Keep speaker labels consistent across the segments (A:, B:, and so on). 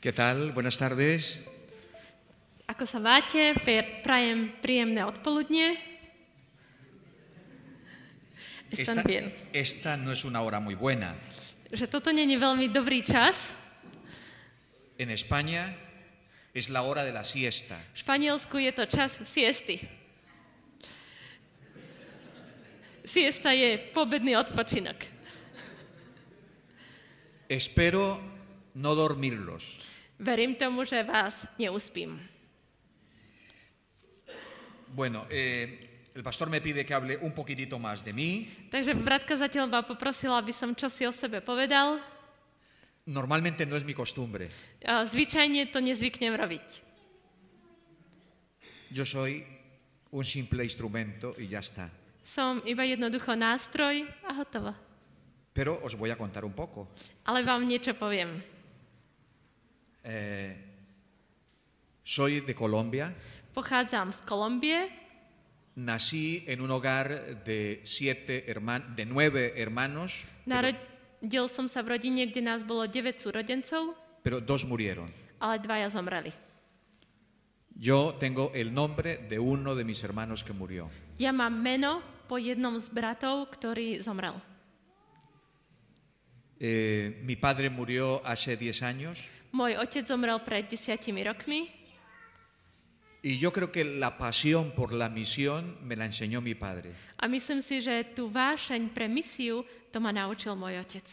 A: ¿Qué tal? Buenas tardes.
B: Ako sa máte? Fe- Prajem príjemné odpoludne. Están bien.
A: esta no es una hora muy buena.
B: Že toto není veľmi dobrý čas.
A: En España es la hora de la siesta.
B: V Španielsku je to čas siesty. Siesta je pobedný odpočinok.
A: Espero no dormirlos.
B: Verím tomu, že vás neuspím.
A: Bueno, eh, el pastor me pide que hable un poquitito más de mí.
B: Takže bratka zatiaľ ma poprosila, aby som čosi o sebe povedal.
A: Normalmente no es mi costumbre.
B: A Zvyčajne to nezvyknem robiť.
A: Yo soy un simple instrumento y ya está.
B: Som iba jednoducho nástroj a hotovo.
A: Pero os voy a contar un poco.
B: Ale vám niečo poviem.
A: Eh, soy de Colombia.
B: Pochádzam z Kolumbie.
A: Nací en un hogar de, siete herman- de nueve hermanos,
B: Narodil som sa v rodine, kde nás bolo 9 súrodencov,
A: pero dos murieron.
B: ale dvaja zomreli.
A: Yo tengo el nombre de uno de mis hermanos que murió.
B: Ja mám meno po jednom z bratov, ktorý zomrel.
A: Eh, mi padre murió hace 10 años
B: Môj otec zomrel pred desiatimi rokmi
A: y yo creo que la pasión por la misión me la enseñó mi padre.
B: a myslím si, že tú vášeň pre misiu to ma naučil môj otec.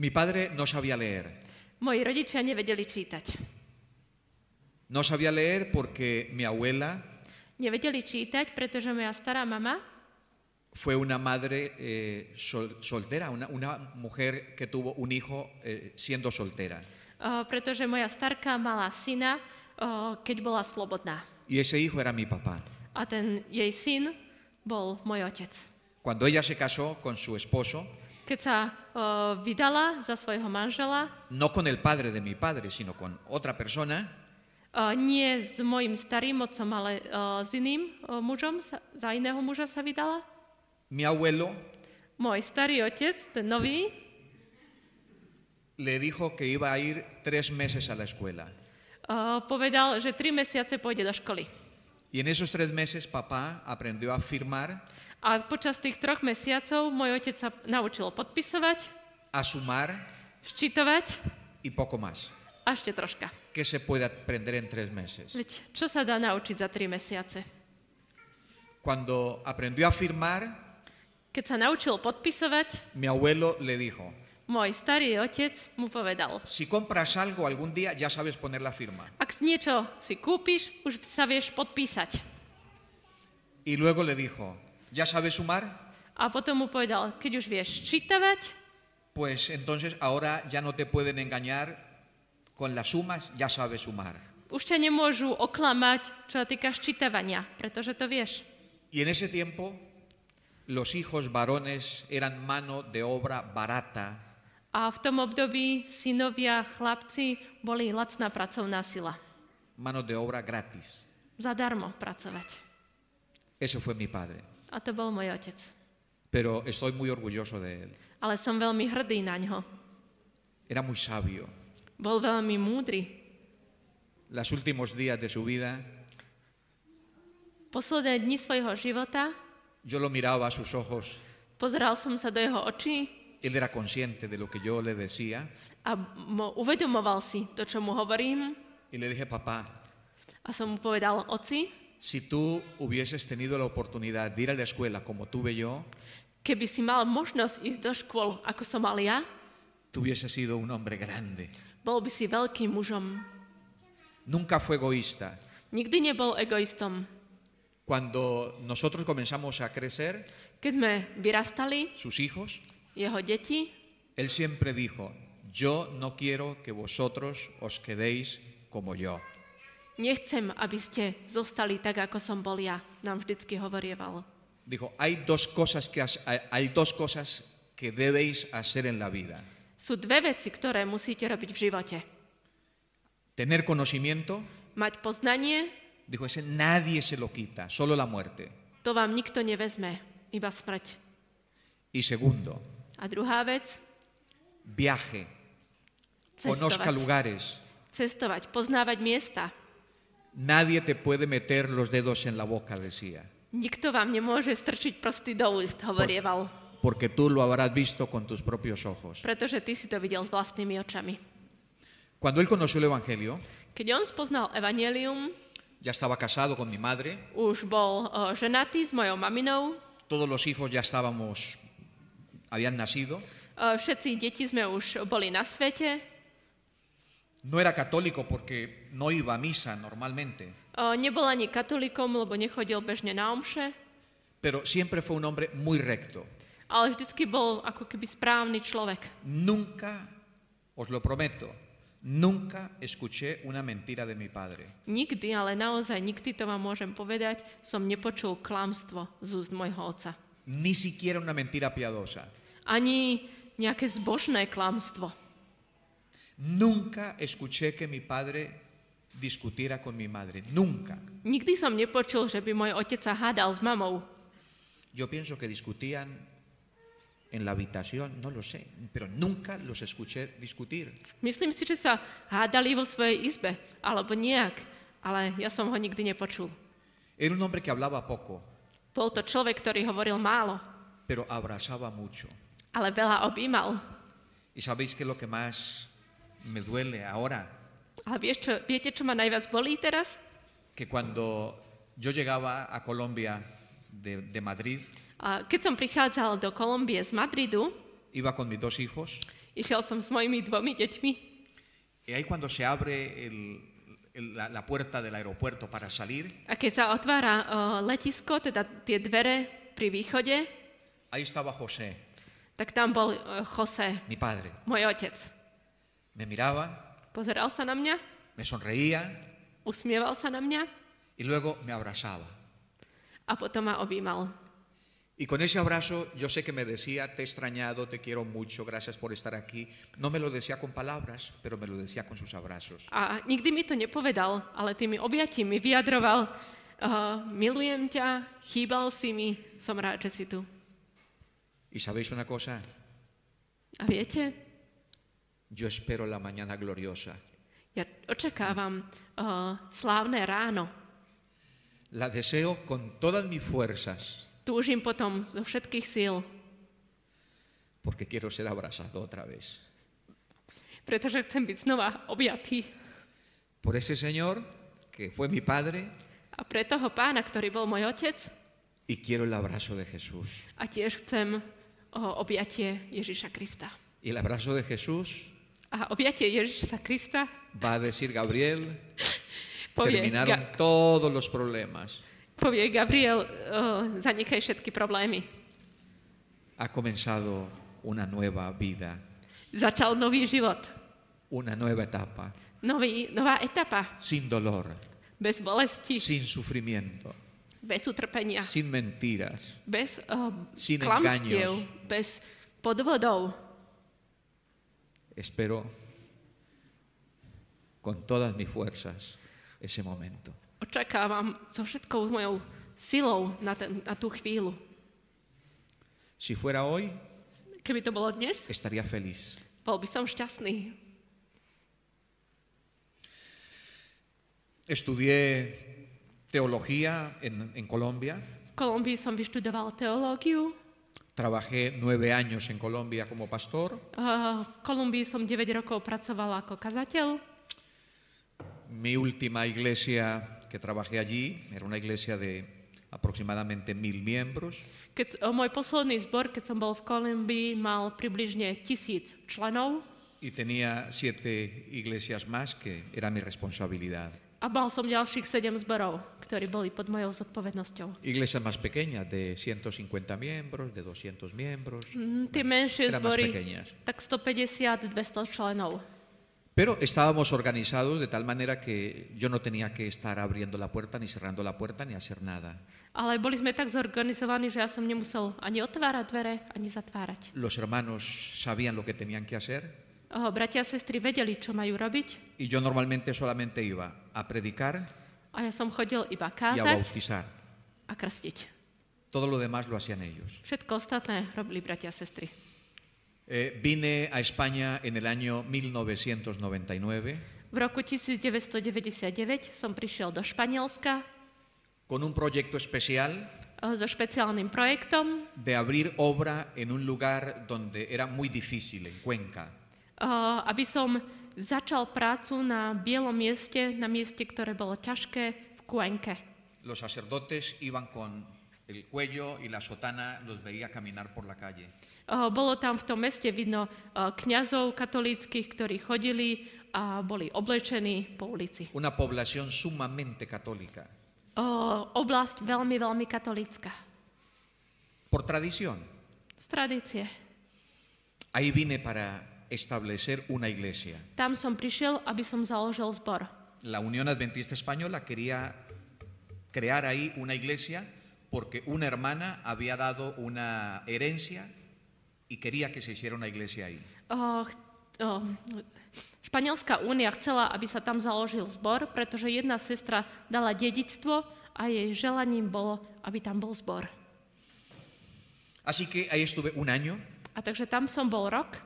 A: Mi padre no sabía leer.
B: Moji rodičia nevedeli čítať.
A: No sabía leer porque mi abuela
B: Nevedeli čítať, pretože moja stará mama
A: fue una madre eh, sol- soltera, una, una mujer que tuvo un hijo eh, siendo soltera.
B: O, eh, pretože moja starka mala syna, o, keď bola slobodná.
A: Y ese hijo era mi papá.
B: A ten jej syn bol môj otec.
A: Cuando ella se casó con su esposo,
B: Keď sa o, vydala za svojho manžela, e,
A: no con el padre de mi padre, sino con otra persona,
B: o, nie s mojim starým otcom, ale o, s iným o, mužom, sa, za iného muža sa vydala.
A: mi abuelo
B: Môj starý otec, ten nový, e,
A: le dijo que iba a ir tres meses a la escuela.
B: o, povedal, že tri mesiace pôjde do školy.
A: Y en esos tres meses papá aprendió a firmar,
B: A počas tých troch mesiacov môj otec sa naučil podpisovať,
A: a sumar
B: ščitovať
A: y poco más.
B: a ešte troška.
A: ¿Qué se puede aprender en tres meses?
B: Veď čo sa dá naučiť za tri mesiace?
A: Cuando aprendió a firmar,
B: Keď sa naučil podpisovať,
A: mi abuelo le dijo,
B: môj starý otec mu povedal,
A: si compras algo algún día ya sabes poner la firma.
B: ak niečo si kúpiš, už sa vieš podpísať.
A: Y luego le dijo, ¿ya sabes sumar?
B: A potom mu povedal, keď už vieš čítavať,
A: Pues entonces ahora ya no te pueden engañar con las sumas, ya sabes sumar.
B: už ťa nemôžu oklamať, čo sa týka ščítavania, pretože to vieš.
A: Y en ese tiempo los hijos varones eran mano de obra barata
B: A v tom období synovia, chlapci boli lacná pracovná sila.
A: mano de obra gratis.
B: Zadarmo pracovať.
A: Ese fue mi padre,
B: A to bol môj otec.
A: pero estoy muy orgulloso de él.
B: Ale som veľmi hrdý na ňo.
A: Era muy sabio.
B: Bol veľmi múdry,
A: Los últimos días de su vida
B: Posledné dni svojho života
A: yo lo miraba a sus ojos,
B: pozeral som sa do jeho očí
A: él era consciente de lo que yo le decía
B: a mo- uvedomoval si to, čo mu hovorím
A: y le dije, papá,
B: a som mu povedal, oci,
A: si tú hubieses tenido la oportunidad de ir a la escuela como tuve yo,
B: keby si mal možnosť ísť do škôl, ako som mal ja,
A: tú hubieses sido un hombre grande.
B: bol by si veľkým mužom.
A: Nunca fue egoísta.
B: Nikdy nebol egoistom.
A: Cuando nosotros comenzamos a crecer,
B: Keď sme vyrastali,
A: sus hijos,
B: jeho deti,
A: él siempre dijo, yo no quiero que vosotros os quedéis como yo.
B: nechcem, aby ste zostali tak, ako som bol ja, nám vždycky hovorieval.
A: Dijo, hay dos cosas que, has- hay- hay dos cosas que debéis hacer en la vida.
B: Sú dve veci, ktoré musíte robiť v živote.
A: Tener conocimiento,
B: Mať poznanie,
A: dijo, ese nadie se lo quita, solo la muerte.
B: to vám nikto nevezme, iba smrť.
A: Y segundo,
B: A druhá vec,
A: viaje. Conozca
B: Cestovať.
A: lugares.
B: Cestovať, poznávať miesta.
A: Nadie te puede meter los dedos en la boca, decía,
B: Nikto vám nemôže strčiť prsty do úst, hovorieval,
A: porque tú lo habrás visto con tus propios ojos.
B: pretože ty si to videl s vlastnými očami.
A: Cuando él conoció el Evangelio,
B: Keď on spoznal evanelium,
A: ya estaba casado con mi madre,
B: už bol eh, ženatý s mojou maminou,
A: todos los hijos ya estábamos, habían nacido,
B: eh, všetci deti sme už boli na svete,
A: no era católico porque no iba a misa normalmente,
B: eh, nebol ani katolíkom, lebo nechodil bežne na omše,
A: pero siempre fue un hombre muy recto.
B: ale vždycky bol ako keby správny človek.
A: Nunca, os lo prometo, nunca escuché una mentira de mi padre.
B: Nikdy, ale naozaj nikdy to vám môžem povedať, som nepočul klamstvo z úst môjho otca.
A: ni siquiera una mentira piadosa.
B: Ani nejaké zbožné klamstvo.
A: Nunca escuché que mi padre discutiera con mi madre, nunca.
B: Nikdy som nepočul, že by môj otec sa hádal s mamou.
A: Yo pienso que discutían en la habitación, no lo sé, pero nunca los escuché discutir.
B: Myslím si, že sa hádali vo svojej izbe, alebo nejak, ale ja som ho nikdy nepočul.
A: Era un hombre que hablaba poco,
B: Bol to človek, ktorý hovoril málo,
A: pero abrazaba mucho.
B: ale veľa objímal.
A: ¿Y sabéis qué es lo que más me duele ahora?
B: A vieš čo, viete, čo ma najviac bolí teraz?
A: Que cuando yo llegaba a Colombia de, de Madrid,
B: A keď som prichádzal do Kolumbie z Madridu,
A: iba con mis dos hijos,
B: išiel som s mojimi dvomi deťmi
A: y ahí cuando se abre el- el- la- la puerta del aeropuerto para salir,
B: a keď sa otvára eh, letisko, teda tie dvere pri východe,
A: Ahí estaba José,
B: tak tam bol eh, Jose,
A: mi padre.
B: môj otec.
A: Me miraba,
B: Pozeral sa na mňa,
A: me sonreía
B: usmieval sa na mňa
A: y luego me abrazaba.
B: a potom ma objímal.
A: Y con ese abrazo yo sé que me decía, te he extrañado, te quiero mucho, gracias por estar aquí. No me lo decía con palabras, pero me lo decía con sus abrazos.
B: A nikdy mi to nepovedal, ale tými objatím mi vyjadroval, uh, milujem ťa, chýbal si mi, som rád, že si tu.
A: Y sabéis una cosa,
B: A viete,
A: yo espero la mañana gloriosa,
B: ja očakávam uh, slávne ráno.
A: la deseo con todas mis fuerzas,
B: Túžim potom zo všetkých síl,
A: porque quiero ser abrazado otra vez.
B: pretože chcem byť znova objatý.
A: Por ese Señor, que fue mi padre,
B: A pre toho pána, ktorý bol môj otec,
A: y quiero el abrazo de Jesús.
B: a tiež chcem uh, objatie Ježiša Krista.
A: Y el abrazo de Jesús
B: A objatie Ježiša Krista
A: va a decir Gabriel,
B: povie,
A: Terminaron
B: Ga-
A: todos los problemas.
B: povie Gabriel, uh, zanechaj všetky problémy.
A: Ha comenzado una nueva vida,
B: Začal nový život,
A: una nueva etapa,
B: nový, nová etapa,
A: sin dolor,
B: bez bolesti,
A: sin sufrimiento,
B: bez utrpenia,
A: sin mentiras.
B: bez uh,
A: Sin
B: klamstiev,
A: engaños.
B: bez podvodov.
A: Espero con todas mis fuerzas ese momento.
B: Očakávam so všetkou mojou silou na, ten, na tú chvíľu.
A: Si fuera hoy,
B: Keby to bolo dnes,
A: estaría feliz.
B: bol by som šťastný.
A: Estudié teología en, en Colombia,
B: V Kolumbii som vyštudoval teológiu,
A: trabajé nueve años en Colombia como pastor,
B: uh, v Kolumbii som 9 rokov pracovala ako kazateľ.
A: Mi última iglesia que trabajé allí era una iglesia de aproximadamente mil miembros.
B: Keď, uh, môj posledný zbor, keď som bol v Kolumbii, mal približne tisíc členov
A: Y tenía siete iglesias más que era mi responsabilidad.
B: a mal som ďalších 7 zborov, ktorí boli pod mojou zodpovednosťou.
A: Iglesias más pequeñas, de 150 miembros, de 200 miembros.
B: Mm, Tie menšie
A: Teda máš
B: zbory,
A: pequeñas.
B: tak 150-200 členov.
A: Pero estábamos organizados de tal manera que yo no tenía que estar abriendo la puerta, ni cerrando la puerta, ni hacer nada.
B: Ale boli sme tak zorganizovaní, že ja som nemusel ani otvárať dvere, ani zatvárať.
A: Los hermanos sabían lo que tenían que hacer
B: O, bratia a sestry vedeli, čo majú robiť
A: y yo normalmente solamente iba a predicar
B: a ja som chodil
A: y a
B: iba kázať
A: bautizar.
B: a krstiť.
A: Todo lo demás lo hacían ellos.
B: Všetko ostatné robili bratia a sestry.
A: Eh, vine a España en el año 1999
B: V roku 1999 som prišiel do Španielska
A: con un proyecto especial
B: eh, so špeciálnym projektom.
A: de abrir obra en un lugar donde era muy difícil, en Cuenca.
B: Uh, aby som začal prácu na bielom mieste, na mieste, ktoré bolo ťažké, v Kuenke.
A: Los sacerdotes iban con el cuello y la sotana, los veía caminar por la calle.
B: Uh, bolo tam v tom meste vidno uh, kňazov katolíckých, ktorí chodili a boli oblečení po ulici.
A: Una población sumamente católica,
B: Uh, oblasť veľmi, veľmi katolícka.
A: por tradición.
B: Z tradície.
A: Ahí vine para establecer una iglesia.
B: Tam som prišiel, aby som založil zbor.
A: La Unión Adventista Española quería crear ahí una iglesia porque una hermana había dado una herencia y quería que se hiciera una iglesia ahí.
B: Uh, ch- uh, Španielská únia chcela, aby sa tam založil zbor, pretože jedna sestra dala dedictvo a jej želaním bolo, aby tam bol zbor.
A: Así que ahí estuve un año
B: A takže tam som bol rok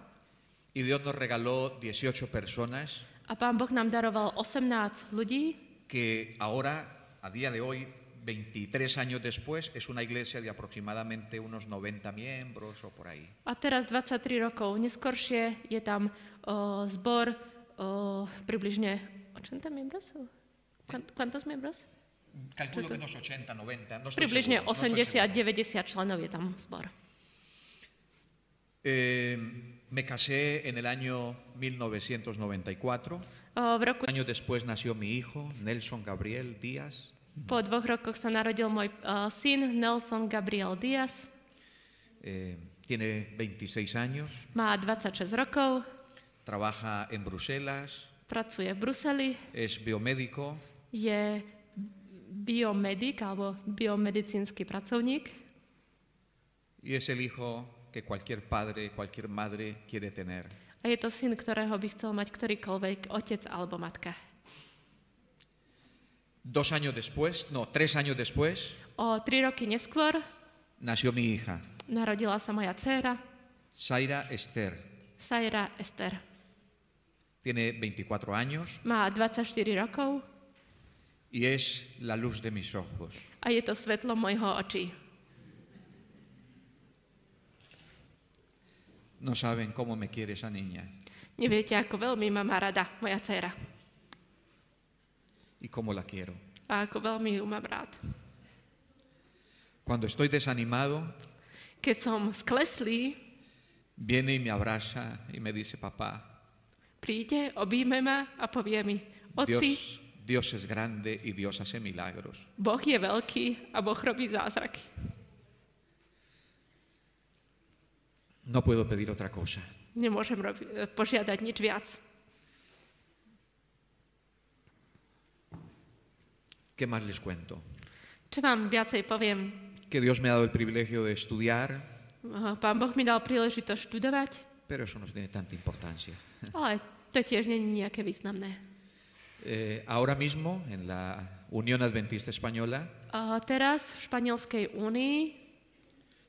A: y Dios nos regaló 18 personas
B: a pán Boh nám daroval 18 ľudí,
A: que ahora, a día de hoy, 23 años después, es una iglesia de aproximadamente unos 90 miembros o por ahí.
B: A teraz 23 rokov neskoršie je tam o, zbor o, približne... ¿80 miembros? o cuan- ¿Cuántos miembros?
A: Calculo que unos 80, 90. No estoy
B: Približne
A: seguro, no estoy seguro.
B: 80-90 členov je tam zbor.
A: Eh, me casé en el año 1994.
B: O, v roku
A: Años después nació mi hijo, Nelson Gabriel Díaz.
B: po dvoch rokoch sa narodil môj o, syn Nelson Gabriel Díaz,
A: Eh, tiene 26 años.
B: má 26 rokov,
A: Trabaja en Bruselas.
B: pracuje v Bruseli,
A: Es biomédico.
B: je biomedik alebo biomedicínsky pracovník
A: Y es el hijo que cualquier padre, cualquier madre quiere tener.
B: a je to syn, ktorého by chcel mať ktorýkoľvek otec alebo matka.
A: Dos años después, no, tres años después,
B: O tri roky neskôr
A: nació mi hija,
B: narodila sa moja dcéra,
A: Zaira Esther.
B: Saira Ester.
A: Tiene 24 años
B: Má 24 rokov
A: y es la luz de mis ojos.
B: a je to svetlo mojho očí.
A: No saben cómo me quiere esa niña
B: Neviete, ako veľmi ma má rada moja dcéra
A: y cómo la quiero.
B: a ako veľmi ju mám rád.
A: Cuando estoy desanimado,
B: Keď som skleslý,
A: viene y me abraza y me dice, papá,
B: príde, obíme ma a povie mi, oci,
A: Dios, Dios es grande y Dios hace milagros.
B: Boh je veľký a Boh robí zázraky.
A: No puedo pedir otra cosa.
B: Nemôžem robi- eh, požiadať nič viac.
A: ¿Qué más les cuento?
B: Čo vám viacej poviem?
A: Que Dios me ha dado el privilegio de estudiar,
B: Eh, Pán Boh mi dal príležitosť študovať,
A: pero eso no tiene tanta importancia.
B: ale to tiež nie je nejaké významné.
A: Eh, ahora mismo, en la Unión Adventista Española,
B: A Eh, teraz v Španielskej únii,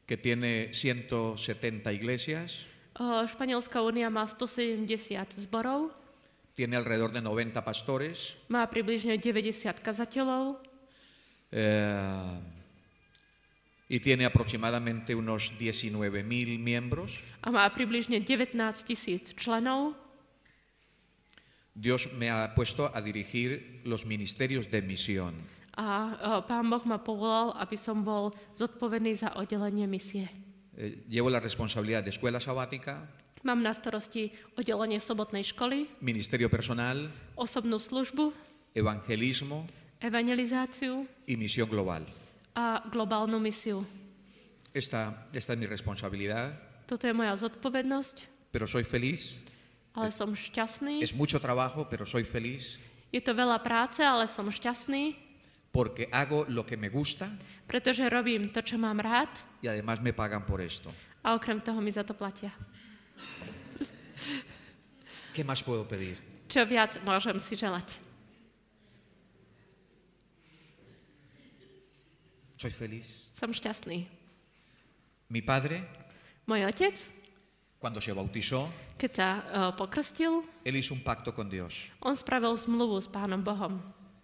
A: que tiene 170 iglesias,
B: o, eh, Španielská únia má 170 zborov,
A: tiene alrededor de 90 pastores,
B: má približne 90 kazateľov
A: eh, y tiene aproximadamente unos 19.000 miembros.
B: a má približne 19 tisíc členov.
A: Dios me ha puesto a dirigir los ministerios de misión.
B: A o, pán Boh ma povolal, aby som bol zodpovedný za oddelenie misie.
A: Eh, llevo la responsabilidad de escuela sabática,
B: Mám na starosti oddelenie sobotnej školy,
A: ministerio personal,
B: osobnú službu,
A: evangelismo
B: evangelizáciu
A: y misión global.
B: a globálnu misiu.
A: Esta, esta es mi responsabilidad,
B: Toto je moja zodpovednosť,
A: pero soy feliz
B: ale som šťastný.
A: Es mucho trabajo, pero soy feliz
B: Je to veľa práce, ale som šťastný,
A: porque hago lo que me gusta
B: pretože robím to, čo mám rád
A: y además me pagan por esto.
B: a okrem toho mi za to platia.
A: ¿Qué más puedo pedir?
B: Čo viac môžem si želať?
A: Soy feliz.
B: Som šťastný.
A: Mi padre,
B: Môj otec,
A: Cuando se bautizó,
B: Keď sa e, pokrstil,
A: él hizo un pacto con Dios.
B: on spravil zmluvu s Pánom Bohom.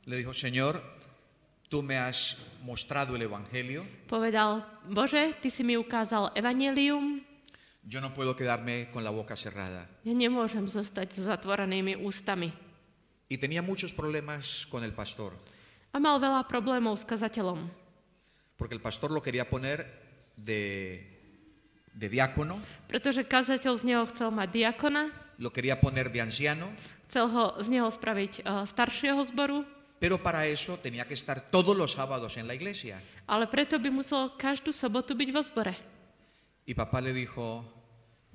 A: Le dijo, Señor, tú me has mostrado el Evangelio,
B: Povedal, Bože, Ty si mi ukázal evanelium,
A: yo no puedo quedarme con la boca cerrada.
B: ja nemôžem zostať s zatvorenými ústami.
A: Y tenía muchos problemas con el pastor,
B: A mal veľa problémov s kazateľom,
A: porque el pastor lo quería poner de, de diácono,
B: pretože kazateľ z neho chcel mať diakona,
A: lo quería poner de anciano,
B: chcel ho z neho spraviť e, staršieho zboru,
A: pero para eso tenía que estar todos los sábados en la iglesia.
B: ale preto by musel každú sobotu byť vo zbore.
A: Y papá le dijo,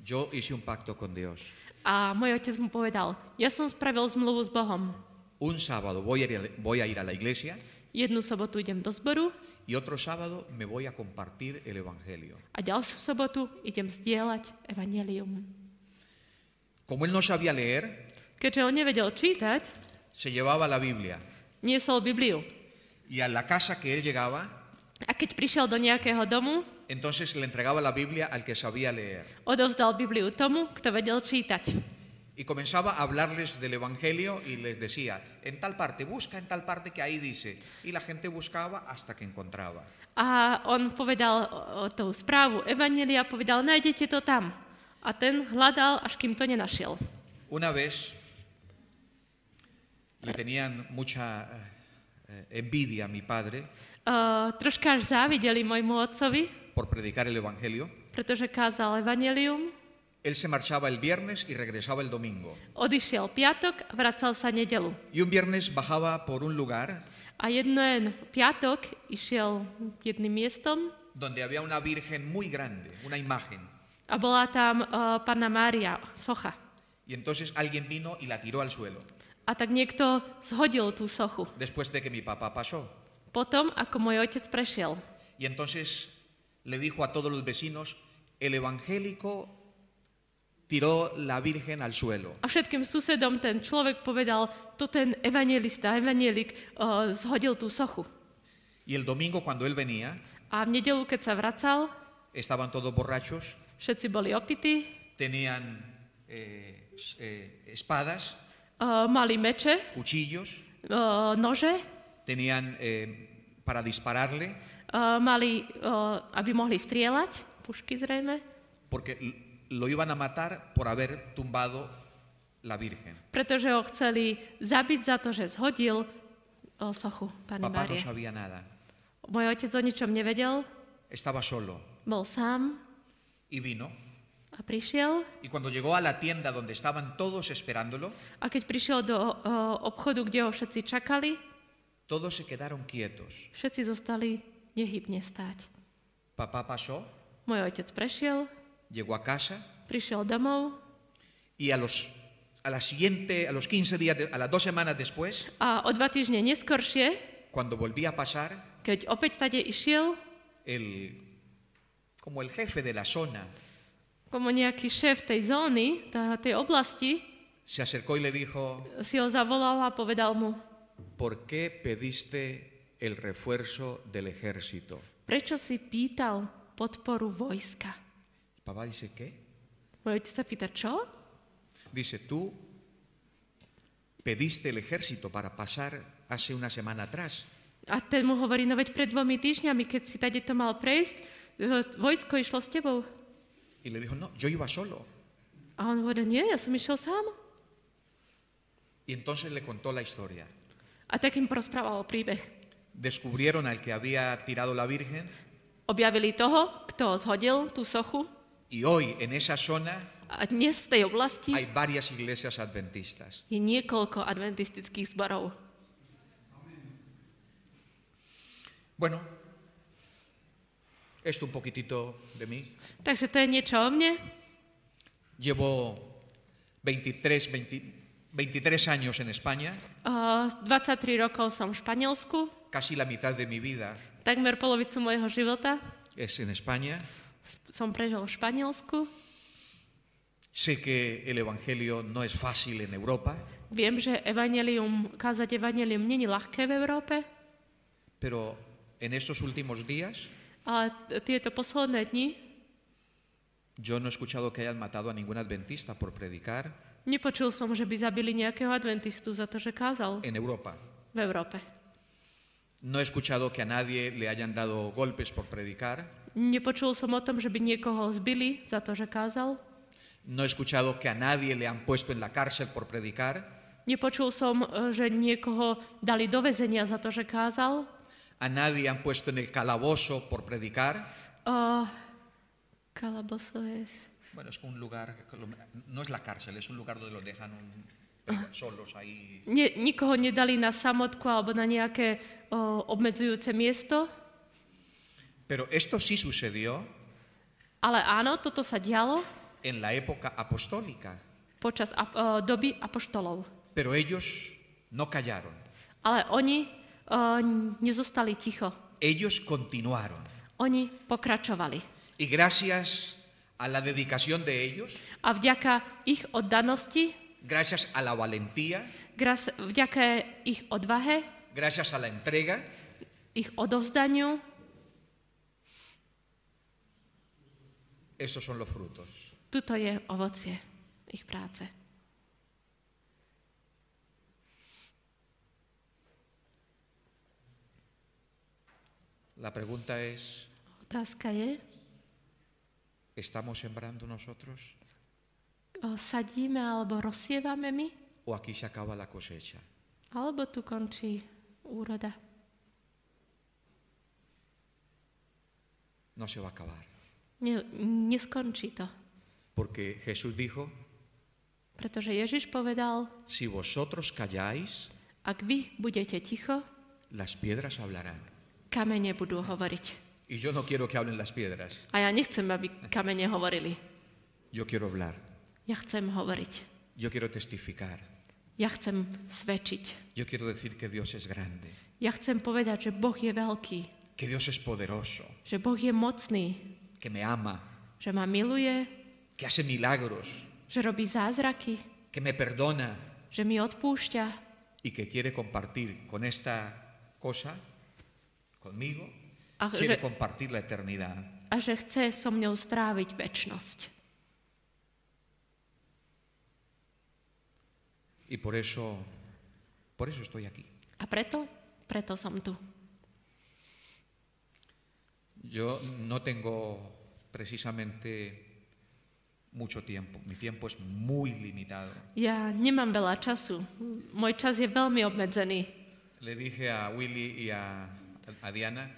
A: yo hice un pacto con Dios.
B: A môj otec mu povedal, ja som spravil zmluvu s Bohom.
A: Un sábado voy a ir a- voy a, ir a la iglesia
B: Jednu sobotu idem do zboru
A: y otro sábado me voy a compartir el Evangelio.
B: a ďalšiu sobotu idem zdieľať evanelium.
A: Como él no sabía leer,
B: Keďže on nevedel čítať,
A: se llevaba la Biblia
B: niesol Bibliu.
A: y a la casa que él llegaba,
B: A keď prišiel do nejakého domu,
A: entonces le entregaba la Biblia al que sabía leer
B: odovzdal Bibliu tomu, kto vedel čítať.
A: y comenzaba a hablarles del Evangelio y les decía, en tal parte, busca en tal parte que ahí dice. Y la gente buscaba hasta que encontraba.
B: A on povedal o- o tú správu Evanelia, povedal, nájdete to tam. A ten hľadal, až kým to nenašiel. E,
A: Una vez le tenían mucha eh, envidia a mi padre
B: Uh, troška až závideli môjmu otcovi,
A: por predicar el Evangelio.
B: pretože kázal Evanelium,
A: Él se marchaba el viernes y regresaba el domingo.
B: odišiel piatok a vracal sa nedelu.
A: Y un viernes bajaba por un lugar
B: A jeden piatok išiel jedným miestom
A: donde había una virgen muy grande, una imagen.
B: a bola tam uh, panna Mária, socha.
A: Y entonces alguien vino y la tiró al suelo,
B: A tak niekto zhodil tú sochu.
A: después de que mi papá pasó.
B: Potom, ako môj otec prešiel.
A: Y entonces le dijo a todos los vecinos, el evangélico tiró la virgen al suelo.
B: A všetkým susedom ten človek povedal, to ten evangelista, evanielik uh, zhodil tú sochu.
A: Y el domingo cuando él venía,
B: A v nedelu, keď sa vracal,
A: estaban todos borrachos,
B: všetci boli opití,
A: tenían eh, s- eh, espadas,
B: uh, mali meče,
A: cuchillos,
B: uh, nože,
A: tenían eh, para dispararle,
B: uh, mali, uh, aby mohli strieľať, pušky zrejme,
A: porque l- lo iban a matar por haber tumbado la virgen.
B: pretože ho chceli zabiť za to, že zhodil uh, sochu Pani
A: Papá no
B: Márie.
A: sabía nada,
B: Môj otec o ničom nevedel,
A: estaba solo
B: bol sám
A: y vino.
B: a prišiel.
A: Y cuando llegó a la tienda donde estaban todos esperándolo,
B: A keď prišiel do uh, obchodu, kde ho všetci čakali,
A: todos se quedaron quietos.
B: Všetci zostali nehybne stáť.
A: Papá pasó,
B: Môj otec prešiel,
A: llegó a casa
B: prišiel domov
A: y a los a la siguiente, a los 15 días, de- a las dos semanas después,
B: a o dva týždne neskoršie,
A: cuando volvía a pasar,
B: keď opäť tade išiel,
A: el, como el jefe de la zona,
B: komu nejaký šéf tej zóny, tá, tej oblasti,
A: se acercó y le dijo,
B: si ho zavolal a povedal mu,
A: ¿por qué pediste el refuerzo del ejército?
B: prečo si pýtal podporu vojska?
A: Papá dice, ¿qué?
B: Môj otec sa pýta, čo?
A: Dice, tú pediste el ejército para pasar hace una semana atrás.
B: A ten mu hovorí, no veď pred dvomi týždňami, keď si tade to mal prejsť, e, vojsko išlo s tebou.
A: Y le dijo, no, yo iba solo.
B: A on hovorí, nie, ja som išiel sám.
A: Y entonces le contó la historia.
B: A tak im porozprával príbeh.
A: Descubrieron al que había tirado la Virgen
B: Objavili toho, kto zhodil tú sochu
A: y hoy en esa zona
B: a dnes v tej oblasti
A: hay varias iglesias adventistas.
B: je niekoľko adventistických zborov.
A: Bueno, esto un poquitito de mí.
B: Takže to je niečo o mne.
A: Llevo 23, 20 23 años en España,
B: Uh, 23 rokov som v Španielsku,
A: casi la mitad de mi vida
B: takmer polovicu môjho života
A: es en España.
B: som prežil v Španielsku.
A: Sé que el Evangelio no es fácil en Europa,
B: Viem, že evanelium, kázať evanelium není ľahké v Európe,
A: pero en estos últimos días
B: ale t- tieto posledné dni
A: Yo no he escuchado que hayan matado a ningún adventista por predicar
B: Nepočul som, že by zabili nejakého adventistu za to, že kázal
A: en Europa.
B: v Európe.
A: No he escuchado que a nadie le hayan dado golpes por predicar.
B: Nepočul som o tom, že by niekoho zbili za to, že kázal.
A: No he escuchado que a nadie le han puesto en la cárcel por predicar.
B: Nepočul som, e, že niekoho dali do väzenia za to, že kázal.
A: A nadie han puesto en el calabozo por predicar.
B: Uh, kalaboso je...
A: Bueno, es un lugar, que lo- no es la cárcel, es un lugar donde los dejan un- pero solos ahí.
B: Nie, nikoho nedali na samotku alebo na nejaké o, obmedzujúce miesto.
A: Pero esto sí sucedió
B: Ale áno, toto sa dialo
A: en la época apostólica.
B: počas ap- o, doby apoštolov.
A: Pero ellos no callaron,
B: Ale oni o, nezostali ticho.
A: ellos continuaron.
B: Oni pokračovali.
A: Y gracias a la dedicación de ellos,
B: A vďaka ich oddanosti,
A: gracias a la valentía,
B: gras- vďaka ich odvahe,
A: gracias a la entrega,
B: ich odovzdaniu,
A: estos son los frutos.
B: tuto je ovocie ich práce.
A: La pregunta es,
B: Otázka je,
A: ¿estamos sembrando nosotros
B: o, sadíme alebo rozsievame my,
A: o aquí se acaba la cosecha?
B: alebo tu končí úroda.
A: No se va a acabar.
B: Ne, neskončí to.
A: Porque Jesús dijo,
B: Pretože Ježiš povedal,
A: si vosotros calláis,
B: ak vy budete ticho,
A: las piedras hablarán.
B: kamene budú hovoriť.
A: Y yo no quiero que hablen las piedras,
B: A ja nechcem, aby kamene hovorili.
A: yo quiero hablar,
B: Ja chcem hovoriť.
A: yo quiero testificar,
B: Ja chcem svedčiť.
A: yo quiero decir que Dios es grande,
B: Ja chcem povedať, že Boh je veľký,
A: que Dios es poderoso,
B: že Boh je mocný,
A: que me ama,
B: že ma miluje,
A: que hace milagros,
B: že robí zázraky,
A: que me perdona
B: že mi odpúšťa
A: y que quiere compartir con esta cosa, conmigo,
B: Ah,
A: quiere
B: re-
A: compartir la eternidad.
B: a že chce so mňou stráviť väčnosť.
A: Y por eso, por eso estoy aquí.
B: A preto, preto som tu.
A: Yo no tengo precisamente mucho tiempo. Mi tiempo es muy limitado.
B: Ja nemám veľa času. Môj čas je veľmi obmedzený.
A: Le dije a Willy y a, a Diana,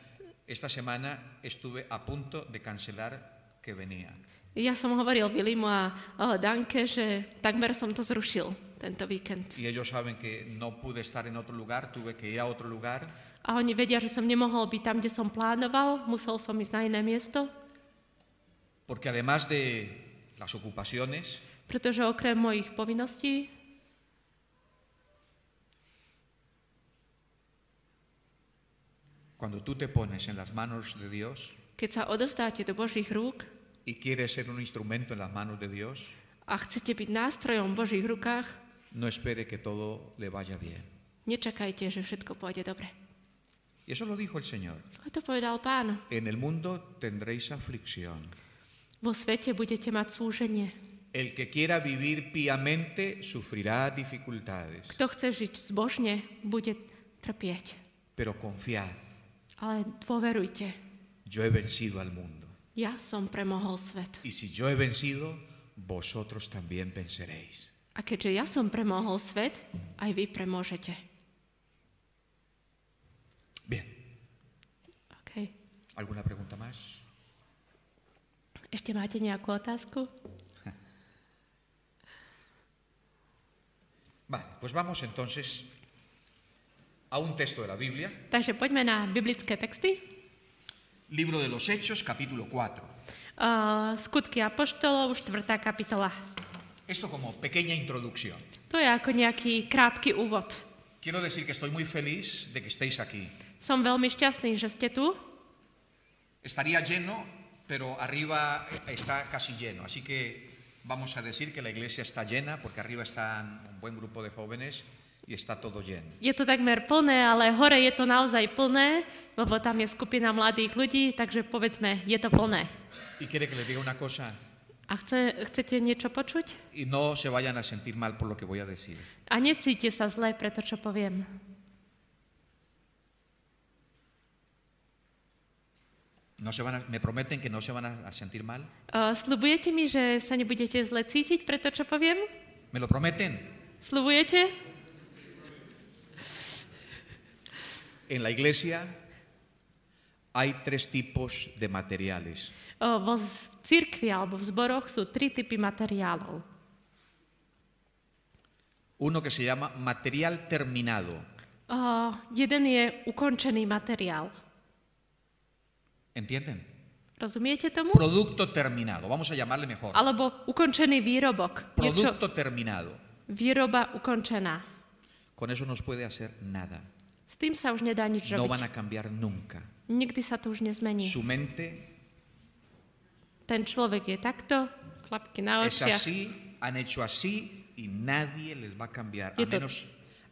A: esta semana estuve a punto de cancelar que venía.
B: Ja som hovoril Vilimu a o, Danke, že takmer som to zrušil tento víkend.
A: Y ellos saben que no pude estar en otro lugar, tuve que ir a otro lugar.
B: A oni vedia, že som nemohol byť tam, kde som plánoval, musel som ísť na iné miesto,
A: Porque además de las ocupaciones,
B: pretože okrem mojich povinností
A: cuando tú te pones en las manos de Dios
B: Keď sa odovzdáte do Božích rúk
A: y quieres ser un instrumento en las manos de Dios,
B: a chcete byť nástrojom v Božích rukách,
A: no espere que todo le vaya bien.
B: nečakajte, že všetko pôjde dobre.
A: Y eso lo dijo el Señor.
B: Ako to povedal pán?
A: En el mundo tendréis aflicción.
B: Vo svete budete mať súženie.
A: El que quiera vivir piamente sufrirá dificultades,
B: Kto chce žiť zbožne, bude trpieť.
A: pero confiad,
B: Ale dôverujte,
A: yo he vencido al mundo.
B: ja som premohol svet.
A: Y si yo he vencido, vosotros también venceréis.
B: A keďže ja som premohol svet, aj vy premôžete.
A: Bien,
B: Okay.
A: ¿alguna pregunta más?
B: Ešte máte nejakú otázku?
A: Vale, pues vamos entonces a un texto de la Biblia,
B: Takže poďme na biblické texty.
A: libro de los Hechos, capítulo 4.
B: Uh, Skutky Apoštolov, 4. kapitola.
A: Esto como pequeña introducción.
B: To je ako nejaký krátky úvod.
A: Quiero decir que estoy muy feliz de que estéis aquí.
B: Som veľmi šťastný, že ste tu.
A: Estaría lleno, pero arriba está casi lleno. Así que vamos a decir que la iglesia está llena porque arriba están un buen grupo de jóvenes y está todo lleno.
B: Je to takmer plné, ale hore je to naozaj plné, lebo tam je skupina mladých ľudí, takže povedzme, je to plné.
A: ¿Y quiere que le diga una cosa?
B: A chce, chcete niečo počuť?
A: Y no se vayan a sentir mal por lo que voy a decir.
B: A necíte sa zle pre to, čo poviem.
A: No se van a- me prometen que no se van a, a sentir mal.
B: Uh, slubujete mi, že sa nebudete zle cítiť pre to, čo poviem?
A: ¿Me lo prometen?
B: Slubujete?
A: En la iglesia hay tres tipos de materiales.
B: Uh, vo z- cirkvi alebo v zboroch sú tri typy materiálov.
A: Uno que se llama material terminado.
B: Uh, jeden je ukončený materiál.
A: ¿Entienden?
B: Rozumiete tomu?
A: Producto terminado. Vamos a llamarle mejor.
B: Alebo ukončený výrobok. Niečo,
A: Producto terminado.
B: výroba ukončená.
A: Con eso no se puede hacer nada.
B: S tým sa už nedá nič
A: No van
B: robiť.
A: a cambiar nunca.
B: Nikdy sa to už nezmení.
A: Su mente
B: Ten človek je takto, klapky na
A: es
B: očiach.
A: así, han hecho así y nadie les va a cambiar. A
B: Y esto-
A: menos,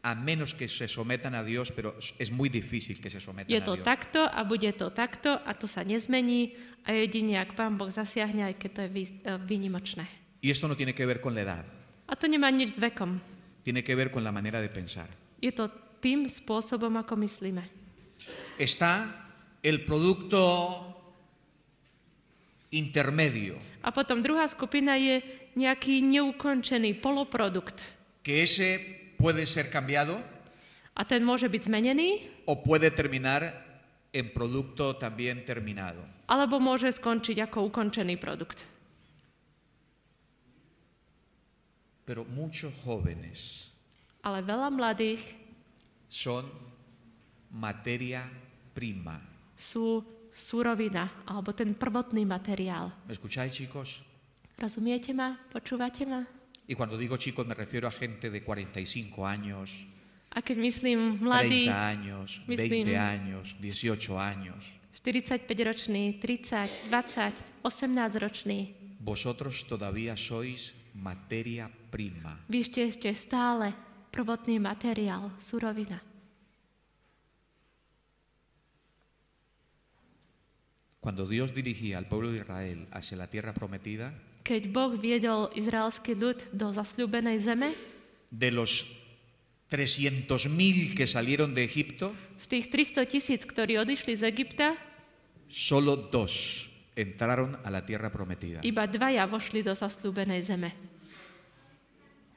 A: a menos que se sometan a Dios, pero es muy difícil que se sometan
B: Je
A: a
B: to
A: Dios.
B: takto a bude to takto a to sa nezmení a jedine, ak Pán Boh zasiahne, aj keď to je vý- eh, výnimočné.
A: Y esto no tiene que ver con la edad,
B: A to nemá nič s vekom.
A: tiene que ver con la manera de pensar.
B: Je to tým spôsobom, ako myslíme.
A: Está el producto intermedio,
B: A potom druhá skupina je nejaký neukončený poloprodukt.
A: que ese puede ser cambiado
B: A ten môže byť zmenený,
A: o puede terminar en producto también terminado.
B: alebo môže skončiť ako ukončený produkt.
A: Pero muchos jóvenes
B: Ale veľa mladých
A: son materia prima.
B: sú surovina, alebo ten prvotný materiál.
A: ¿Me escucháis, chicos?
B: Rozumiete ma? Počúvate ma?
A: Y cuando digo chicos me refiero a gente de 45 años,
B: A keď myslím mladý,
A: 30 años,
B: mis
A: 20
B: primos.
A: años, 18 años.
B: 45-ročný, 30, 20, 18-ročný,
A: Vosotros todavía sois materia prima.
B: vy ste ešte stále prvotný materiál, surovina.
A: Cuando Dios dirigía al pueblo de Israel hacia la tierra prometida,
B: Keď Boh viedol izraelský ľud do zasľúbenej zeme,
A: de los 300.000 que salieron de Egipto,
B: z tých 300 tisíc, ktorí odišli z Egypta,
A: Solo dos entraron a la tierra prometida.
B: iba dvaja vošli do zasľúbenej zeme.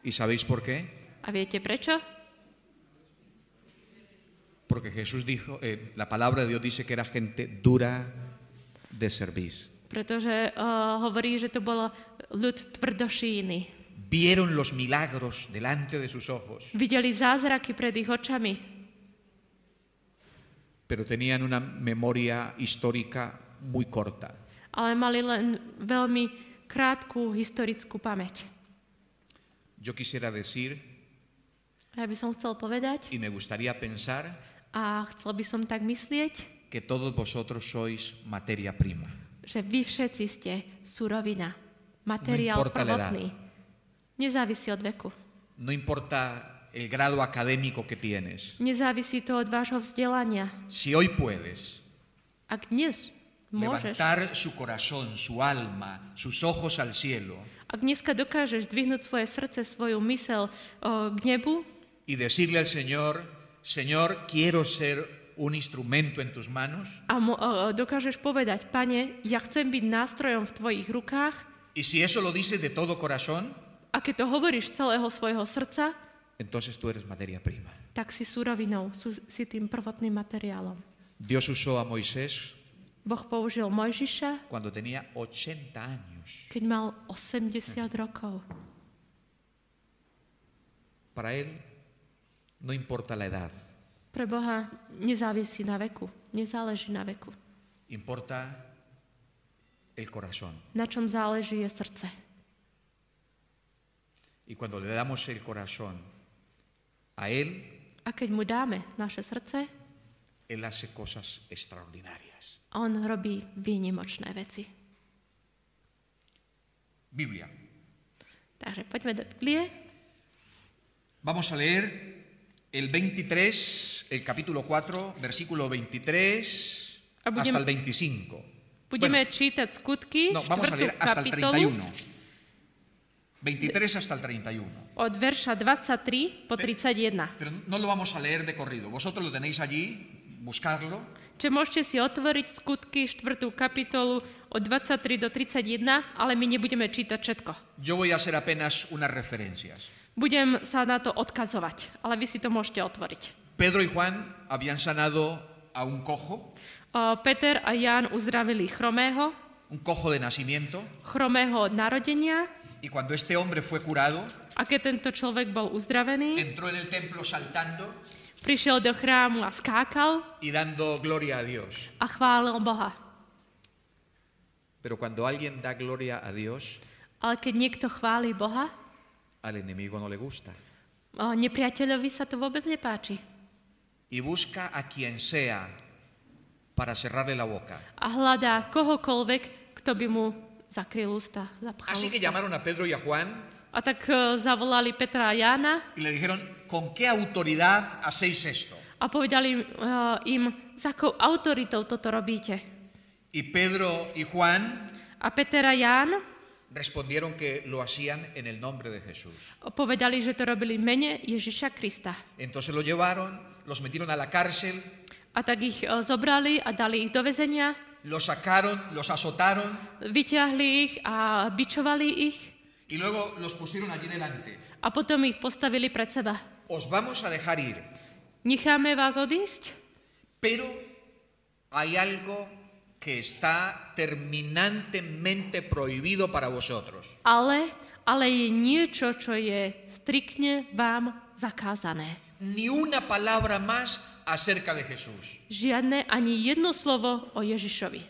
A: ¿Y sabéis por qué?
B: A viete prečo?
A: Porque Jesús dijo, eh, la palabra de Dios dice que era gente dura de servicio.
B: Pretože uh, hovorí, že to bolo ľud tvrdošíny.
A: Vieron los milagros delante de sus ojos,
B: Videli zázraky pred ich očami,
A: pero tenían una memoria histórica muy corta.
B: ale mali len veľmi krátku historickú pamäť.
A: Yo quisiera decir,
B: A Ja by som chcel povedať
A: y me gustaría pensar,
B: a chcel by som tak myslieť,
A: que todos vosotros sois materia prima.
B: že vy všetci ste surovina, materiál
A: importa la edad.
B: prvotný. Nezávisí od veku.
A: No importa el grado académico que tienes.
B: Nezávisí to od vášho vzdelania.
A: Si hoy puedes
B: Ak dnes môžeš,
A: levantar su corazón, su alma, sus ojos al cielo
B: ak dneska dokážeš dvihnúť svoje srdce, svoju mysel o, k nebu
A: y decirle al Señor, Señor, quiero ser un instrumento en tus manos.
B: a mo, o, o, dokážeš povedať, pane, ja chcem byť nástrojom v tvojich rukách
A: Y si eso lo dices de todo corazón,
B: a keď to hovoríš z celého svojho srdca,
A: entonces tú eres materia prima.
B: tak si surovinou, sú, si tým prvotným materiálom.
A: Dios usó a Moisés
B: Boh použil Mojžiša,
A: cuando tenía 80 años.
B: keď mal 80 rokov.
A: Para él no importa la edad,
B: Pre Boha nezávisí na veku, nezáleží na veku.
A: importa el corazón.
B: Na čom záleží je srdce.
A: Y cuando le damos el corazón a él,
B: A keď mu dáme naše srdce,
A: él hace cosas extraordinarias.
B: on robí výnimočné veci.
A: Biblia.
B: Takže poďme do Biblie.
A: Vamos a leer el 23, el capítulo 4, versículo 23
B: Ah,
A: hasta
B: budem-
A: el 25.
B: Budeme
A: Bueno,
B: čítať skutky,
A: no, vamos a
B: štvrtú
A: leer hasta el
B: kapitolu,
A: 31. 23 hasta el 31.
B: od verša 23 po 31.
A: Pero no lo vamos a leer de corrido. Vosotros lo tenéis allí, buscarlo.
B: Čiže môžete si otvoriť skutky 4. kapitolu od 23 do 31, ale my nebudeme čítať všetko.
A: Yo voy a hacer apenas unas referencias.
B: Budem sa na to odkazovať, ale vy si to môžete otvoriť.
A: Pedro y Juan habían sanado a un cojo,
B: O, Peter a Ján uzdravili chromého,
A: un cojo de nacimiento,
B: chromého od narodenia
A: y cuando este hombre fue curado,
B: a keď tento človek bol uzdravený,
A: entró en el templo saltando
B: prišiel do chrámu a skákal
A: y dando gloria a Dios.
B: a chválil Boha.
A: Pero cuando alguien da gloria a Dios,
B: Ale keď niekto chváli Boha,
A: al enemigo no le gusta.
B: o, nepriateľovi sa to vôbec nepáči.
A: Y busca a quien sea para cerrarle la boca.
B: a hľadá kohokoľvek, kto by mu zakryl ústa, zapchal
A: Así que
B: ústa.
A: llamaron a Pedro y a Juan
B: A tak e, zavolali Petra a Jána
A: y le dijeron, ¿con qué autoridad hacéis esto?
B: a povedali e, im, s akou autoritou toto robíte.
A: Y Pedro y Juan
B: A Peter a Ján
A: respondieron que lo hacían en el nombre de Jesús.
B: povedali, že to robili v mene Ježiša Krista.
A: Entonces lo llevaron, los metieron a la cárcel,
B: A tak ich e, zobrali a dali ich do väzenia,
A: los sacaron, los azotaron
B: vyťahli ich a bičovali ich
A: y luego los pusieron allí delante.
B: a potom ich postavili pred seba.
A: Os vamos a dejar ir,
B: Necháme vás odísť,
A: pero hay algo que está terminantemente prohibido para vosotros.
B: ale, ale je niečo, čo je striktne vám zakázané.
A: Ni una palabra más acerca de Jesús.
B: Žiadne ani jedno slovo o Ježišovi.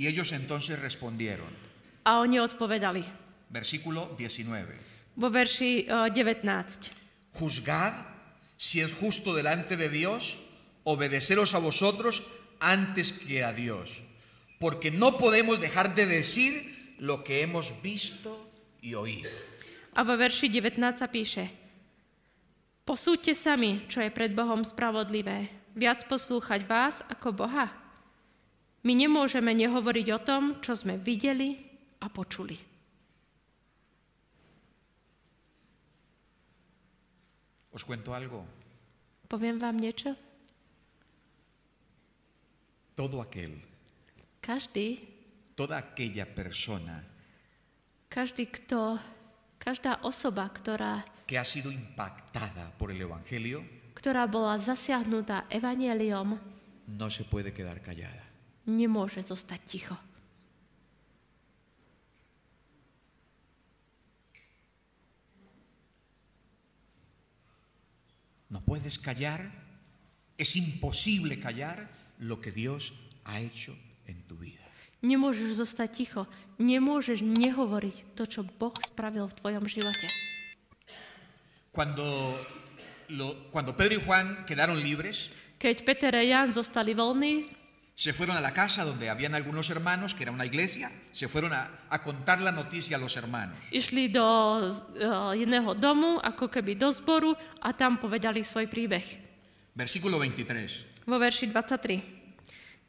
A: Y ellos entonces respondieron,
B: A oni odpovedali
A: versículo 19,
B: vo verši eh, 19.
A: juzgad si es justo delante de Dios obedeceros a vosotros antes que a Dios, porque no podemos dejar de decir lo que hemos visto y oído.
B: A vo verši 19 sa píše Posúďte sami, čo je pred Bohom spravodlivé. Viac poslúchať vás ako Boha. My nemôžeme nehovoriť o tom, čo sme videli a počuli.
A: ¿Os cuento algo?
B: Poviem vám niečo?
A: Todo aquel,
B: Každý,
A: toda aquella persona
B: každý kto, každá osoba, ktorá,
A: que ha sido impactada por el Evangelio,
B: ktorá bola zasiahnutá evanieliom,
A: no se puede quedar callada.
B: nemôže zostať ticho.
A: No puedes callar, es imposible callar lo que Dios ha hecho en tu vida.
B: Nemôžeš zostať ticho. Nemôžeš nehovoriť to, čo Boh spravil v tvojom živote.
A: Cuando, lo- cuando Pedro y Juan quedaron libres,
B: Keď Peter a Jan zostali voľní,
A: se fueron a la casa donde habían algunos hermanos, que era una iglesia, se fueron a, a contar la noticia a los hermanos.
B: išli do z- eh, jedného domu, ako keby do zboru a tam povedali svoj príbeh.
A: Versículo 23.
B: Vo verši 23.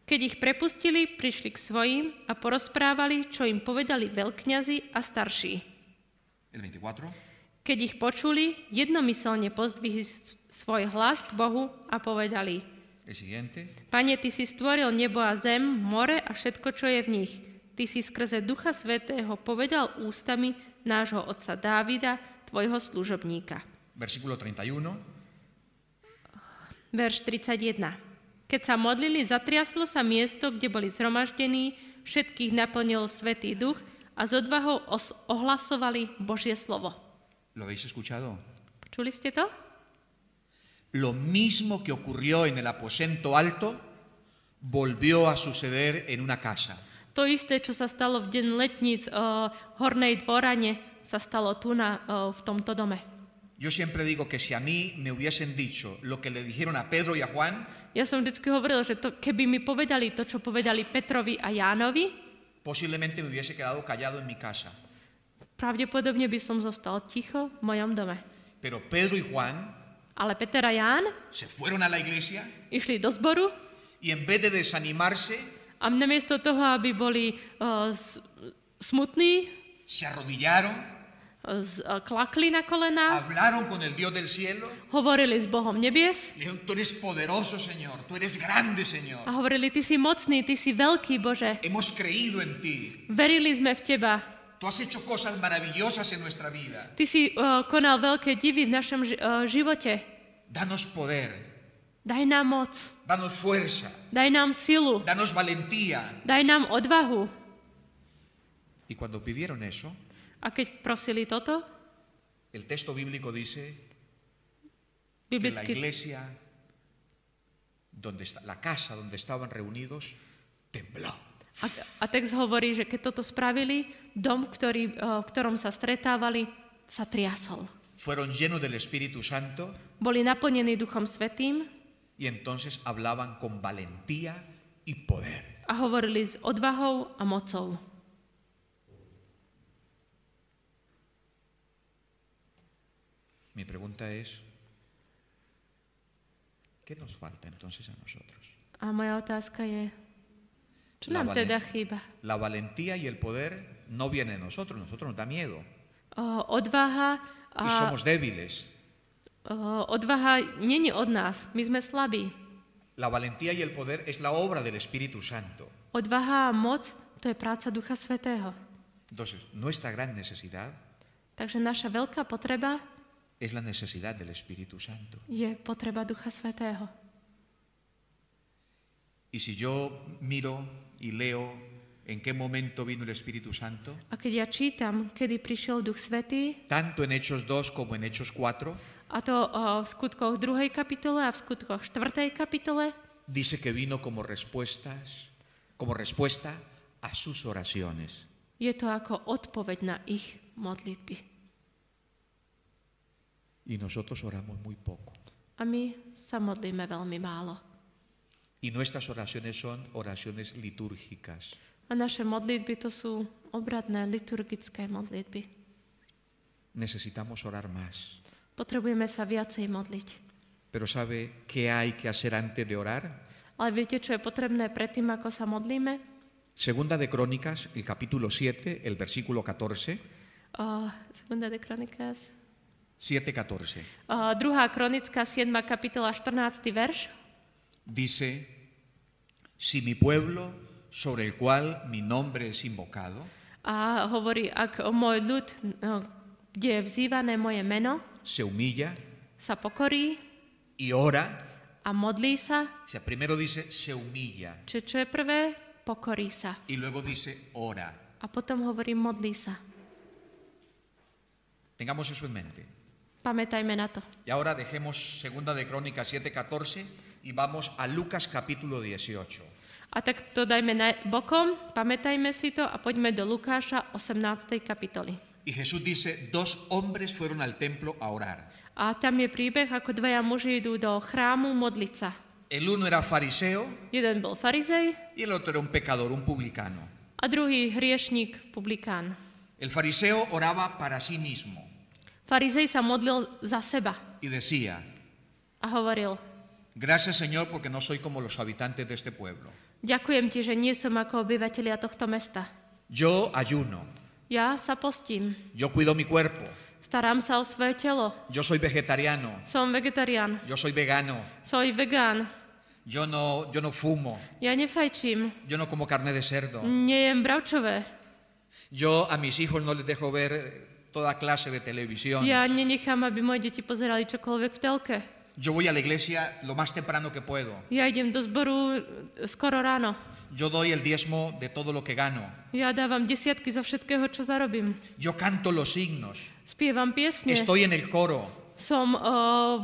B: Keď ich prepustili, prišli k svojim a porozprávali, čo im povedali veľkňazi a starší.
A: El 24.
B: Keď ich počuli, jednomyselne pozdvihli s- svoj hlas k Bohu a povedali –
A: El siguiente.
B: Pane, Ty si stvoril nebo a zem, more a všetko, čo je v nich. Ty si skrze Ducha Svetého povedal ústami nášho otca Dávida, tvojho služobníka.
A: Versículo 31.
B: Verš 31. Keď sa modlili, zatriaslo sa miesto, kde boli zhromaždení, všetkých naplnil Svetý Duch a s odvahou os- ohlasovali Božie slovo.
A: ¿Lo habéis escuchado?
B: Počuli ste to?
A: Lo mismo que ocurrió en el aposento alto volvió a suceder en una casa.
B: To isté, čo sa stalo v deň letníc eh, Hornej dvorane, sa stalo tu na, eh, v tomto dome.
A: Yo siempre digo que si a mí me hubiesen dicho lo que le dijeron a Pedro y a Juan,
B: Ja som vždy hovoril, že to, keby mi povedali to, čo povedali Petrovi a Jánovi,
A: posiblemente me hubiese quedado callado en mi casa.
B: pravdepodobne by som zostal ticho v mojom dome.
A: Pero Pedro y Juan
B: Ale Peter a Ján
A: se fueron a la iglesia
B: išli do zboru
A: y en vez de desanimarse,
B: a namiesto toho, aby boli uh, eh, smutní,
A: se arrodillaron,
B: z- e, klakli na kolená,
A: hablaron con el Dios del cielo.
B: hovorili s Bohom nebies
A: Le dijeron, tú eres poderoso, Señor, tú eres grande, Señor.
B: a hovorili, ty si mocný, ty si veľký Bože.
A: Hemos creído en ti.
B: Verili sme v Teba.
A: Tú has hecho cosas maravillosas en nuestra vida.
B: Ty si e, konal veľké divy v našom ži- e, živote.
A: Danos poder,
B: Daj nám moc,
A: danos fuerza,
B: daj nám silu,
A: danos valentía.
B: daj nám odvahu.
A: Y cuando pidieron eso,
B: A keď prosili toto,
A: el texto bíblico dice que la
B: biblicky,
A: iglesia, donde está, la casa donde estaban reunidos, tembló.
B: a, a text hovorí, že keď toto spravili, dom, ktorý, e, v ktorom sa stretávali, sa triasol.
A: Fueron llenos del Espíritu Santo
B: Boli naplnení Duchom Svetým
A: y entonces hablaban con valentía y poder.
B: a hovorili s odvahou a mocou.
A: Mi pregunta es, ¿qué nos falta entonces a nosotros?
B: A moja otázka je, čo
A: La
B: nám
A: valen-
B: teda chýba?
A: La valentía y el poder no vienen de nosotros, nosotros nos da miedo
B: O, E, odvaha
A: y
B: a
A: somos débiles.
B: o, odvaha není od nás, my sme slabí.
A: La valentía y el poder es la obra del Espíritu Santo.
B: Odvaha a moc to je práca Ducha Svetého.
A: Entonces, nuestra gran necesidad
B: Takže naša veľká potreba
A: es la necesidad del Espíritu Santo.
B: je potreba Ducha Svetého.
A: Y si yo miro y leo en qué momento vino el Espíritu Santo,
B: A keď ja čítam, kedy prišiel Duch Svetý,
A: tanto en Hechos 2 como en Hechos 4,
B: a to o, v skutkoch 2. kapitole a v skutkoch 4. kapitole,
A: dice que vino como respuestas, como respuesta a sus oraciones.
B: je to ako odpoveď na ich modlitby.
A: Y nosotros oramos muy poco.
B: A my sa modlíme veľmi málo.
A: Y nuestras oraciones son oraciones litúrgicas.
B: A naše modlitby to sú obradné liturgické modlitby.
A: Necesitamos orar más.
B: Potrebujeme sa viacej modliť.
A: Pero ¿sabe qué hay que hacer antes de orar?
B: Ale viete, čo je potrebné predtým, ako sa modlíme?
A: Segunda de Crónicas, el capítulo 7, el versículo 14,
B: O, segunda de Kronikas.
A: 7-14.
B: O, druhá kronická, 7. kapitola, 14. verš.
A: Dice, si mi pueblo, sobre el cual mi nombre es invocado,
B: A hovorí, ak môj ľud, no, kde je vzývané moje meno,
A: se humilla
B: sa pokorí
A: y ora,
B: a modlí sa.
A: o sea, primero dice, se humilla,
B: Čiže čo je prvé? Pokorí sa.
A: y luego dice, ora.
B: A potom hovorí, modlí sa.
A: Tengamos eso en mente.
B: Pamätajme na to.
A: Y ahora dejemos Segunda de Crónicas 7:14 y vamos a Lucas capítulo 18.
B: A tak to dajme na bokom, pamätajme si to a poďme do Lukáša 18. kapitoly.
A: Y Jesús dice, dos hombres fueron al templo a orar.
B: A tam je príbeh, ako dvaja muži idú do chrámu modliť sa.
A: El uno era fariseo
B: Jeden bol farizej
A: y el otro era un pecador, un publicano.
B: a druhý hriešník, publikán.
A: El fariseo oraba para sí mismo
B: Farizej sa modlil za seba
A: y decía,
B: a hovoril,
A: gracias Señor porque no soy como los habitantes de este pueblo.
B: ďakujem ti, že nie som ako obyvateľia tohto mesta.
A: Yo ayuno,
B: Ja sa postím,
A: yo cuido mi cuerpo,
B: starám sa o svoje telo,
A: yo soy vegetariano,
B: som vegetarián,
A: yo soy vegano,
B: som vegán,
A: yo no, yo no fumo,
B: ja nefajčím,
A: yo no como carne de cerdo.
B: nejem bravčové,
A: Yo a mis hijos no les dejo ver eh, toda clase de televisión.
B: Ja nenechám, aby moje deti pozerali čokoľvek v telke.
A: Yo voy a la iglesia lo más temprano que puedo.
B: Ja idem do zboru e, skoro ráno.
A: Yo doy el diezmo de todo lo que gano.
B: Ja dávam desiatky zo všetkého, čo zarobím.
A: Yo canto los signos.
B: Spievam piesne.
A: Estoy en el coro.
B: Som o,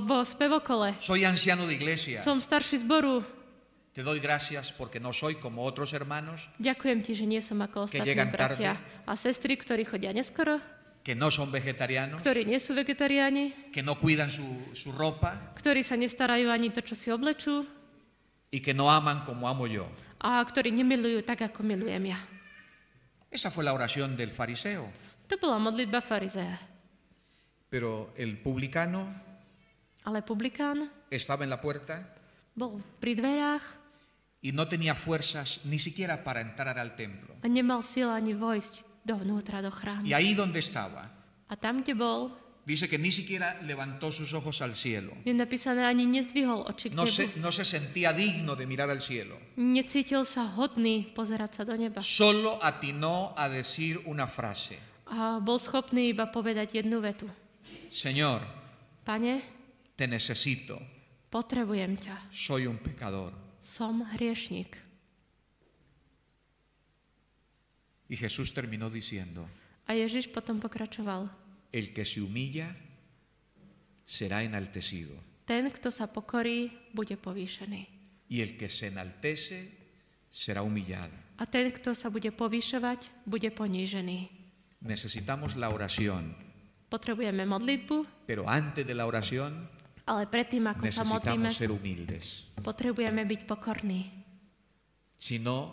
B: v spevokole.
A: Soy anciano de iglesia.
B: Som starší zboru.
A: Te doy gracias porque no soy como otros hermanos
B: Ďakujem ti, že nie som ako
A: Keď
B: ostatní
A: llegan
B: bratia a sestry, ktorí chodia neskoro,
A: que no son vegetarianos,
B: ktorí nie sú vegetariáni,
A: que no cuidan su, su ropa
B: ktorí sa nestarajú ani to, čo si oblečú
A: y que no aman como amo yo.
B: a ktorí nemilujú tak, ako milujem ja.
A: Esa fue la oración del fariseo.
B: To bola modlitba farizeja.
A: Pero el publicano
B: Ale publikán
A: estaba en la puerta
B: bol pri dverách
A: y no tenía fuerzas ni siquiera para entrar al templo.
B: A nemal sila ani vojsť dovnútra do chrámu.
A: Y ahí donde estaba,
B: A A tam, kde bol,
A: Dice que ni siquiera levantó sus ojos al cielo.
B: je napísané, ani nezdvihol oči k
A: No
B: nebu.
A: se, no se sentía digno de mirar al cielo.
B: Necítil sa hodný pozerať sa do neba.
A: Solo atinó a decir una frase.
B: A bol schopný iba povedať jednu vetu.
A: Señor,
B: Pane,
A: te necesito.
B: potrebujem ťa.
A: Soy un pecador.
B: Som hriešnik.
A: Y Jesús terminó diciendo,
B: A Ježiš potom pokračoval.
A: el que se humilla será enaltecido.
B: Ten, kto sa pokorí, bude povýšený.
A: Y el que se enaltece será humillado.
B: A ten, kto sa bude povýšovať, bude ponížený.
A: Necesitamos la oración,
B: Potrebujeme modlitbu,
A: pero antes de la oración
B: ale predtým, ako sa modlíme,
A: necesitamos ser humildes.
B: potrebujeme byť pokorní.
A: Si no,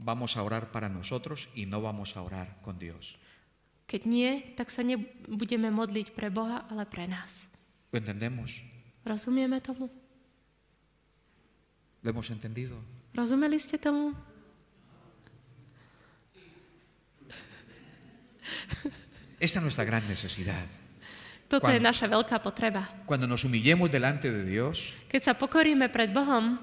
A: vamos a orar para nosotros y no vamos a orar con Dios.
B: Keď nie, tak sa nebudeme modliť pre Boha, ale pre nás.
A: ¿Lo entendemos?
B: Rozumieme tomu?
A: ¿Lo hemos entendido?
B: Rozumeli ste tomu?
A: Esta es nuestra gran necesidad.
B: Toto je
A: Kwan.
B: naša veľká potreba.
A: Cuando nos humillemos delante de Dios,
B: Keď sa pokoríme pred Bohom,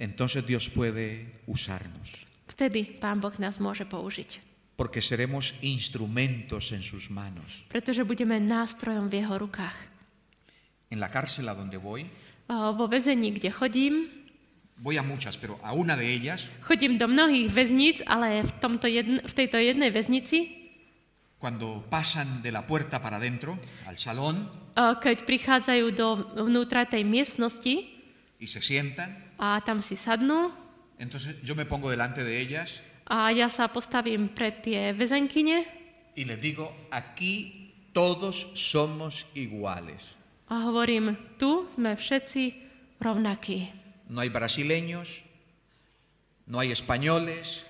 A: entonces Dios puede usarnos,
B: vtedy Pán Boh nás môže použiť.
A: porque seremos instrumentos en sus manos.
B: Pretože budeme nástrojom v jeho rukách.
A: En la cárcel a donde voy,
B: O, Vo väzení, kde chodím,
A: voy a muchas, pero a una de ellas,
B: chodím do mnohých väzníc, ale v, tomto jedn- v tejto jednej väznici, eh,
A: cuando pasan de la puerta para adentro, al salón,
B: o, keď prichádzajú do vnútra tej miestnosti
A: y se sientan,
B: a tam si sadnú
A: entonces yo me pongo delante de ellas
B: a ja sa postavím pred tie väzenkyne
A: y les digo, aquí todos somos iguales.
B: a hovorím, tu sme všetci rovnakí.
A: No hay brasileños, no hay españoles,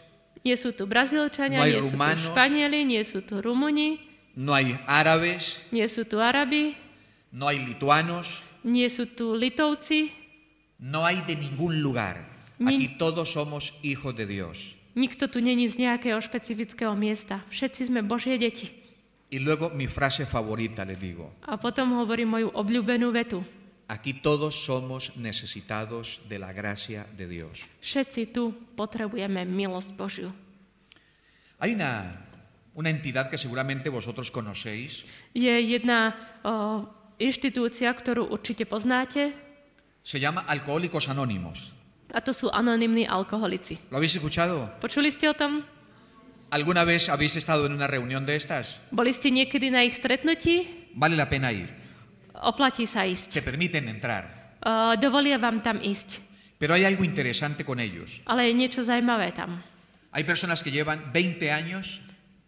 B: Nie sú tu Brazílčania,
A: No aj
B: nie sú tu
A: Rumános.
B: Španieli, nie sú tu Rumuni,
A: no hay árabes,
B: nie sú tu Arabi,
A: no hay lituanos,
B: nie sú tu Litovci,
A: no hay de ningún lugar.
B: Ni-
A: Aquí todos somos hijos de Dios.
B: nikto tu není z nejakého špecifického miesta. Všetci sme Božie deti.
A: Y luego mi frase favorita les digo,
B: A potom hovorím moju obľúbenú vetu.
A: aquí todos somos necesitados de la gracia de Dios.
B: Všetci tu potrebujeme milosť Božiu.
A: Hay una, una entidad que seguramente vosotros conocéis,
B: Je jedna o, inštitúcia, ktorú určite poznáte,
A: se llama Alcohólicos Anónimos.
B: a to sú anonymní alkoholici.
A: ¿Lo habéis escuchado?
B: Počuli ste o tom?
A: ¿Alguna vez habéis estado en una reunión de estas?
B: Boli ste niekedy na ich stretnutí?
A: Vale la pena ir.
B: Oplatí sa ísť.
A: Te permiten entrar.
B: O, dovolia vám tam ísť.
A: Pero hay algo interesante con ellos.
B: Ale je niečo zaujímavé tam.
A: Hay personas que llevan 20 años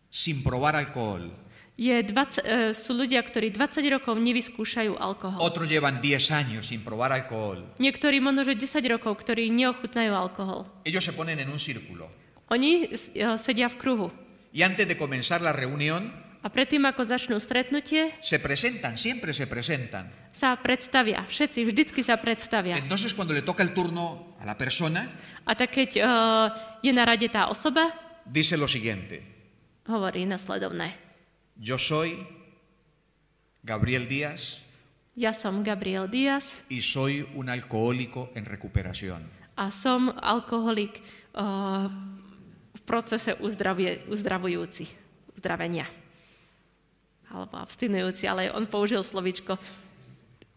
A: sin probar alcohol.
B: Je 20, e, sú ľudia, ktorí 20 rokov nevyskúšajú alkohol.
A: Otros llevan 10 años sin probar alcohol.
B: Niektorí možno, že 10 rokov, ktorí neochutnajú alkohol.
A: Ellos se ponen en un círculo.
B: Oni s- e, sedia v kruhu.
A: Y antes de comenzar la reunión,
B: A predtým, ako začnú stretnutie,
A: se presentan, siempre se presentan.
B: sa predstavia. Všetci vždycky sa predstavia.
A: Entonces cuando le toca el turno a la persona,
B: A tak keď e, je na rade tá osoba,
A: dice lo siguiente.
B: hovorí nasledovné.
A: Yo soy Gabriel Díaz
B: Ja som Gabriel Díaz
A: y soy un alcohólico en recuperación.
B: a som alkoholik e, v procese uzdravie, uzdravujúci, uzdravenia. Alebo abstinujúci, ale on použil slovičko,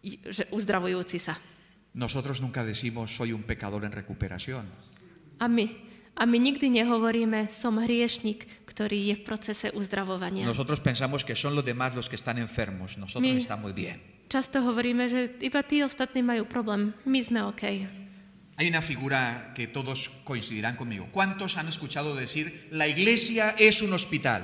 B: i- že uzdravujúci sa.
A: Nosotros nunca decimos soy un pecador en recuperación.
B: A my, a my nikdy nehovoríme, som hriešnik, ktorý je v procese uzdravovania.
A: Nosotros pensamos que son los demás los que están enfermos, nosotros
B: Mi-
A: estamos bien.
B: Často hovoríme, že iba tí ostatní majú problém, my sme OK.
A: Hay una figura que todos coincidirán conmigo. ¿Cuántos han escuchado decir la iglesia es un hospital?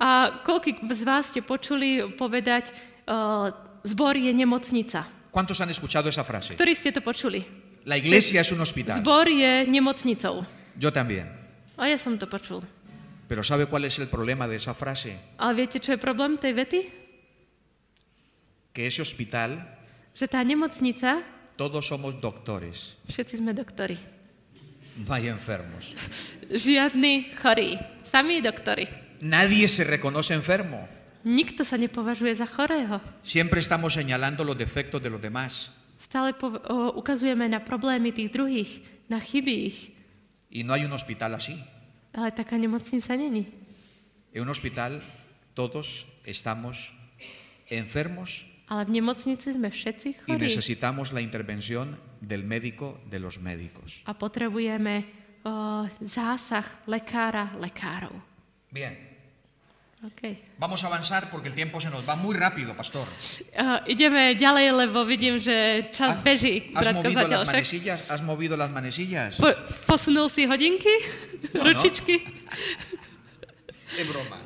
B: A koľko z vás ste počuli povedať, uh, zbor je nemocnica?
A: ¿Cuántos han escuchado esa frase?
B: Ktorí ste to počuli?
A: La iglesia es un hospital.
B: Zbor je nemocnicou.
A: Yo también.
B: A ja som to počul.
A: Pero ¿sabe cuál es el problema de esa frase?
B: Ale viete, čo je problém tej vety?
A: Que ese hospital
B: Že tá nemocnica,
A: todos somos doctores,
B: všetci sme doktori.
A: no hay enfermos.
B: Žiadni chorí, sami doktori.
A: Nadie se reconoce enfermo.
B: Nikto sa nepovažuje za chorého.
A: Siempre estamos señalando los defectos de los demás.
B: Stále pov- o, ukazujeme na problémy tých druhých, na chyby ich.
A: Y no hay un hospital así.
B: Ale taká nemocnica není.
A: En un hospital todos estamos enfermos
B: Ale v nemocnici sme všetci
A: y
B: chorí
A: necesitamos la intervención del médico de los médicos.
B: a potrebujeme o, zásah lekára lekárov.
A: Bien,
B: Okay.
A: vamos a avanzar porque el tiempo se nos va muy rápido, pastor.
B: Uh, ideme ďalej, lebo vidím, že
A: ¿Has,
B: čas beží.
A: Ah, has
B: bratko
A: movido
B: zatiaľ
A: las
B: však.
A: manecillas? ¿Has movido las manecillas?
B: Po, posunul si hodinky?
A: No, no.
B: Ručičky?
A: Qué broma.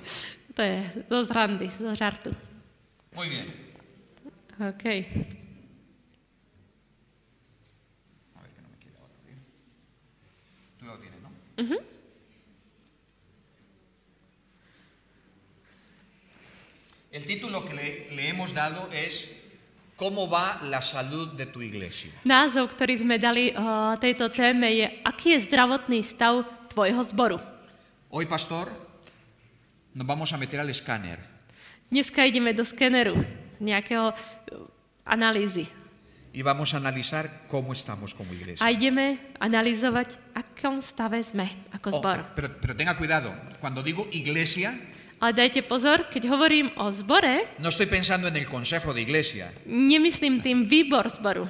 B: To je zo zrandy, zo žartu.
A: Muy bien.
B: OK.
A: A ver que no me quiere ahora abrir. Tú lo tienes, ¿no? El título que le, le hemos dado es ¿Cómo va la salud de tu iglesia?
B: Názov, ktorý sme dali uh, tejto téme je Aký je zdravotný stav tvojho zboru?
A: Hoy, pastor, nos vamos a meter al escáner.
B: Dneska ideme do skeneru nejakého eh, analýzy.
A: Y vamos a analizar cómo estamos como iglesia.
B: A ideme analyzovať, v akom stave sme ako
A: Oh,
B: zbor.
A: pero, pero tenga cuidado, cuando digo iglesia,
B: Ale dajte pozor, keď hovorím o zbore,
A: no estoy pensando en el consejo de iglesia,
B: nemyslím tým výbor zboru.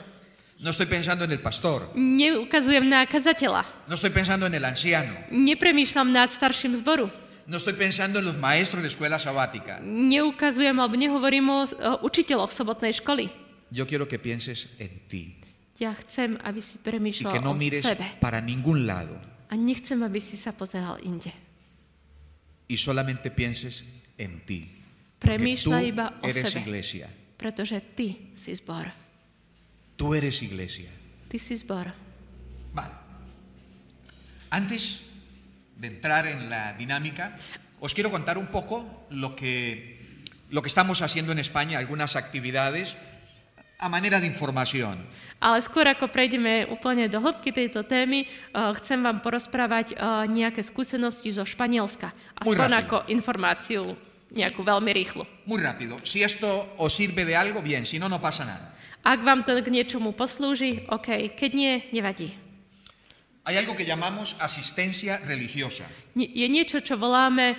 A: no estoy pensando en el pastor,
B: Neukazujem na kazateľa.
A: no estoy pensando en el anciano,
B: Nepremýšľam nad starším zboru.
A: no estoy pensando en los maestros de escuela sabática.
B: Neukazujem alebo nehovorím o, o učiteľoch sobotnej školy.
A: Yo quiero que pienses en ti
B: Ja chcem, aby si
A: y
B: premýšľal
A: que no
B: o
A: mires
B: sebe.
A: para ningún lado
B: A nechcem, aby si sa pozeral inde.
A: y solamente pienses en ti. Porque tú
B: Premýšľa iba o
A: eres
B: sebe.
A: iglesia,
B: Pretože ty si zbor.
A: tú eres iglesia.
B: Ty si zbor.
A: Vale. Antes de entrar en la dinámica, os quiero contar un poco lo que, lo que estamos haciendo en España, algunas actividades a manera de información.
B: Ale skôr ako prejdeme úplne do hĺbky tejto témy, eh, chcem vám porozprávať eh, nejaké skúsenosti zo Španielska.
A: Muy
B: Aspoň
A: rápido.
B: ako informáciu nejakú veľmi rýchlu.
A: Muy rápido, si esto os sirve de algo, bien, si no, no pasa nada.
B: Ak vám to k niečomu poslúži, OK, keď nie, nevadí.
A: Hay algo que llamamos asistencia religiosa.
B: Nie- Je niečo, čo voláme eh,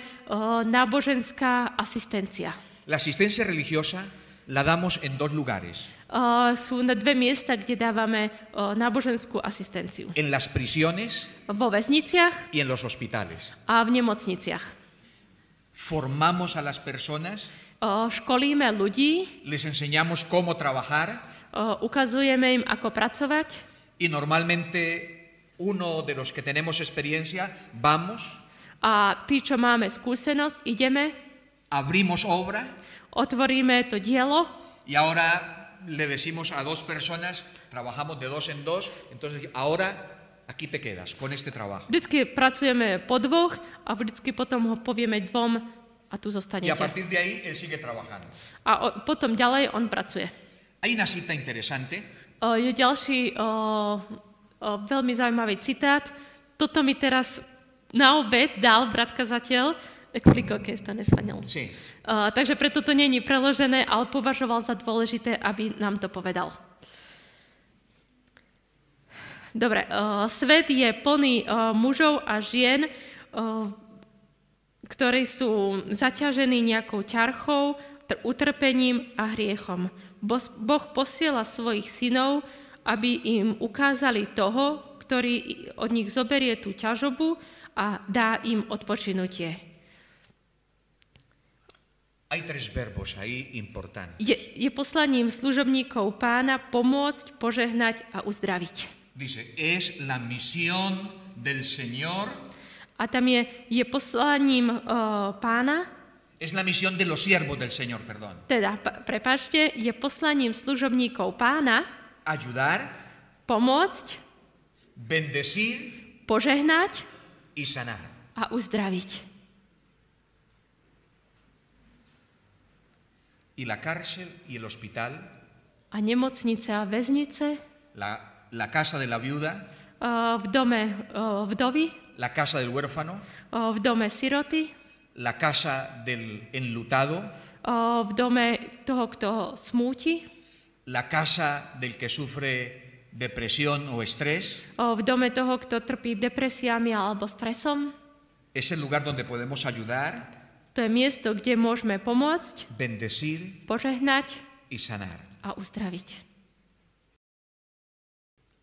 B: náboženská asistencia.
A: La asistencia religiosa la damos en dos lugares,
B: Eh, Sú na dve miesta, kde dávame eh, náboženskú asistenciu.
A: en las prisiones
B: Vo väzniciach
A: y en los hospitales.
B: a v nemocniciach.
A: Formamos a las personas,
B: Eh, Školíme ľudí,
A: les enseñamos cómo trabajar,
B: eh, ukazujeme im, ako pracovať,
A: Y normalmente uno de los que tenemos experiencia, vamos,
B: A tí, čo máme skúsenosť, ideme,
A: abrimos obra
B: otvoríme to dielo
A: y ahora le decimos a dos personas, trabajamos de dos en dos, entonces ahora aquí te quedas con este trabajo.
B: Vždycky pracujeme po dvoch a vždycky potom ho povieme dvom a
A: Y a
B: tu zostanete.
A: partir de ahí él sigue trabajando.
B: A o, potom ďalej on pracuje.
A: Hay una cita interesante
B: O, je ďalší o, o, veľmi zaujímavý citát. Toto mi teraz na obed dal bratka zatiaľ. Explico que está en español.
A: Sí.
B: O, takže preto to není preložené, ale považoval za dôležité, aby nám to povedal. Dobre, o, svet je plný o, mužov a žien, o, ktorí sú zaťažení nejakou ťarchou, tr- utrpením a hriechom. Bos- boh posiela svojich synov, aby im ukázali toho, ktorý i- od nich zoberie tú ťažobu a dá im odpočinutie.
A: hay tres verbos ahí importantes.
B: Je, je poslaním služobníkov pána pomôcť, požehnať a uzdraviť.
A: Dice, es la misión del Señor,
B: A tam je, je poslaním o, pána,
A: es la misión de los siervos del Señor, perdón.
B: teda, p- prepáčte, je poslaním služobníkov pána
A: Ayudar,
B: pomôcť,
A: bendecir
B: požehnať
A: y sanar.
B: a uzdraviť.
A: Y la cárcel y el hospital
B: A nemocnice a väznice, e,
A: la, la casa de la viuda,
B: o, v dome o, vdovy,
A: la casa del huérfano,
B: o, v dome siroty, e,
A: la casa del enlutado,
B: o v dome toho, kto ho smúti, e,
A: la casa del que sufre depresión o estrés,
B: o v dome toho, kto trpí depresiami alebo stresom.
A: es el lugar donde podemos ayudar,
B: To je miesto, kde môžeme pomôcť,
A: bendecir
B: požehnať
A: y sanar.
B: a uzdraviť.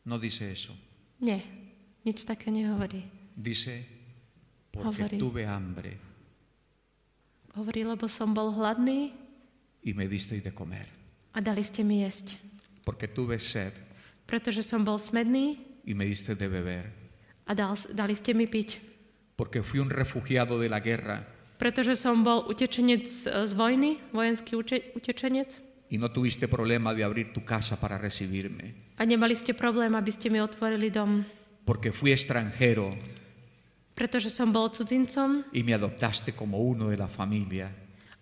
A: No dice eso,
B: Nie, nič také nehovorí.
A: dice, porque
B: Adorín.
A: tuve hambre
B: Hovorí, lebo som bol hladný
A: y me disteis de comer,
B: a dali ste mi jesť.
A: porque tuve sed
B: Pretože som bol smedný
A: y me disteis de beber,
B: a dal, dali ste mi piť.
A: porque fui un refugiado de la guerra
B: Pretože som bol utečenec e, z vojny, vojenský uče, utečenec
A: y no tuviste problema de abrir tu casa para recibirme,
B: a nemali ste problém, aby ste mi otvorili dom.
A: porque fui extranjero
B: Pretože som bol cudzincom
A: y me adoptaste como uno de la familia,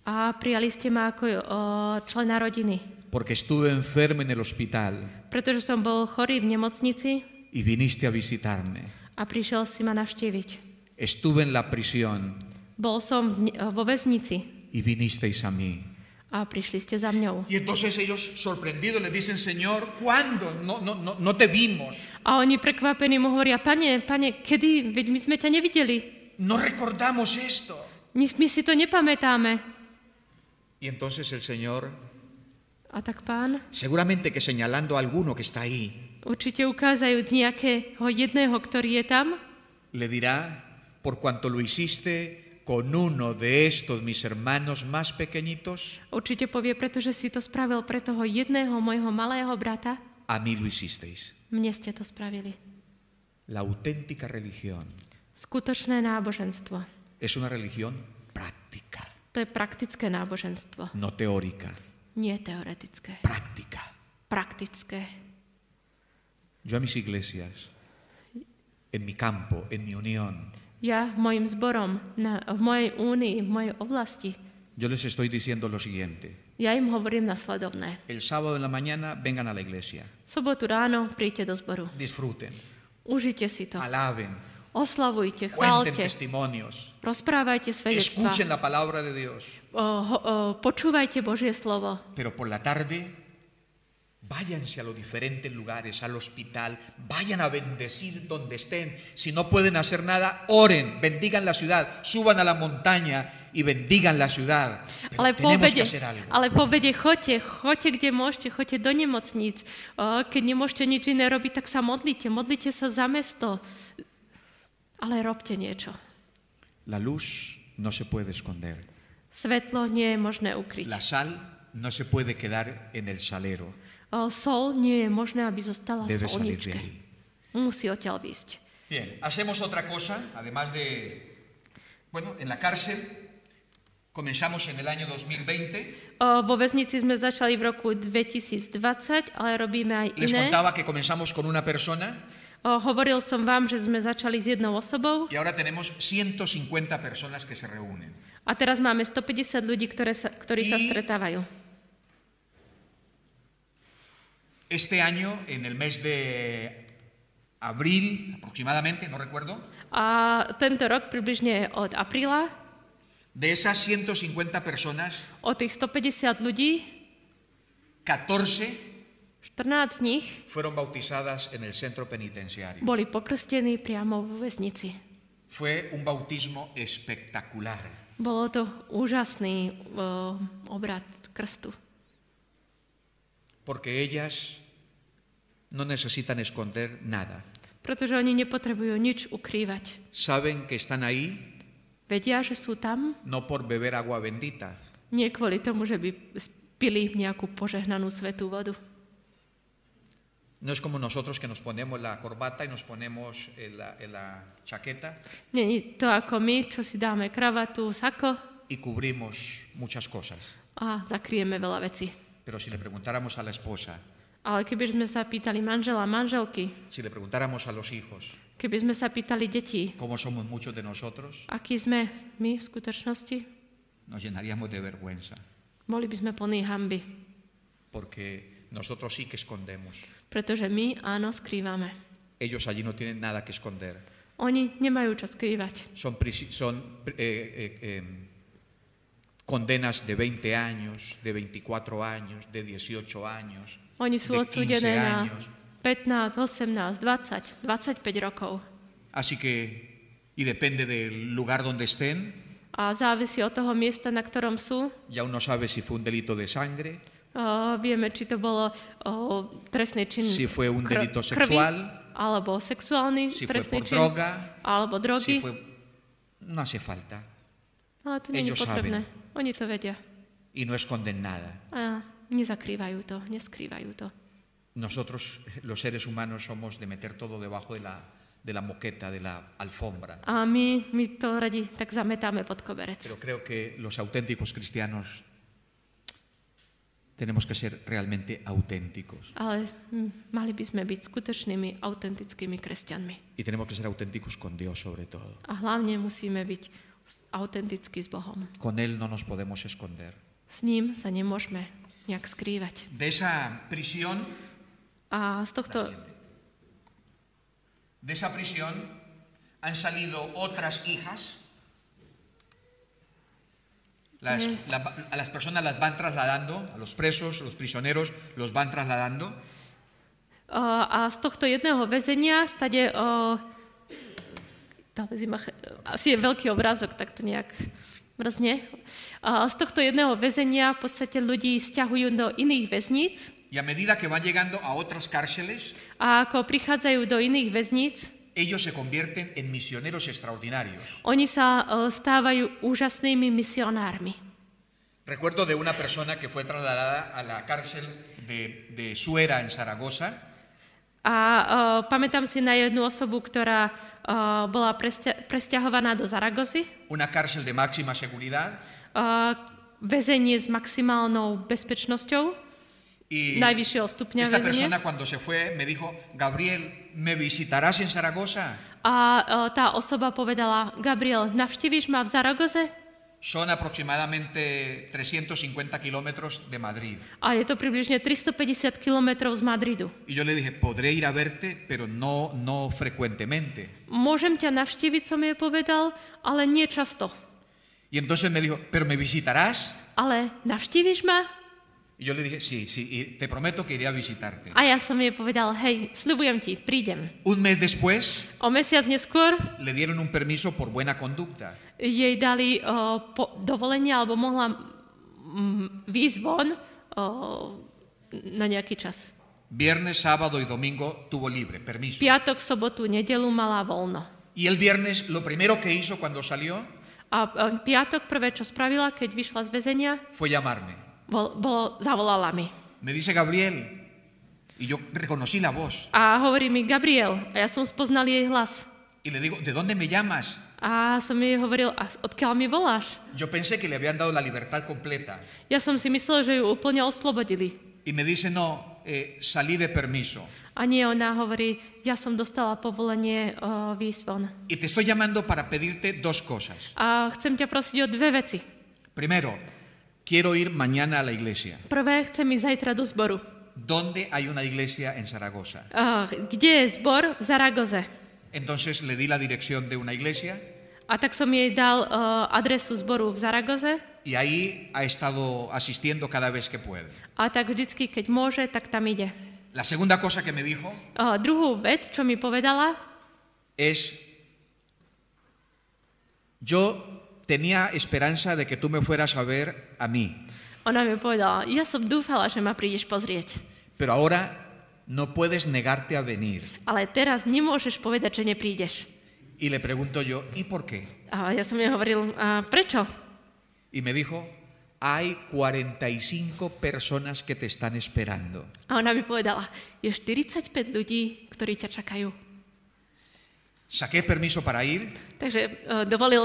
B: a prijali ste ma ako e, člena rodiny.
A: porque estuve enfermo en el hospital
B: Pretože som bol chorý v nemocnici
A: y viniste a visitarme,
B: a prišiel si ma navštíviť.
A: estuve en la prisión
B: Bol som v, ne- e, vo väznici
A: y vinisteis a mí.
B: a prišli ste za mňou.
A: Y entonces ellos, sorprendidos, le dicen, Señor, ¿cuándo? No, no, no, no te vimos,
B: A oni prekvapení mu hovoria, pane, pane, kedy? Veď my sme ťa nevideli.
A: no recordamos esto.
B: My, my si to nepamätáme.
A: Y entonces el Señor,
B: A tak pán,
A: seguramente que señalando a alguno que está ahí,
B: určite ukázajúc nejakého jedného, ktorý je tam,
A: le dirá, por cuanto lo hiciste con uno de estos mis hermanos más pequeñitos,
B: určite povie, pretože si to spravil pre toho jedného mojho malého brata,
A: a mí lo hicisteis.
B: mne ste to spravili.
A: La auténtica religión
B: Skutočné náboženstvo.
A: es una religión práctica,
B: To je praktické náboženstvo,
A: no teórica,
B: nie teoretické.
A: práctica.
B: Praktické.
A: Yo a mis iglesias, en mi campo, en mi unión,
B: Ja mojim zborom, na, v mojej únii, v mojej oblasti,
A: yo les estoy diciendo lo siguiente.
B: ja im hovorím nasledovné.
A: El sábado en la mañana vengan a la iglesia,
B: V sobotu ráno príďte do zboru.
A: disfruten,
B: Užite si to.
A: alaben,
B: Oslavujte,
A: cuenten
B: chválte,
A: testimonios,
B: rozprávajte svedectvá.
A: escuchen la palabra de Dios.
B: O, ho, o, počúvajte Božie slovo.
A: Pero por la tarde, váyanse a los diferentes lugares, al hospital, vayan a bendecir donde estén. Si no pueden hacer nada, oren, bendigan la ciudad, suban a la montaña y bendigan la ciudad. Pero
B: Ale po,
A: tenemos que
B: obede,
A: hacer algo.
B: ale po obede chodte, chodte kde môžete, chodte do nemocníc. O, keď nemôžete nič iné robiť, tak sa modlite, modlite sa za mesto. Ale robte niečo.
A: La luz no se puede esconder.
B: Svetlo nie je možné ukryť.
A: La sal no se puede quedar en el salero.
B: O, sol nie je možné, aby zostala v
A: Debe salir de
B: solničke.
A: ahí.
B: Musí odtiaľ výsť.
A: Bien, hacemos otra cosa, además de, bueno, en la cárcel, comenzamos en el año 2020,
B: O, vo väznici sme začali v roku 2020, ale robíme aj
A: les
B: iné.
A: contaba que comenzamos con una persona
B: O, hovoril som vám, že sme začali s jednou osobou
A: y ahora tenemos 150 personas que se reúnen.
B: a teraz máme 150 ľudí, ktoré sa, ktorí sa
A: I-
B: stretávajú.
A: Este año, en el mes de abril aproximadamente, no recuerdo,
B: A tento rok približne od apríla
A: de esas 150 personas,
B: od tých 150 ľudí,
A: 14
B: 14 z nich
A: fueron bautizadas en el centro penitenciario.
B: boli pokrstení priamo vo väznici.
A: Fue un bautismo espectacular.
B: Bolo to úžasný o, obrad krstu,
A: porque ellas no necesitan esconder nada.
B: pretože oni nepotrebujú nič ukrývať.
A: Saben que están ahí
B: Vedia, že sú tam
A: no por beber agua bendita,
B: nie kvôli tomu, že by pili nejakú požehnanú svetú vodu.
A: no es como nosotros que nos ponemos la corbata y nos ponemos en la, en la chaqueta
B: Není to ako my, čo si dáme kravatu, sako
A: y cubrimos muchas cosas.
B: a zakrieme veľa vecí.
A: Pero si le preguntáramos a la esposa,
B: Ale keby sme sa pýtali manžela, manželky,
A: si le preguntáramos a los hijos,
B: keby sme sa pýtali detí,
A: como somos muchos de nosotros,
B: akí sme my v skutočnosti,
A: nos llenaríamos de vergüenza,
B: boli by sme plní hamby.
A: porque nosotros sí que escondemos.
B: Pretože my, áno, skrývame.
A: Ellos allí no tienen nada que esconder.
B: Oni nemajú čo skrývať.
A: Son, prisi- son eh, eh, eh, condenas de 20 años, de 24 años, de 18 años,
B: Oni sú
A: de 15
B: odsúdené na
A: años.
B: 15, 18, 20, 25 rokov.
A: Así que, y depende del lugar donde estén,
B: A závisí od toho miesta, na ktorom sú.
A: ya uno sabe si fue un delito de sangre,
B: O, vieme, či to bolo o, trestný čin
A: Si fue un
B: kr-
A: delito
B: krvi,
A: sexuál.
B: alebo sexuálny
A: Si fue por
B: trestný čin,
A: droga.
B: alebo
A: si
B: drogy.
A: fue... No hace falta.
B: Ale to nie je
A: ellos
B: potrebné. Oni to vedia.
A: Y no esconden nada.
B: A nezakrývajú to, neskrývajú to.
A: Nosotros, los seres humanos, somos de meter todo debajo de la, de la moqueta, de la alfombra.
B: A my, my to radi tak zametáme pod koberec.
A: Pero creo que los auténticos cristianos tenemos que ser realmente auténticos.
B: Ale hm, mali by sme byť skutočnými, autentickými kresťanmi.
A: Y tenemos que ser auténticos con Dios sobre todo.
B: A hlavne musíme byť autentickí s Bohom.
A: Con Él no nos podemos esconder.
B: S ním sa nemôžeme nejak skrývať.
A: De esa prisión,
B: A z
A: la
B: tohto,
A: siguiente. de esa prisión han salido otras hijas. Las, la- a las personas las van trasladando, a los presos, a los prisioneros, los van trasladando.
B: o, a z tohto jedného väzenia stade... O, tá väzima, asi je veľký obrázok, tak to nejak mrzne. A z tohto jedného väzenia v podstate ľudí stiahujú do iných väzníc
A: Y a medida que van llegando a otras cárceles,
B: a ako prichádzajú do iných väzníc,
A: ellos se convierten en misioneros extraordinarios.
B: oni sa o, stávajú úžasnými misionármi.
A: Recuerdo de una persona que fue trasladada a la cárcel de, de Suera en Zaragoza.
B: A o, pamätám si na jednu osobu, ktorá o, bola presťa- presťahovaná do Zaragozy,
A: una cárcel de máxima seguridad
B: A väzenie s maximálnou bezpečnosťou
A: y
B: najvyššieho stupňa
A: esta
B: väzenia.
A: persona cuando se fue me dijo, Gabriel, ¿me visitarás en Zaragoza?
B: A e, tá osoba povedala, Gabriel, navštíviš ma v Zaragoze?
A: Son aproximadamente 350 kilómetros de Madrid.
B: A je to približne 350 kilometrov z Madridu.
A: Y yo le dije, podré ir a verte, pero no, no frecuentemente.
B: Môžem ťa navštíviť, som jej povedal, ale nie často.
A: Y entonces me dijo, ¿pero me visitarás?
B: Ale navštíviš ma?
A: Y yo le dije, sí, sí, y te prometo que iré a visitarte.
B: A ja som jej povedal, hej, sľubujem ti, prídem.
A: Un mes después
B: O mesiac neskôr
A: le dieron un permiso por buena conducta.
B: jej dali o, po, dovolenie, alebo mohla mm, výjsť von o, na nejaký čas.
A: Viernes, sábado y domingo tuvo libre, permiso.
B: piatok, sobotu, nedelu mala voľno.
A: Y el viernes lo primero que hizo cuando salió
B: A e, piatok prvé, čo spravila, keď vyšla z väzenia,
A: fue llamarme.
B: bol, bolo, zavolala mi.
A: Me dice Gabriel, y yo reconocí la voz,
B: A hovorí mi Gabriel, a ja som spoznal jej hlas.
A: y le digo, ¿de dónde me llamas?
B: A som jej hovoril, a odkiaľ mi voláš?
A: Yo pensé que le habían dado la libertad completa.
B: Ja som si myslel, že ju úplne oslobodili.
A: Y me dice, no, eh, salí de permiso.
B: A nie, ona hovorí, ja som dostala povolenie o, výjsť von.
A: Y te estoy llamando para pedirte dos cosas.
B: A chcem ťa prosiť o dve veci.
A: Primero, quiero ir mañana a la iglesia.
B: Prvé, chcem ísť zajtra do zboru.
A: ¿Dónde hay una iglesia en Zaragoza?
B: A, kde je zbor? V Zaragoze.
A: Entonces le di la dirección de una iglesia
B: A tak som jej dal o, adresu zboru v Zaragoze
A: y ahí ha estado asistiendo cada vez que puede.
B: A tak vždycky, keď môže, tak tam ide.
A: La segunda cosa que me dijo
B: O, druhú vec, čo mi povedala,
A: es, yo tenía esperanza de que tú me fueras a ver a mí,
B: ona mi povedala, ja som dúfala, že ma prídeš pozrieť,
A: pero ahora no puedes negarte a venir.
B: ale teraz nemôžeš povedať, že neprídeš.
A: Y le pregunto yo, ¿y por qué?
B: A ja som jej hovoril, a prečo?
A: Y me dijo, hay 45 personas que te están esperando.
B: A ona mi povedala, je 45 ľudí, ktorí ťa čakajú.
A: Saqué permiso para ir
B: Takže e, dovolil,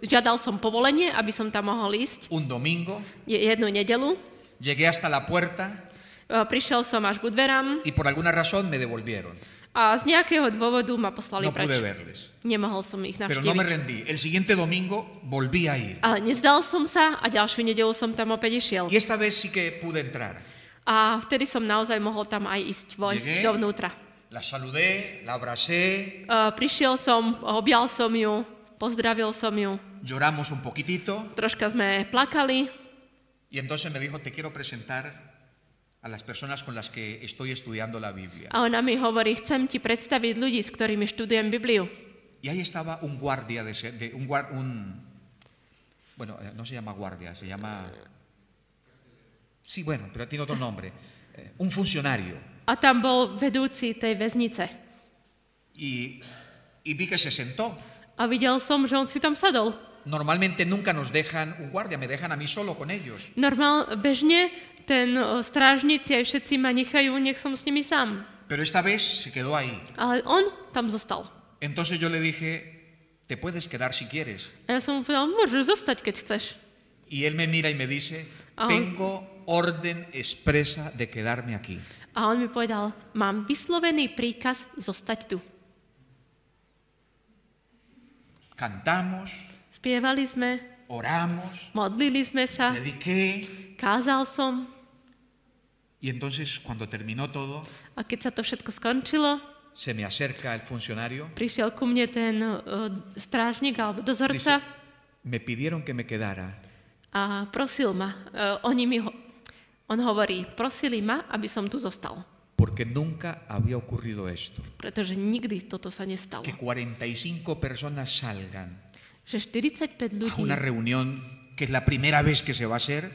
B: e, žiadal som povolenie, aby som tam mohol ísť
A: un domingo,
B: je- jednu nedelu. E,
A: llegué hasta la puerta
B: prišiel som až ku dverám
A: y por alguna razón me devolvieron.
B: a z nejakého dôvodu ma poslali
A: No pude
B: preč.
A: verles.
B: Nemohol som ich
A: Pero no me
B: navštíviť.
A: rendí. El siguiente domingo volví a ir.
B: Ale nevzdal som sa a ďalšiu nedelu som tam opäť išiel.
A: Y esta vez sí que pude entrar.
B: A vtedy som naozaj mohol tam aj ísť, vojsť
A: Kde?
B: dovnútra. E,
A: La saludé, la abracé,
B: Eh, Prišiel som, objal som ju, pozdravil som ju.
A: lloramos un poquitito
B: Troška sme plakali
A: y entonces me dijo, te quiero presentar a las personas con las que estoy estudiando la Biblia.
B: a ona mi hovorí, chcem ti predstaviť ľudí, s ktorými študujem Bibliu.
A: Y ahí estaba un guardia de, se- de- un, guar- un- bueno, eh, no se llama guardia, se llama sí, bueno, pero tiene otro nombre, eh, un funcionario.
B: A tam bol vedúci tej väznice.
A: Y, y vi que se sentó.
B: A videl som, že on si tam sadol.
A: Normalmente nunca nos dejan un guardia, me dejan a mí solo con ellos.
B: Normál, bežne ten o, strážnici aj všetci ma nechajú, nech som s nimi sám.
A: Pero esta vez se quedó ahí.
B: Ale on tam zostal.
A: Entonces yo le dije, te puedes quedar si quieres.
B: A ja som mu povedal, môžeš zostať, keď chceš.
A: Y él me mira y me dice,
B: Ah.
A: tengo orden expresa de quedarme aquí.
B: A on mi povedal, mám vyslovený príkaz zostať tu.
A: Cantamos,
B: Spievali sme,
A: oramos,
B: modlili sme sa,
A: dediqué.
B: kázal som
A: Y entonces cuando terminó todo,
B: a keď sa to všetko skončilo,
A: se me acerca el funcionario.
B: prišiel ku mne ten o, strážnik alebo
A: Dice,
B: dozorca
A: me pidieron que me quedara.
B: a prosil ma, e, oni mi ho- on hovorí, prosili ma, aby som tu zostal.
A: Porque nunca había ocurrido esto.
B: Pretože nikdy toto sa nestalo.
A: Que 45 personas salgan
B: Že 45
A: a
B: ľudí,
A: una reunión que es la primera vez que se va a hacer.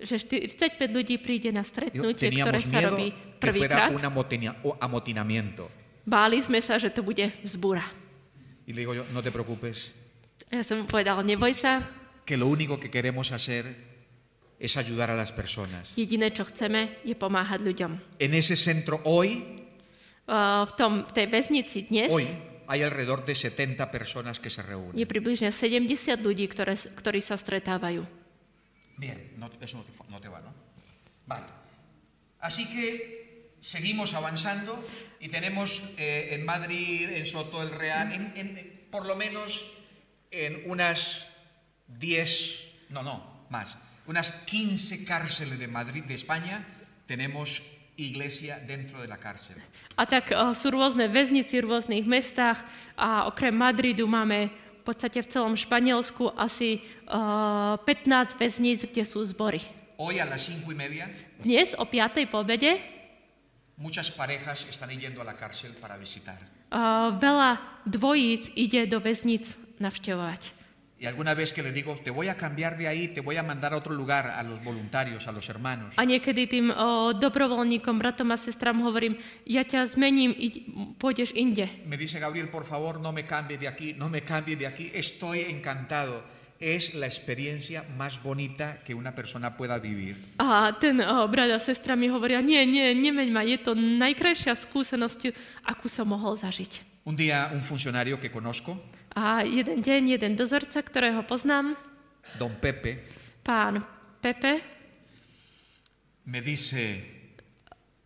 B: že 45 ľudí príde na
A: Yo-
B: stretnutie, ktoré
A: teníamos
B: sa
A: miedo
B: robí
A: que fuera
B: prvýkrát.
A: un amotina- o- amotinamiento.
B: Báli sme sa, že to bude vzbúra.
A: Y le digo yo, no te preocupes,
B: A ja som mu povedal, neboj sa,
A: que lo único que queremos hacer es ayudar a las personas.
B: jediné, čo chceme, je pomáhať ľuďom.
A: En ese centro hoy,
B: E, V, tom, v tej väznici dnes
A: hoy hay alrededor de 70 personas que se reúnen.
B: je približne 70 ľudí, ktoré, ktorí sa stretávajú.
A: Bien, no, eso no te, no te va, ¿no? Vale. Así que seguimos avanzando y tenemos eh, en Madrid, en Soto el Real, en- en- en- por lo menos en unas 10, no, no, más, unas 15 cárceles de Madrid, de España, tenemos iglesia dentro de la cárcel.
B: A tak e, sú rôzne väznici v rôznych mestách a okrem Madridu máme v podstate v celom Španielsku asi e, 15 väzníc, kde sú zbory.
A: Hoy a las 5 y media,
B: Dnes o 5. po obede e,
A: muchas parejas están yendo a la cárcel para visitar.
B: veľa dvojíc ide do väznic navštevovať.
A: Y alguna vez que le digo, te voy a cambiar de ahí, te voy a mandar a otro lugar, a los voluntarios, a los hermanos.
B: A niekedy tým o, dobrovoľníkom, bratom a sestram hovorím, ja ťa zmením, id, pôjdeš inde.
A: Me dice Gabriel, por favor, no me cambie de aquí, no me cambie de aquí, estoy encantado. Es la experiencia más bonita que una persona pueda vivir.
B: A ten o, brat a sestra mi hovoria, nie, nie, nemeň ma, je to najkrajšia skúsenosť, akú som mohol zažiť.
A: Un día un funcionario que conozco,
B: A jeden deň, jeden dozorca, ktorého poznám,
A: don Pepe,
B: pán Pepe,
A: me dice,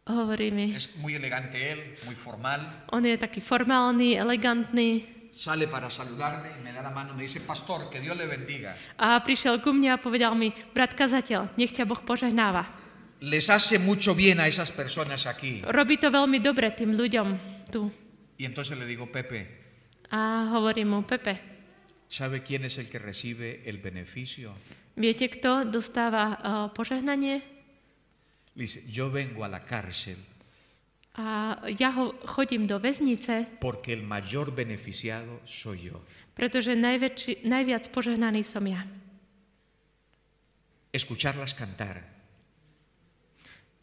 B: hovorí mi,
A: es muy elegante él, muy formal,
B: on je taký formálny, elegantný
A: sale para saludarme, me da la mano, me dice, pastor, que Dios le bendiga.
B: a prišiel ku mne a povedal mi, brat kazateľ, nech ťa Boh požehnáva.
A: Les hace mucho bien a esas personas aquí.
B: Robí to veľmi dobre tým ľuďom tu.
A: Y entonces le digo, Pepe,
B: A hovorím mu, Pepe,
A: ¿Sabe quién es el que recibe el beneficio?
B: viete, kto dostáva eh, požehnanie?
A: Le dice, yo vengo a la cárcel
B: A ja ho, chodím do väznice,
A: porque el mayor beneficiado soy yo.
B: pretože najväčši, najviac požehnaný som ja.
A: Escucharlas cantar,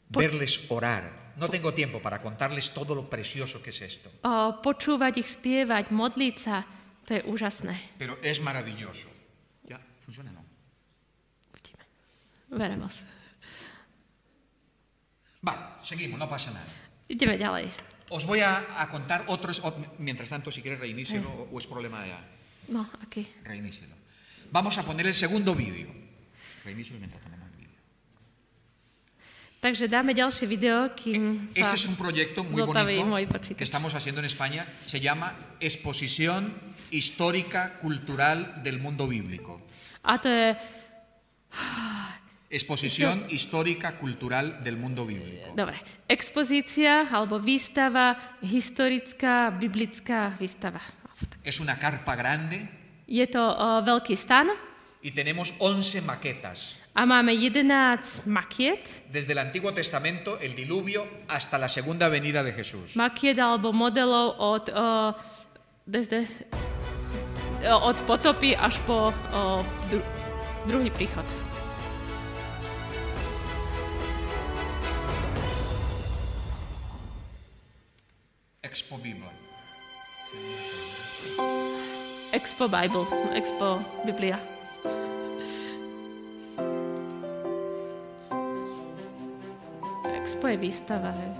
A: verles orar. No tengo tiempo para contarles todo lo precioso que es esto,
B: O, počúvať ich spievať, modliť sa, to je úžasné.
A: pero es maravilloso. ¿Ya funciona no?
B: Uvidíme. Veremos.
A: Vale, seguimos, no pasa nada.
B: Ideme ďalej.
A: Os voy a, a contar otros, ot- mientras tanto, si quieres reinícielo o, o es problema de...
B: No, aký?
A: Reinícielo. Vamos a poner el segundo vídeo. Reinícielo mientras ponemos el vídeo.
B: Takže dáme ďalšie video, kým sa...
A: Este es un proyecto muy
B: Zotavi, muy
A: bonito
B: pochito.
A: que estamos haciendo en España. Se llama Exposición Histórica Cultural del Mundo Bíblico.
B: A to je...
A: Exposición histórica cultural del mundo bíblico.
B: Dobre, expozícia alebo výstava, historická biblická výstava.
A: Es una carpa grande
B: Je to o, veľký stan
A: y tenemos 11 maquetas.
B: a máme 11 makiet.
A: Desde el Antiguo Testamento, el diluvio, hasta la segunda venida de Jesús.
B: Makiet alebo modelov od, eh, o, desde, o, eh, od potopy až po o, dru, druhý príchod.
A: Expo Biblia.
B: Expo Bible, Expo Biblia. Expo je výstava. hej.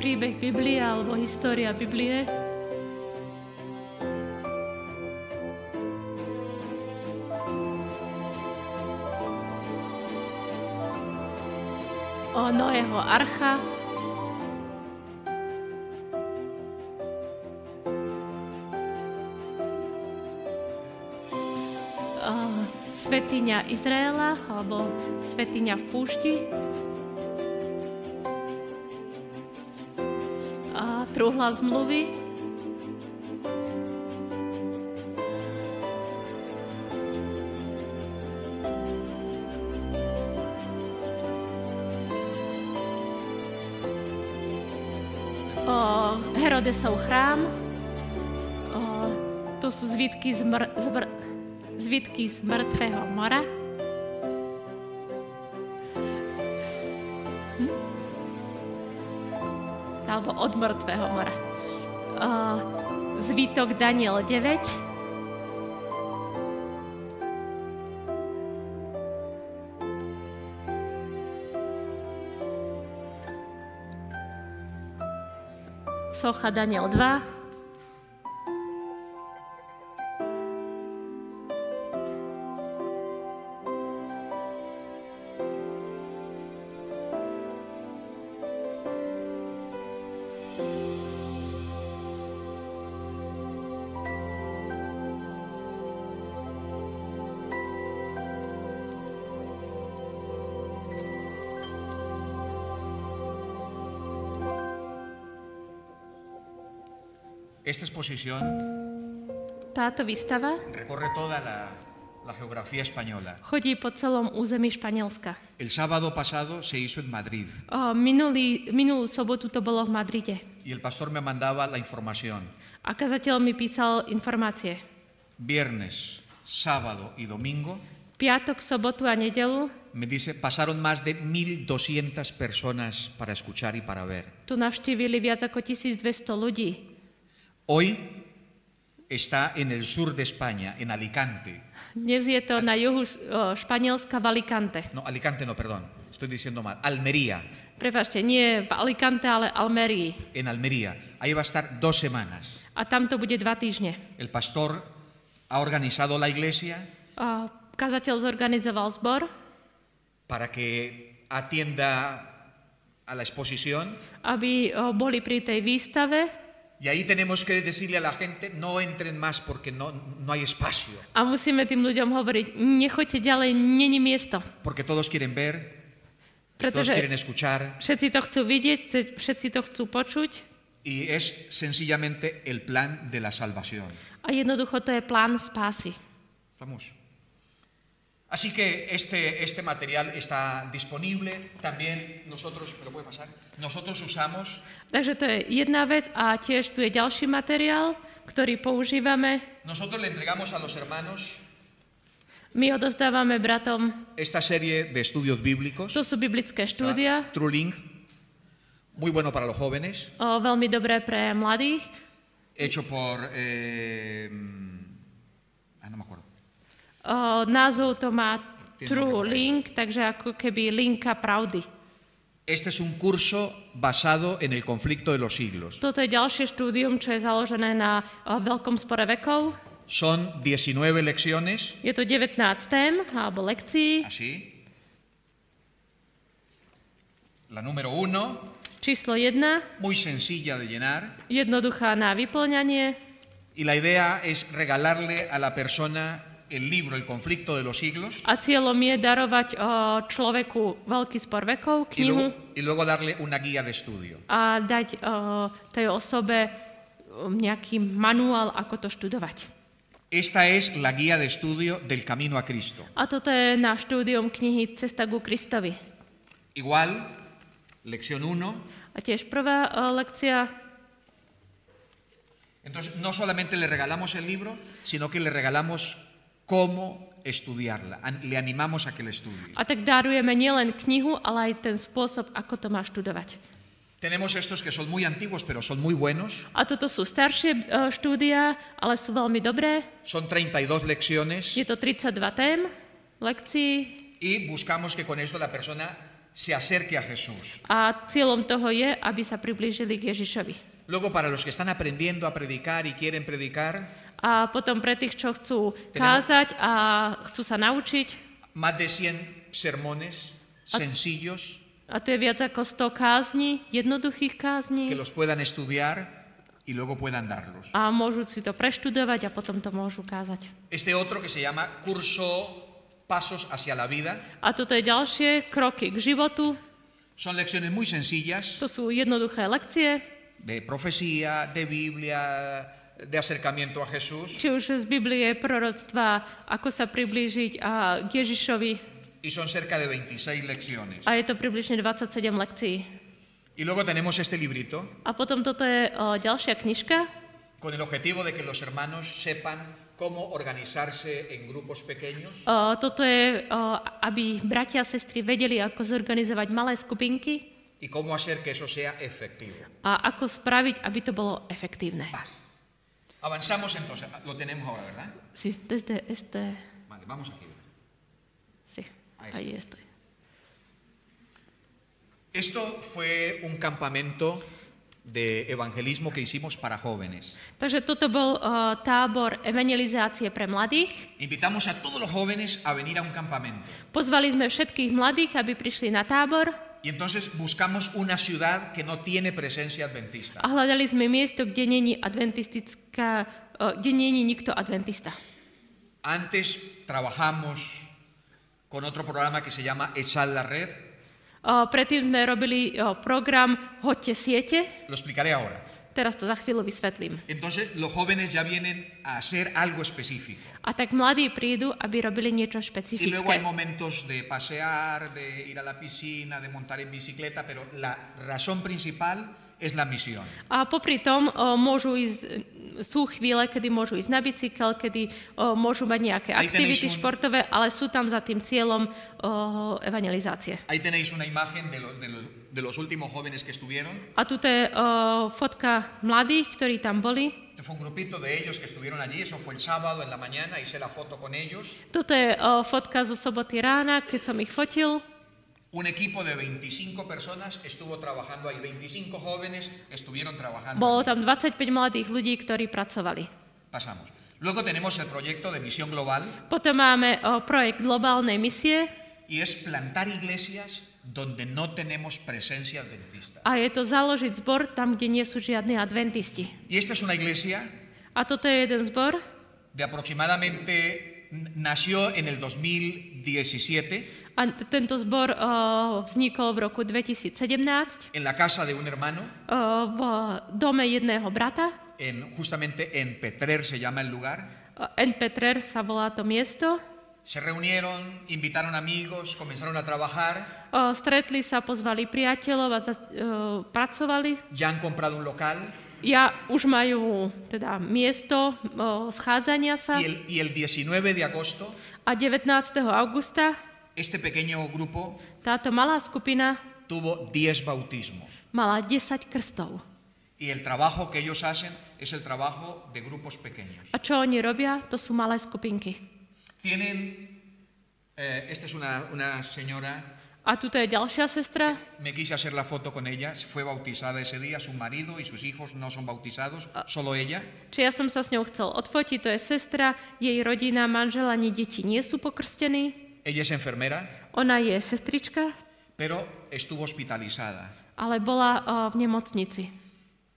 B: Príbeh Biblie alebo história Biblie. O Noého archa. O, Svetiňa Izraela alebo Svetiňa v púšti. a truhla zmluvy. O Herodesov chrám. O, tu sú zvitky z, mr- z, mr- zvitky z mŕtvého mora. Alebo od mŕtvého mora. O, zvitok Daniel 9. Socha Daniel 2.
A: Esta exposición
B: Táto výstava
A: recorre toda la, la geografía española.
B: chodí po celom území Španielska.
A: El sábado pasado se hizo en Madrid
B: O, minulý, minulú sobotu to bolo v Madride.
A: y el pastor me mandaba la información.
B: A kazateľ mi písal informácie.
A: Viernes, sábado y domingo
B: Piatok, sobotu a nedelu
A: me dice, pasaron más de 1.200 personas para escuchar y para ver.
B: tu navštívili viac ako 1200 ľudí.
A: Hoy está en el sur de España, en Alicante.
B: Dnes je to na juhu š- o, Španielska v Alicante.
A: No, Alicante no, perdón, estoy diciendo mal. Almería,
B: Prepašte, nie v Alicante, ale Almerii.
A: en Almería. Ahí va a estar dos semanas.
B: A tam to bude dva týždne.
A: El pastor ha organizado la iglesia
B: A kazateľ zorganizoval zbor,
A: para que atienda a la exposición
B: aby o, boli pri tej výstave
A: y ahí tenemos que decirle a la gente no entren más porque no, no hay espacio,
B: a musíme tým ľuďom hovoriť, nechoďte ďalej, není miesto.
A: porque todos quieren ver, todos quieren
B: Pretože
A: escuchar
B: všetci to chcú vidieť, ce- všetci to chcú počuť
A: y es sencillamente el plan de la salvación.
B: a jednoducho to je plán spásy.
A: Estamos. Así que este, este material está disponible. También nosotros, ¿me lo puede pasar? Nosotros usamos
B: Takže to je jedna vec a tiež tu je ďalší materiál, ktorý používame.
A: Nosotros le entregamos a los hermanos
B: My odozdávame bratom,
A: esta serie de estudios bíblicos,
B: to sú biblické štúdia,
A: True Link, muy bueno para los jóvenes,
B: o, veľmi dobré pre mladých,
A: hecho por... eh, ah, no me acuerdo.
B: O, názov to má
A: Tie
B: True
A: nové.
B: Link, takže ako keby linka pravdy.
A: Este es un curso basado en el conflicto de los siglos.
B: Toto je ďalšie štúdium, čo je založené na o, veľkom spore vekov.
A: Son 19 lecciones,
B: Je to 19 tém alebo lekcií.
A: así. La número uno,
B: Číslo 1,
A: muy sencilla de llenar.
B: jednoduchá na vyplňanie.
A: Y la idea es regalarle a la persona el libro El conflicto de los siglos
B: A cieľom je darovať o, človeku veľký spor vekov,
A: y
B: knihu
A: luego, y luego darle una guía de estudio.
B: a dať o, tej osobe o, nejaký manuál, ako to študovať.
A: Esta es la guía de estudio del camino a Cristo.
B: A toto je na štúdium knihy Cesta ku Kristovi.
A: Igual, lección 1.
B: A tiež prvá o, lekcia,
A: Entonces, no solamente le regalamos el libro, sino que le regalamos cómo estudiarla. An- Le animamos a que la estudie.
B: a tak darujeme nielen knihu, ale aj ten spôsob, ako to má študovať.
A: Tenemos estos que son muy antiguos, pero son muy buenos.
B: A toto sú staršie e, štúdia, ale sú veľmi dobré.
A: Son 32 lecciones
B: Je to 32 tém, lekcií
A: y buscamos que con esto la persona se acerque a Jesús.
B: a cieľom toho je, aby sa priblížili k Ježišovi.
A: Luego, para los que están aprendiendo a predicar y quieren predicar,
B: A potom pre tých, čo chcú
A: Teda-
B: kázať a chcú sa naučiť,
A: más de 100 sermones sencillos
B: a to je viac ako 100 kázni, jednoduchých
A: que
B: kázni,
A: los puedan estudiar y luego puedan darlos.
B: a môžu si to preštudovať a potom to môžu kázať.
A: Este otro que se llama Curso Pasos hacia la Vida,
B: A toto je ďalšie kroky k životu.
A: son lecciones muy sencillas
B: To sú jednoduché lekcie,
A: de profecía, de Biblia, de acercamiento a Jesús
B: či už z Biblie, proroctva, ako sa priblížiť a k Ježišovi.
A: y son cerca de 26 lecciones.
B: A je to približne 27 lekcií.
A: Y luego tenemos este librito
B: A potom toto je o, ďalšia knižka,
A: con el objetivo de que los hermanos sepan cómo organizarse en grupos pequeños
B: O, Toto je, o, aby bratia a sestry vedeli, ako zorganizovať malé skupinky
A: y cómo hacer que eso sea efectivo.
B: a ako spraviť, aby to bolo efektívne.
A: Avanzamos entonces. Lo tenemos ahora, ¿verdad?
B: Sí, desde este...
A: Vale, vamos aquí.
B: Sí,
A: Ahí
B: ahí estoy.
A: Esto fue un campamento de evangelismo que hicimos para jóvenes.
B: Takže toto bol o, tábor evangelizácie pre mladých.
A: Invitamos a todos los jóvenes a venir a un campamento.
B: Pozvali sme všetkých mladých, aby prišli na tábor
A: Y entonces buscamos una ciudad que no tiene presencia adventista.
B: a hľadali sme miesto, kde není adventistická, o, kde není nikto adventista.
A: Antes trabajamos con otro programa que se llama Echar la Red.
B: O, Predtým sme robili o, program Hoďte siete,
A: Lo explicaré ahora.
B: teraz to za chvíľu vysvetlím.
A: Entonces los jóvenes ya vienen a hacer algo específico.
B: A tak mladí prídu, aby robili niečo
A: Y luego hay
B: špecifické.
A: momentos de pasear, de ir a la piscina, de montar en bicicleta, pero la razón principal es la misión.
B: A popri tom o, môžu ísť, sú chvíle, kedy môžu ísť na bicykel, kedy o, môžu mať nejaké
A: Aj ten
B: aktivity
A: išiel-
B: športové, ale sú tam za tým cieľom o, evangelizácie.
A: Ahí tenéis una imagen de, lo- de lo- de los últimos jóvenes que estuvieron.
B: A tu je o, fotka mladých, ktorí tam boli.
A: Este Fue un grupito de ellos que estuvieron allí, eso fue el sábado en la mañana, hice la foto con ellos.
B: Toto je o, fotka zo soboty rána, keď som ich fotil.
A: Un equipo de 25 personas estuvo trabajando ahí, 25 jóvenes estuvieron trabajando.
B: Bolo
A: allí.
B: tam 25 mladých ľudí, ktorí pracovali.
A: Pasamos. Luego tenemos el proyecto de misión global
B: Potom máme o, projekt globálnej misie
A: y es plantar iglesias donde no tenemos presencia adventista.
B: a je to založiť zbor tam, kde nie sú žiadni adventisti.
A: Y esta es una iglesia
B: A toto je jeden zbor.
A: de aproximadamente, n- nació en el 2017
B: A t- tento zbor o, vznikol v roku 2017
A: en la casa de un hermano,
B: o, v dome jedného brata.
A: en, justamente en Petrer se llama el lugar.
B: O, Eh, N. Petrer sa volá to miesto.
A: Se reunieron, invitaron amigos, comenzaron a trabajar,
B: O, stretli sa, pozvali priateľov a za, o, pracovali.
A: ya han comprado un local
B: Ja už majú teda miesto o, schádzania sa
A: y el, y el 19 de agosto
B: a 19. augusta
A: este pequeño grupo
B: táto malá skupina
A: tuvo 10 bautismos.
B: mala 10 krstov.
A: Y el trabajo que ellos hacen es el trabajo de grupos pequeños.
B: A čo oni robia? To sú malé skupinky.
A: Tienen, eh, esta es una, una señora
B: A tuto je ďalšia sestra.
A: Me quise hacer la foto con ella, fue bautizada ese día, su marido y sus hijos no son bautizados, solo ella.
B: Či ja som sa s ňou chcel odfotiť, to je sestra, jej rodina, manžel ani deti nie sú pokrstení.
A: Ella es enfermera,
B: Ona je sestrička,
A: pero estuvo hospitalizada.
B: ale bola o, v nemocnici.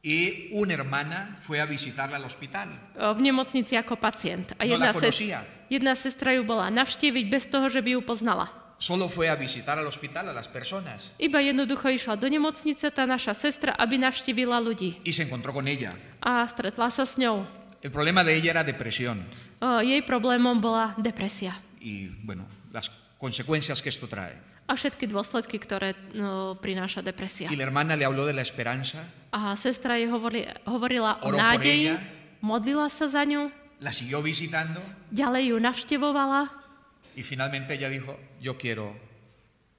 A: Y una hermana fue a visitarla al hospital.
B: O, eh, v nemocnici ako pacient. A
A: No la
B: jedna,
A: conocía.
B: jedna sestra ju bola navštíviť bez toho, že by ju poznala.
A: Solo fue a visitar al hospital a las personas
B: Iba jednoducho išla do nemocnice tá naša sestra, aby navštívila ľudí.
A: y se encontró con ella.
B: A stretla sa s ňou.
A: El problema de ella era depresión
B: O, jej problémom bola depresia.
A: y, bueno, las consecuencias que esto trae.
B: A všetky dôsledky, ktoré no, prináša depresia.
A: Y la hermana le habló de la esperanza,
B: A sestra jej hovori, hovorila o
A: Oro por
B: nádeji,
A: ella.
B: modlila sa za ňu,
A: la siguió visitando
B: ďalej ju navštevovala
A: y finalmente ella dijo, yo quiero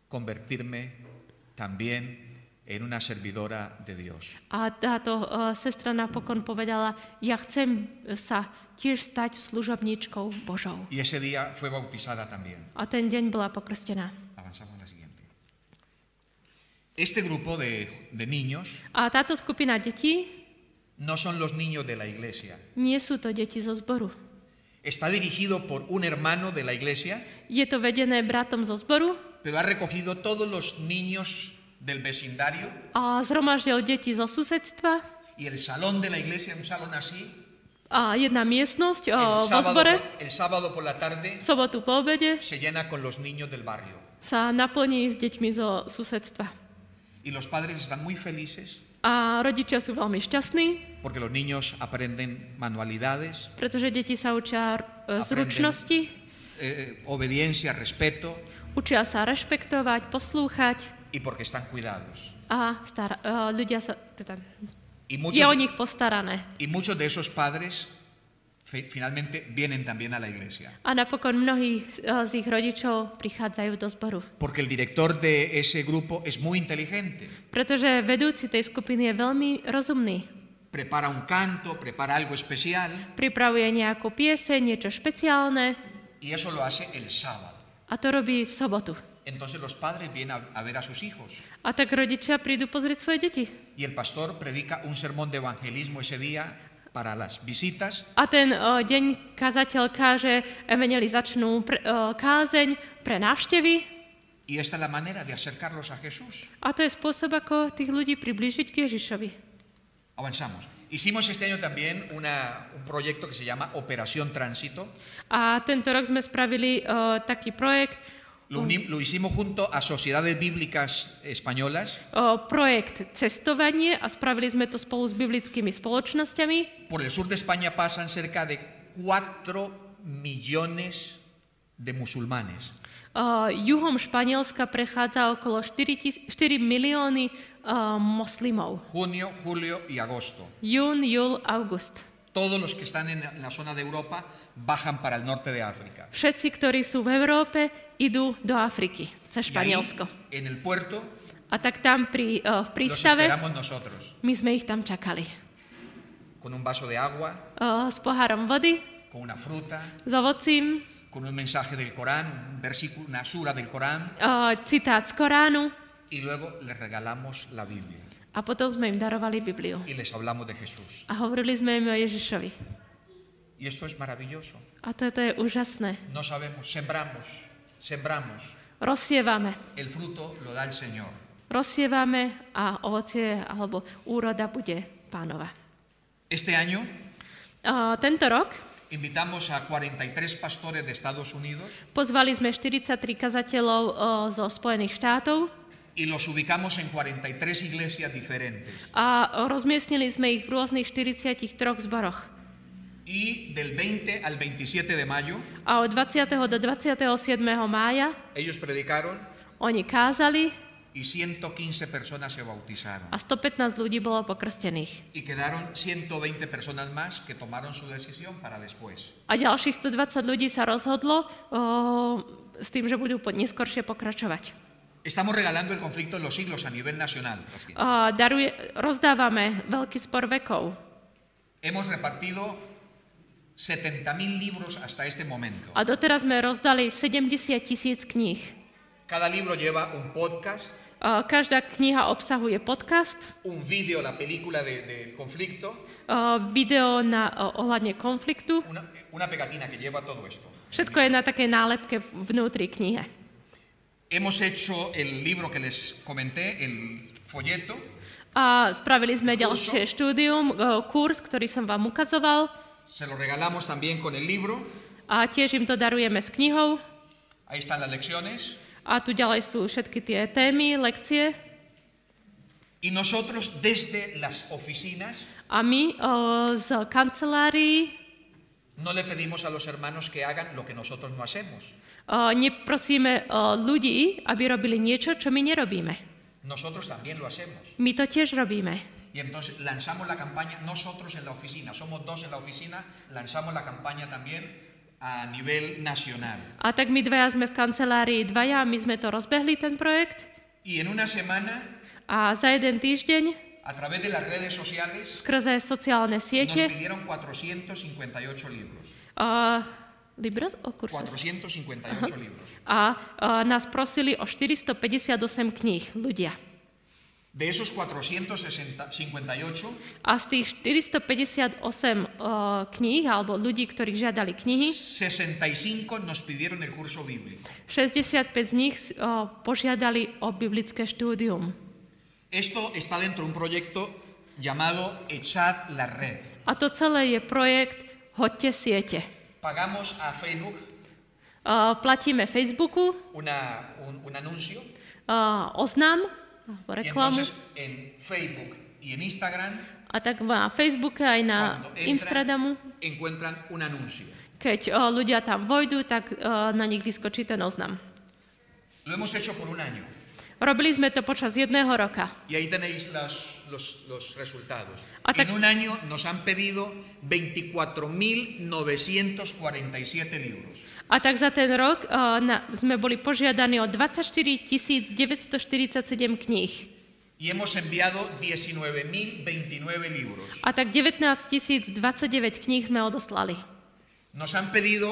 A: convertirme también en una servidora de Dios.
B: a táto uh, sestra napokon povedala, ja chcem sa tiež stať služobníčkou Božou.
A: Y ese día fue bautizada también.
B: A ten deň bola pokrstená.
A: Avanzamos a la siguiente. Este grupo de, de niños
B: A táto skupina detí,
A: no son los niños de la iglesia.
B: nie sú to deti zo zboru.
A: Está dirigido por un hermano de la iglesia,
B: Je to vedené bratom zo zboru
A: pero ha recogido todos los niños del vecindario
B: a zhromaždil deti zo susedstva
A: y el salón de la iglesia, un salón así,
B: a jedna miestnosť o,
A: el
B: vo
A: sábado,
B: zbore
A: Oh, por- el sábado por la tarde
B: v sobotu po obede
A: se llena con los niños del barrio.
B: sa naplní s deťmi zo susedstva.
A: Y los padres están muy felices
B: A rodičia sú veľmi šťastní,
A: porque los niños aprenden manualidades,
B: pretože deti sa učia e,
A: Aprenden.
B: zručnosti,
A: eh, obediencia, respeto
B: učia sa rešpektovať, poslúchať
A: y porque están cuidados.
B: a star- e, ľudia sa, teda,
A: Y
B: je o
A: muchos,
B: nich postarané.
A: y muchos de esos padres fe- finalmente vienen también a la iglesia.
B: A napokon mnohí z- e, z ich rodičov prichádzajú do zboru.
A: Porque el director de ese grupo es muy inteligente.
B: Pretože vedúci tej skupiny je veľmi rozumný.
A: Prepara un canto, prepara algo especial
B: Pripravuje nejakú pieseň, niečo špeciálne
A: y eso lo hace el sábado.
B: a to robí v sobotu.
A: Entonces los padres vienen a- a ver a sus hijos.
B: A tak rodičia prídu pozrieť svoje deti.
A: Y el pastor predica un sermón de evangelismo ese día para las visitas
B: A ten o, deň kazateľ káže, evaneli začnú pr- o, kázeň pre návštevy
A: y esta es la manera de acercarlos a Jesús.
B: a to je spôsob, ako tých ľudí priblížiť k Ježišovi.
A: Avanzamos. Hicimos este año también una- un proyecto que se llama Operación Tránsito.
B: A tento rok sme spravili o, taký projekt,
A: Lo, uni- lo hicimos junto a sociedades bíblicas españolas
B: o, projekt cestovanie a spravili sme to spolu s biblickými spoločnosťami.
A: Por el sur de España pasan cerca de 4 millones de musulmanes.
B: Uh, juhom Španielska prechádza okolo 4, tis- 4 milióny uh, moslimov.
A: Junio, julio y agosto.
B: Jún, júl, august.
A: Todos los que están en la- en la zona de Europa bajan para el norte de África.
B: Všetci, ktorí sú v Európe, idú do Afriky,
A: Y ahí,
B: cez Španielsko.
A: en el puerto
B: A tak tam pri, uh,
A: los
B: v prístave
A: esperamos nosotros
B: my sme ich tam čakali.
A: con un vaso de agua,
B: Uh, s pohárom vody,
A: con una fruta,
B: s ovocím,
A: con un mensaje del Corán, un versículo, una sura del Corán
B: uh, citát z Koránu
A: y luego les regalamos la Biblia
B: a potom sme im darovali Bibliu.
A: y les hablamos de Jesús.
B: A hovorili sme im o Ježišovi.
A: Y esto es maravilloso.
B: A toto je úžasné.
A: No sabemos, sembramos, sembramos.
B: Rozsievame.
A: El fruto lo da el Señor.
B: rozsievame a ovocie alebo úroda bude pánova.
A: Este año
B: A Tento rok
A: invitamos a 43 pastores de Estados Unidos
B: pozvali sme 43 kazateľov o, zo Spojených štátov
A: y los ubicamos en 43 iglesias diferentes.
B: a o, rozmiestnili sme ich v rôznych 43 zboroch.
A: Y del 20 al 27 de mayo
B: A od 20. do 27. mája
A: ellos predicaron
B: oni kázali
A: y 115 personas se bautizaron.
B: a 115 ľudí bolo pokrstených.
A: Y quedaron 120 personas más que tomaron su decisión para después.
B: A ďalších 120 ľudí sa rozhodlo o, s tým, že budú po, neskôršie pokračovať.
A: Estamos regalando el conflicto de los siglos a nivel nacional. Así.
B: A daruje, rozdávame veľký spor vekov.
A: Hemos repartido 70.000 libros hasta este momento.
B: A doteraz sme rozdali 70 tisíc kníh.
A: Cada libro lleva un podcast,
B: O, Každá kniha obsahuje podcast,
A: un vídeo, la película de- del conflicto,
B: o, video na, o, ohľadne konfliktu.
A: una, una pegatina que lleva todo esto.
B: Všetko je na takej nálepke v- vnútri knihe.
A: Hemos hecho el libro que les comenté, el folleto,
B: A spravili sme
A: Kurzo?
B: ďalšie štúdium, o, kurz, ktorý som vám ukazoval.
A: se lo regalamos también con el libro,
B: A tiež im to darujeme s knihou.
A: ahí están las lecciones,
B: A tu ďalej sú všetky tie témy, lekcie.
A: y nosotros desde las oficinas
B: A my o, z kancelárií
A: no le pedimos a los hermanos que hagan lo que nosotros no hacemos.
B: o, neprosíme o, ľudí, aby robili niečo, čo my nerobíme.
A: Nosotros también lo hacemos.
B: My to tiež robíme.
A: Y entonces lanzamos la campaña nosotros en la oficina, somos dos en la oficina, lanzamos la campaña también a nivel nacional.
B: A tak my dvaja sme v kancelárii dvaja, my sme to rozbehli, ten projekt.
A: Y en una semana,
B: A za jeden týždeň
A: a través de las redes sociales,
B: skrze sociálne
A: nos
B: siete...
A: pidieron 458 libros.
B: Uh, libros? O kursus.
A: 458 libros.
B: A uh, nás prosili o 458 kníh ľudia.
A: De esos 458,
B: A z tých 458 uh, kníh, alebo ľudí, ktorí žiadali knihy,
A: 65 nos pidieron el curso bíblico.
B: 65 z nich uh, požiadali o biblické štúdium.
A: Esto está dentro de un proyecto llamado Echad la Red.
B: A to celé je projekt Hoďte siete.
A: Pagamos a Facebook
B: Uh, platíme Facebooku,
A: una- un, un anuncio
B: uh, oznam, alebo
A: y
B: reklamu.
A: entonces en Facebook y en Instagram
B: A tak na Facebooke aj na
A: cuando
B: Instagramu,
A: entran, encuentran un anuncio.
B: keď uh, ľudia tam vojdu, tak uh, na nich vyskočí ten oznam.
A: Lo hemos hecho por un año
B: Robili sme to počas jedného roka.
A: y ahí tenéis las- los, los resultados.
B: Ata-
A: En un año nos han pedido 24.947 libros.
B: A tak za ten rok uh, na, sme boli požiadaní o 24 947 kníh.
A: Y hemos enviado 19.029 libros.
B: A tak 19 029 kníh sme odoslali.
A: Nos han pedido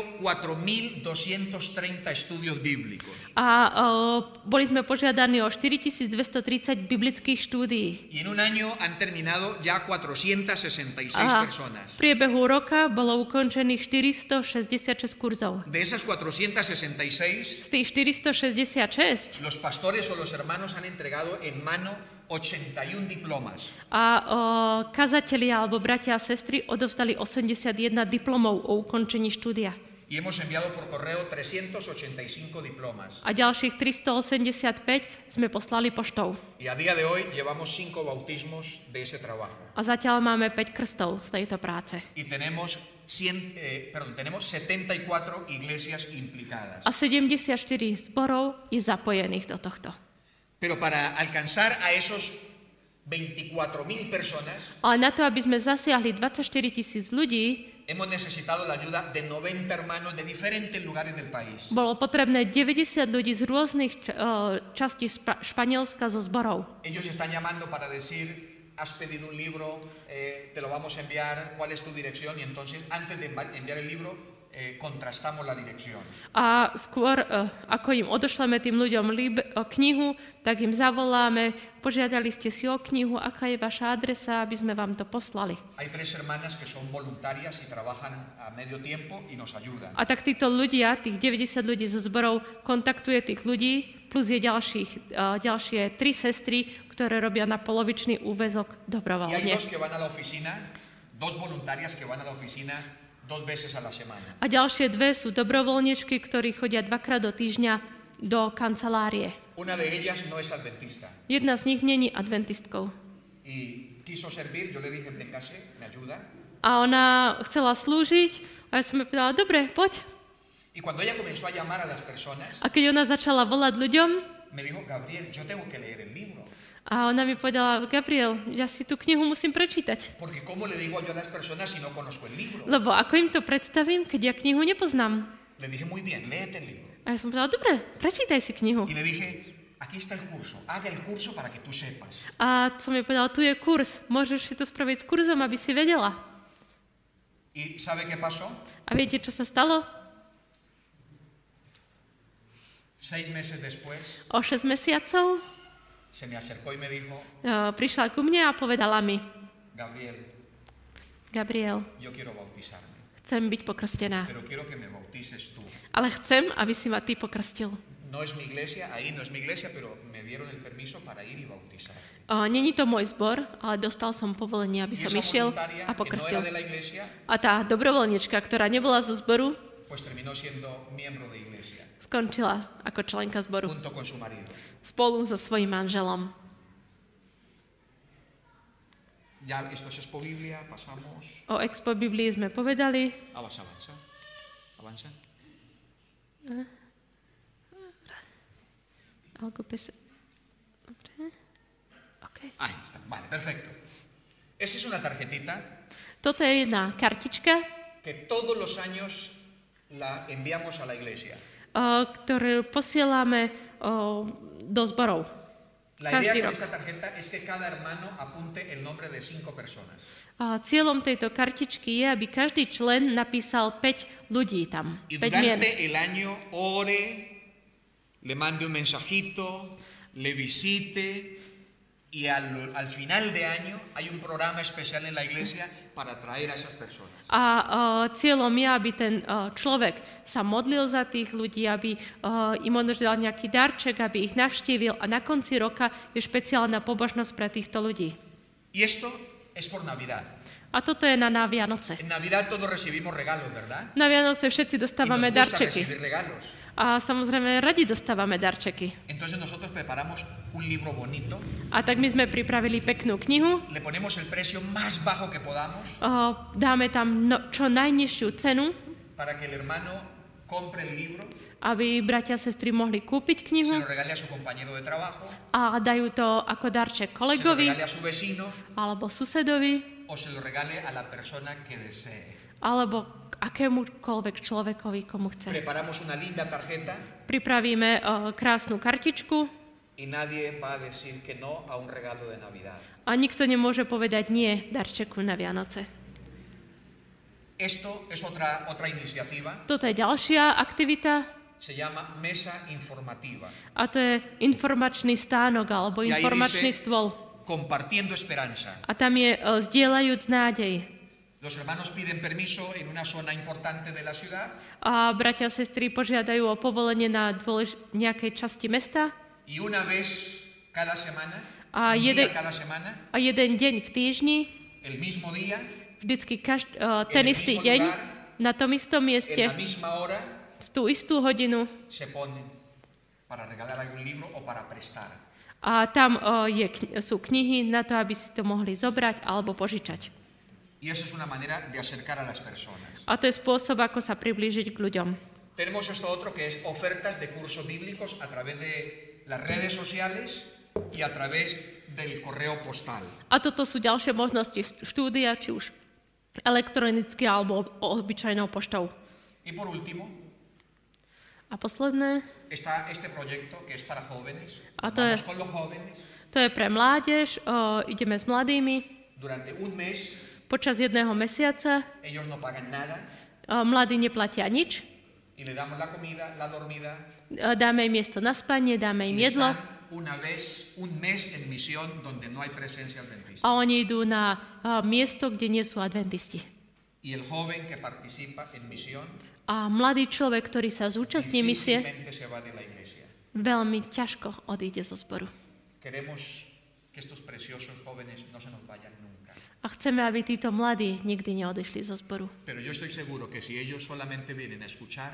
A: 4.230 estudios bíblicos.
B: A uh, boli sme požiadaní o 4230 biblických štúdií.
A: Y en un año han terminado ya 466
B: A
A: personas.
B: v priebehu roka bolo ukončených 466 kurzov.
A: De esas 466,
B: Z tých 466
A: los pastores o los hermanos han entregado en mano 81 diplomas.
B: a o, kazatelia alebo bratia a sestry odovzdali 81 diplomov o ukončení štúdia
A: Y hemos enviado por correo 385 diplomas.
B: a ďalších 385 sme poslali poštou.
A: Y a día de hoy llevamos 5 bautismos de ese trabajo.
B: A zatiaľ máme 5 krstov z tejto práce.
A: Y tenemos, 100, eh, perdón, tenemos 74 iglesias implicadas.
B: A 74 zborov je zapojených do tohto.
A: Pero para alcanzar a esos 24.000 personas,
B: Ale na to, aby sme zasiahli 24 tisíc ľudí,
A: hemos necesitado la ayuda de 90 hermanos de diferentes lugares del país.
B: bolo potrebné 90 ľudí z rôznych č- o, častí Špa- Španielska zo zborov.
A: Ellos están llamando para decir, has pedido un libro, eh, te lo vamos a enviar, ¿cuál es tu dirección? Y entonces, antes de envi- enviar el libro, eh, contrastamos la dirección.
B: A skôr, eh, ako im odošleme tým ľuďom lib- eh, knihu, tak im zavoláme, požiadali ste si o knihu, aká je vaša adresa, aby sme vám to poslali.
A: Hay tres hermanas que son voluntarias y trabajan a medio tiempo y nos ayudan.
B: A tak títo ľudia, tých 90 ľudí zo zborov, kontaktuje tých ľudí, plus je ďalších, eh, ďalšie tri sestry, ktoré robia na polovičný
A: Y
B: úvezok
A: hay
B: dobrovoľne.
A: dos que van a la oficina, dos voluntarias que van a la oficina dos veces a la semana.
B: A ďalšie dve sú dobrovoľničky, ktorí chodia dvakrát do týždňa do kancelárie.
A: Una de ellas no es adventista.
B: Jedna z nich není adventistkou.
A: y quiso servir, yo le dije, vengase, me ayuda.
B: A ona chcela slúžiť a ja som jej povedala, dobre, poď.
A: Y cuando ella comenzó a llamar a las personas,
B: A keď ona začala volať ľuďom,
A: me dijo, Gabriel, yo tengo que leer el libro.
B: a ona mi povedala, Gabriel, ja si tú knihu musím prečítať.
A: Porque ¿cómo le digo yo a las personas si no conozco el libro?
B: Lebo ako im to predstavím, keď ja knihu nepoznám?
A: Le dije, muy bien, léete el libro.
B: A ja som povedala, dobre, prečítaj si knihu.
A: Y le dije, aquí está el curso, haga el curso para que tú sepas.
B: A som jej povedala, tu je kurz, môžeš si to spraviť s kurzom, aby si vedela.
A: ¿Y sabe qué pasó?
B: A viete, čo sa stalo?
A: Seis meses después
B: O 6 mesiacov
A: se me acercó y me dijo,
B: eh, prišla ku mne a povedala mi,
A: Gabriel,
B: Gabriel,
A: yo quiero bautizarme,
B: chcem byť pokrstená,
A: pero quiero que me bautices tú.
B: ale chcem, aby si ma ty pokrstil. E,
A: No es mi iglesia, ahí no es mi iglesia, pero me dieron el permiso para ir y bautizar.
B: Eh, Není to môj zbor, ale dostal som povolenie, aby
A: Y
B: som
A: esa
B: išiel
A: voluntaria que no
B: a
A: era
B: pokrstil.
A: de la iglesia,
B: A tá dobrovoľnička, ktorá nebola zo zboru,
A: pues terminó siendo miembro de iglesia,
B: skončila ako členka zboru
A: junto con su marido.
B: spolu so svojím manželom.
A: Ya esto es Expo Biblia, pasamos.
B: O Expo Biblii sme povedali.
A: Avanza, avanza. Avanza.
B: Algo pes- Dobre. OK.
A: Ahí está. Vale, perfecto. Esa es una tarjetita
B: Toto je jedna kartička, e,
A: que todos los años la enviamos a la iglesia.
B: o, ktorú posielame o, do zborov.
A: La idea
B: Casi
A: con
B: no.
A: esta tarjeta es que cada hermano apunte el nombre de cinco personas.
B: A cieľom tejto kartičky je, aby každý člen napísal 5 ľudí tam,
A: Y
B: 5 mien.
A: durante el año ore, le mande un mensajito, le visite y al, al final de año hay un programa especial en la iglesia para atraer a esas personas.
B: A o, cieľom je, aby ten o, človek sa modlil za tých ľudí, aby o, im održal nejaký darček, aby ich navštívil a na konci roka je špeciálna pobožnosť pre týchto ľudí.
A: Y esto es por Navidad.
B: A toto je na, na Vianoce.
A: En Navidad todos recibimos regalos, ¿verdad?
B: Na Vianoce všetci
A: Y nos
B: dostávame
A: gusta
B: darčeky.
A: recibir regalos.
B: A samozrejme radi dostávame darčeky.
A: Entonces nosotros preparamos un libro bonito,
B: A tak my sme pripravili peknú knihu,
A: le ponemos el precio más bajo que podamos
B: o, dáme tam no, čo najnižšiu cenu,
A: para que el hermano compre el libro,
B: aby bratia a sestry mohli kúpiť
A: se lo
B: knihu
A: regale a su compañero de trabajo,
B: a dajú to ako darček
A: se lo
B: kolegovi
A: regale a su vecino
B: alebo susedovi
A: o se lo regale a la persona que desee.
B: alebo k akémukoľvek človekovi, komu chce.
A: Preparamos una linda tarjeta
B: Pripravíme o, krásnu kartičku
A: y nadie va a decir que no a un regalo de Navidad.
B: a nikto nemôže povedať nie darčeku na Vianoce.
A: Esto es otra, otra iniciativa,
B: Toto je ďalšia aktivita
A: se llama Mesa Informativa,
B: a to je informačný stánok alebo
A: Ja
B: informačný
A: Irise.
B: stôl.
A: Compartiendo Esperanza.
B: A tam je o, zdieľajúc nádej.
A: Los hermanos piden permiso en una zona importante de la ciudad
B: A bratia a sestry požiadajú o povolenie na dôlež- nejakej časti mesta
A: y una vez cada semana,
B: Ah,
A: un
B: y
A: día
B: de-
A: cada semana,
B: a jeden deň v týždni,
A: el mismo día,
B: vždycky každ- eh, ten
A: Jeden
B: istý
A: istý
B: deň,
A: lugar.
B: na tom
A: en
B: istom
A: la
B: mieste,
A: misma hora,
B: v tú istú hodinu
A: se ponen para regalar algún libro o para prestar.
B: a tam eh, je, kn- sú knihy na to, aby si to mohli zobrať alebo požičať.
A: Y esa es una manera de acercar a las personas.
B: A to je spôsob, ako sa priblížiť k ľuďom.
A: Tenemos esto otro que es ofertas de cursos bíblicos a través de las redes sociales y a través del correo postal.
B: A toto sú ďalšie možnosti st- štúdia, či už elektronicky alebo ob- obyčajnou poštou.
A: Y por último,
B: A posledné,
A: está este proyecto que es para jóvenes.
B: Ah, te-
A: Vamos con los jóvenes.
B: to je pre mládež, eh, ideme s mladými,
A: Durante un mes
B: Počas jedného mesiaca
A: ellos no pagan nada
B: e, mladí neplatia nič,
A: y le damos la comida, la dormida.
B: E, dáme im miesto na spanie, dáme im
A: Y
B: jedlo
A: están una vez, un mes en misión donde no hay presencia adventista.
B: a oni idú na e, miesto, kde nie sú adventisti.
A: Y el joven que participa en misión
B: A mladý človek, ktorý sa zúčastní misie,
A: difícilmente se va de la iglesia.
B: veľmi ťažko odíde zo zboru.
A: Queremos que estos preciosos jóvenes no se nos vayan nunca.
B: A chceme, aby títo mladí nikdy neodišli zo zboru.
A: Pero yo estoy seguro que si ellos solamente vienen a escuchar,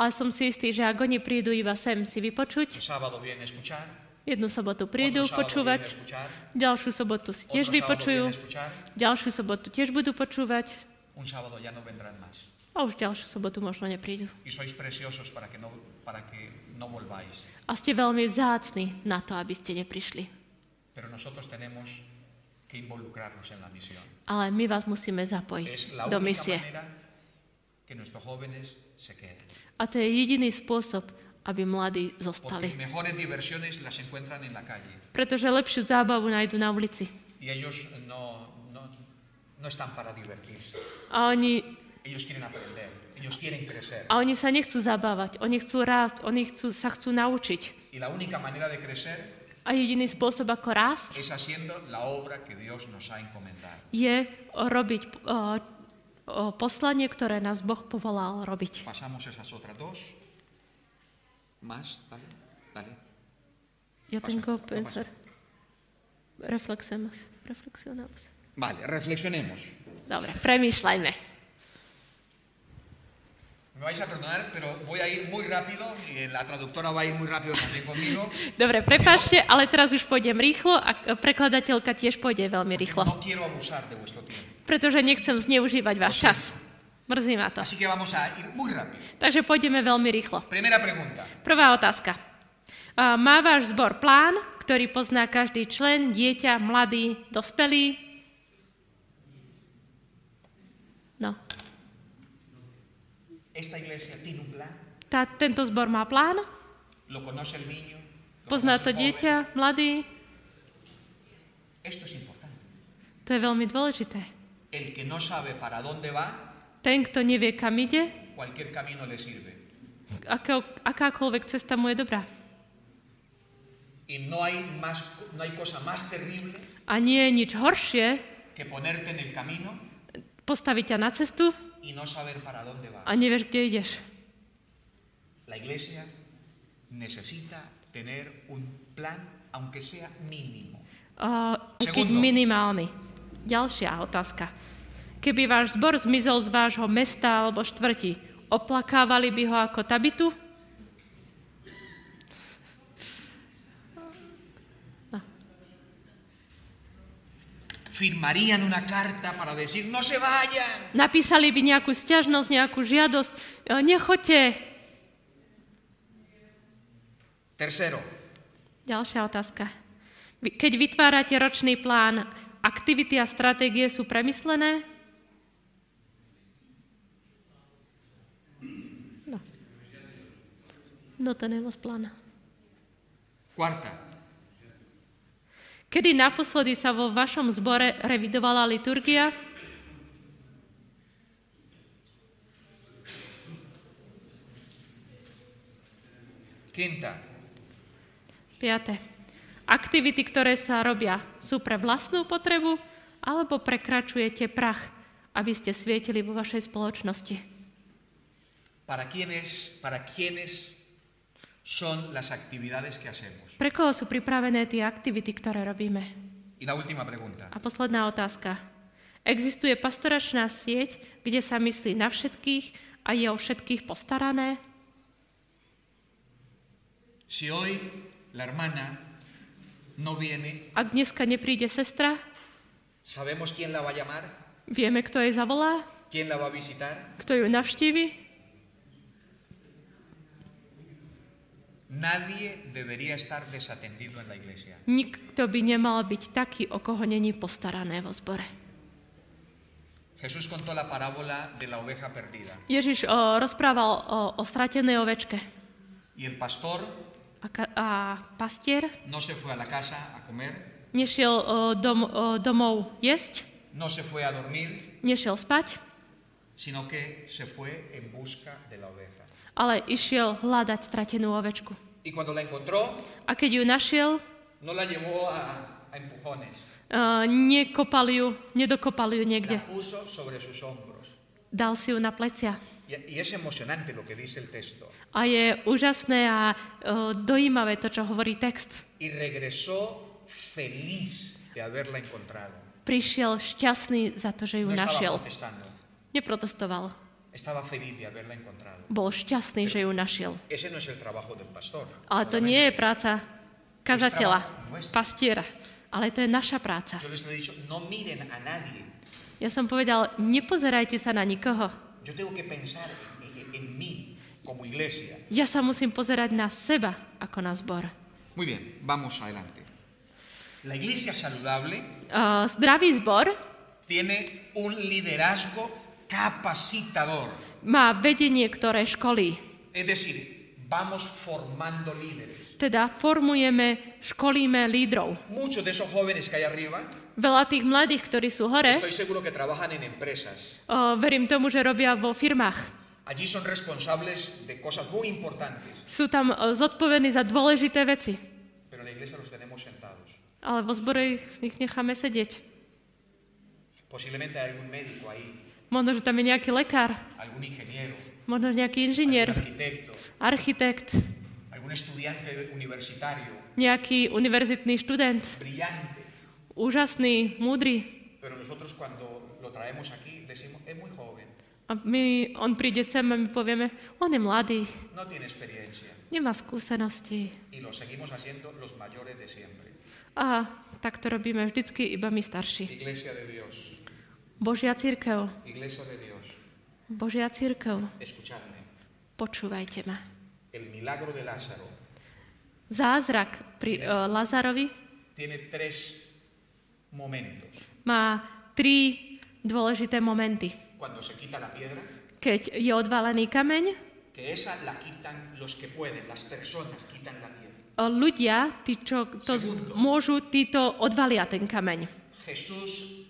B: Ale som si istý, že ak oni prídu iba sem si
A: el
B: vypočuť,
A: sábado vienen a escuchar,
B: jednu sobotu
A: otro
B: prídu
A: sábado vienen a
B: počúvať,
A: escuchar,
B: ďalšiu sobotu si
A: otro
B: tiež
A: sábado vienen a
B: vypočujú,
A: escuchar,
B: ďalšiu sobotu tiež budú počúvať
A: un sábado ya no vendrán más.
B: a už ďalšiu sobotu možno neprídu.
A: Y sois preciosos para que no, para que no volváis.
B: A ste veľmi vzácni na to, aby ste neprišli.
A: Pero nosotros tenemos que involucrarnos en la misión.
B: Ale my vás musíme
A: Es
B: zapojiť
A: la
B: do
A: única
B: misie.
A: manera que nuestros jóvenes se queden.
B: A to je jediný spôsob, aby mladí
A: Porque
B: zostali.
A: mejores diversiones las encuentran en la calle.
B: Pretože lepšiu zábavu nájdu na ulici.
A: Y ellos no, no, no están para divertirse.
B: A oni
A: Ellos quieren aprender, ellos quieren crecer.
B: A oni sa nechcú zabávať, oni chcú rásť, oni chcú, sa chcú naučiť.
A: Y la única manera de crecer
B: A jediný spôsob, ako rásť,
A: es haciendo la obra que Dios nos ha encomendado.
B: je robiť o, o, poslanie, ktoré nás Boh povolal robiť.
A: Pasamos esas otras dos. Más, dale, dale.
B: Ja tengo
A: Pasa,
B: pensar. Reflexemos. Reflexionamos.
A: Vale, reflexionemos.
B: Dobre, premýšľajme.
A: Me vais a perdonar, pero voy a ir muy rápido y la traductora va a ir muy rápido también conmigo.
B: Dobre, prepáčte, ale teraz už pôjdem rýchlo a prekladateľka tiež pôjde veľmi
A: porque
B: rýchlo,
A: No quiero abusar de vuestro tiempo.
B: pretože nechcem zneužívať váš čas. Mrzí ma to.
A: Así que vamos a ir muy rápido.
B: Takže pôjdeme veľmi rýchlo.
A: Primera pregunta.
B: Prvá otázka. A Má váš zbor plán, ktorý pozná každý člen, dieťa, mladý, dospelý? No.
A: ¿Esta iglesia tiene un plan?
B: Tá, tento zbor má plán?
A: ¿Lo conoce el niño? ¿Lo
B: Pozná
A: conoce
B: to
A: el joven?
B: dieťa, mladý?
A: Esto es importante.
B: To je veľmi dôležité.
A: El que no sabe para dónde va,
B: Ten, kto nevie, kam ide,
A: cualquier camino le sirve.
B: aká, akákoľvek cesta mu je dobrá.
A: Y no hay, más, no hay cosa más terrible
B: A nie je nič horšie
A: que ponerte en el camino
B: postaviť ťa na cestu
A: y no saber para dónde va.
B: a nevieš, kde ideš.
A: La iglesia necesita tener un plan, aunque sea mínimo.
B: Uh, keď
A: Segundo.
B: minimálny. Ďalšia otázka. Keby váš zbor zmizol z vášho mesta alebo štvrti, oplakávali by ho ako tabitu?
A: Firmarían una carta para decir, no se vayan.
B: Napísali by nejakú stiažnosť, nejakú žiadosť, "E, nechoďte.
A: Tercero,
B: Ďalšia otázka. Vy- Keď vytvárate ročný plán, aktivity a stratégie sú premyslené? No. No tenemos plán.
A: cuarta,
B: Kedy naposledy sa vo vašom zbore revidovala liturgia?
A: quinta,
B: 5. Aktivity, ktoré sa robia, sú pre vlastnú potrebu alebo prekračujete prach, aby ste svietili vo vašej spoločnosti?
A: ¿para quiénes, para quiénes son las actividades que hacemos?
B: Pre koho sú pripravené tie aktivity, ktoré robíme?
A: Y la última pregunta,
B: A posledná otázka. Existuje pastoračná sieť, kde sa myslí na všetkých a je o všetkých postarané?
A: si hoy la hermana no viene,
B: Ak dneska nepríde sestra,
A: ¿sabemos quién la va a llamar?
B: vieme, kto jej zavolá,
A: ¿Quién la va a visitar?
B: kto ju navštívi,
A: Nadie debería estar desatendido en la iglesia.
B: Nikto by nemal byť taký, o koho není postarané vo zbore.
A: Jesús contó la parábola de la oveja perdida
B: Ježiš o, rozprával o, o stratenej ovečke
A: y el pastor
B: a, ka, a pastier
A: no se fue a la casa a comer,
B: nešiel o, dom, o, domov jesť,
A: no se fue a dormir,
B: nešiel spať,
A: sino que se fue en busca de la oveja.
B: ale išiel hľadať stratenú ovečku.
A: Y cuando la encontró,
B: A keď ju našiel,
A: no la llevó a, a empujones,
B: uh, nekopal ju, nedokopal ju niekde.
A: la puso sobre sus hombros.
B: Dal si ju na plecia.
A: Y, y es emocionante lo que dice el texto.
B: A je úžasné a o, dojímavé to, čo hovorí text.
A: Y regresó feliz de haberla encontrado.
B: Prišiel šťastný za to, že ju
A: No estaba
B: našiel.
A: protestando,
B: Neprotestoval.
A: estaba feliz de haberla encontrado.
B: bol šťastný, že ju našiel.
A: Ese no es el trabajo del pastor.
B: Ale to nie je práca kazateľa, pastiera, ale to je naša práca.
A: Yo les he dicho, no miren a nadie.
B: Ja som povedal, nepozerajte sa na nikoho.
A: Yo tengo que pensar en, en- en mí como iglesia.
B: Ja sa musím pozerať na seba ako na zbor. E,
A: Muy bien, vamos adelante. La iglesia saludable
B: Uh, zdravý zbor
A: tiene un liderazgo capacitador.
B: má vedenie, ktoré školí.
A: Es decir, vamos formando líderes.
B: Teda formujeme, školíme lídrov.
A: Muchos de esos jóvenes que hay arriba
B: Veľa tých mladých, ktorí sú hore,
A: Estoy seguro que trabajan en empresas.
B: o, verím tomu, že robia vo firmách.
A: Allí son responsables de cosas muy importantes,
B: Sú tam o, zodpovední za dôležité veci,
A: pero en la iglesia los tenemos sentados.
B: ale vo zbore ich- ich necháme sedieť.
A: Posiblemente hay algún médico ahí,
B: Možno, že tam je nejaký lekár,
A: algún ingeniero,
B: možno
A: algún
B: nejaký inžinier,
A: arquitecto,
B: architekt,
A: algún estudiante universitario,
B: nejaký univerzitný študent,
A: brillante.
B: úžasný, múdry.
A: Pero nosotros cuando lo traemos aquí decimos, es muy joven,
B: A my, on príde sem a my povieme, on je mladý,
A: no tiene experiencia.
B: nemá skúsenosti.
A: Y lo seguimos haciendo los mayores de siempre.
B: A tak to robíme vždycky iba my starší.
A: Iglesia de Dios,
B: Božia církev,
A: iglesia de Dios,
B: Božia církev,
A: escuchadme.
B: počúvajte ma.
A: El milagro de Lázaro
B: Zázrak pri o, Lazarovi
A: tiene tres momentos.
B: má tri dôležité momenty.
A: Cuando se quita la piedra,
B: Keď je odvalený kameň,
A: que esa la quitan los que pueden, las personas quitan la piedra.
B: o, E, ľudia, tí, čo to z-
A: Segundo.
B: môžu, títo odvalia ten kameň.
A: Jesús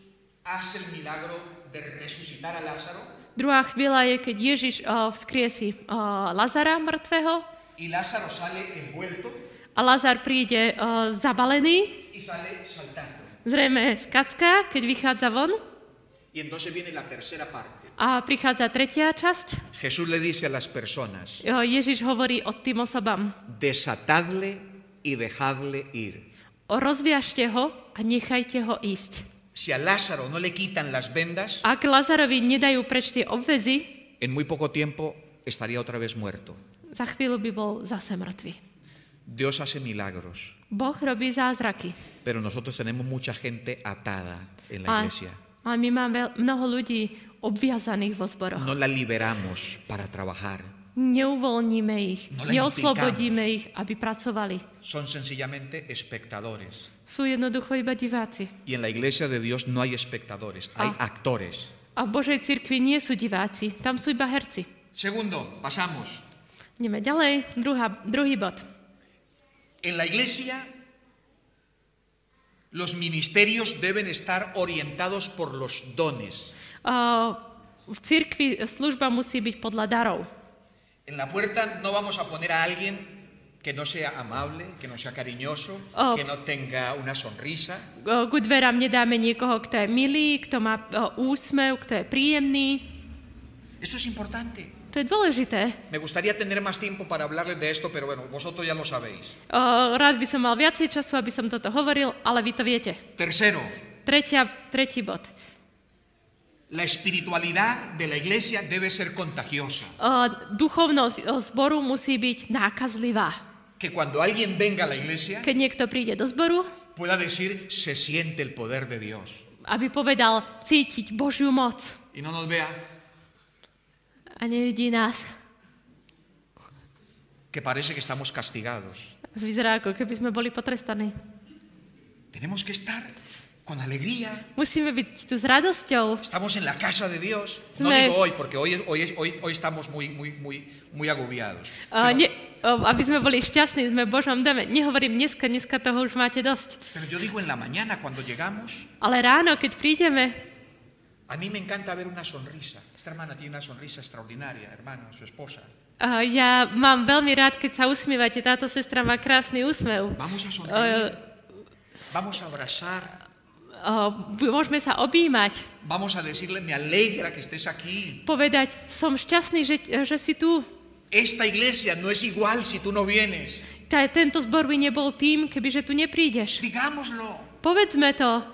A: hace el milagro de resucitar a Lázaro
B: Druhá chvíľa je, keď Ježiš o, vzkriesi o, Lazara mŕtvého
A: y Lázaro sale envuelto
B: a Lazar príde o, zabalený,
A: y sale saltando.
B: zrejme z kacka, keď vychádza von
A: Y entonces viene la tercera parte.
B: a prichádza tretia časť.
A: Jesús le dice a las personas,
B: O, Ježiš hovorí o tým osobám,
A: desatadle y dejadle ir.
B: o, rozviažte ho a nechajte ho ísť.
A: Si a Lázaro no le quitan las vendas,
B: Ak Lazarovi nedajú preč tie obvezy,
A: en muy poco tiempo estaría otra vez muerto.
B: za chvíľu by bol zase mŕtvy.
A: Dios hace milagros,
B: Boh robí zázraky.
A: pero nosotros tenemos mucha gente atada en la
B: A,
A: iglesia.
B: a my máme veľ- mnoho ľudí obviazaných vo zboroch.
A: No la liberamos para trabajar.
B: Neuvoľníme ich,
A: No len
B: neoslobodíme ich, aby pracovali.
A: Son sencillamente espectadores.
B: Sú jednoducho iba diváci.
A: Y en la iglesia de Dios no hay espectadores, hay
B: Ah.
A: actores.
B: A v Božej cirkvi nie sú diváci, tam sú iba herci.
A: Segundo, pasamos.
B: Ideme ďalej, Druhá, druhý bod.
A: En la iglesia los ministerios deben estar orientados por los dones.
B: O, v cirkvi služba musí byť podľa darov.
A: En la puerta no vamos a poner a alguien que no sea amable, que no sea cariñoso,
B: Oh.
A: que no tenga una sonrisa,
B: O, Ku dverám nedáme niekoho, kto je milý, kto má o, úsmev, kto je príjemný.
A: Esto es importante.
B: To je dôležité. E,
A: Me gustaría tener más tiempo para hablarles de esto, pero bueno, vosotros ya lo sabéis.
B: O, rád by som mal viacej času, aby som toto hovoril, ale vy to viete.
A: Tercero,
B: Tretia, tretí bod.
A: la espiritualidad de la iglesia debe ser contagiosa.
B: O, duchovnosť o, zboru musí byť nákazlivá.
A: Que cuando alguien venga a la iglesia
B: Keď niekto príde do zboru,
A: pueda decir, se siente el poder de Dios.
B: aby povedal cítiť Božiu moc
A: Y no nos vea
B: a nevidí nás.
A: que parece que estamos castigados.
B: Vyzerá ako keby sme boli potrestaní.
A: Tenemos que estar con alegría.
B: Musíme byť tu s radosťou.
A: Estamos en la casa de Dios. No
B: Me-
A: digo hoy, porque hoy, es- hoy, es- hoy, hoy estamos muy, muy, muy, muy agobiados.
B: O, ne, o, aby sme boli šťastní, sme v Božom dome. Nehovorím dneska, dneska toho už máte dosť.
A: Pero yo digo en la mañana, cuando llegamos,
B: Ale ráno, keď prídeme,
A: a mí me encanta ver una sonrisa. Esta hermana tiene una sonrisa extraordinaria, hermano, su esposa.
B: o, ja mám veľmi rád, keď sa usmievate. Táto sestra má krásny úsmev.
A: Vamos a
B: Eh.
A: sonreír, vamos a abrazar,
B: O, b- môžeme sa objímať,
A: vamos a decirle, me alegra que estés aquí.
B: povedať, som šťastný, že, že si tu.
A: Esta iglesia no es igual si tú no vienes.
B: Tá, tento zbor by nebol tým, kebyže tu neprídeš.
A: Digámoslo.
B: Povedzme to,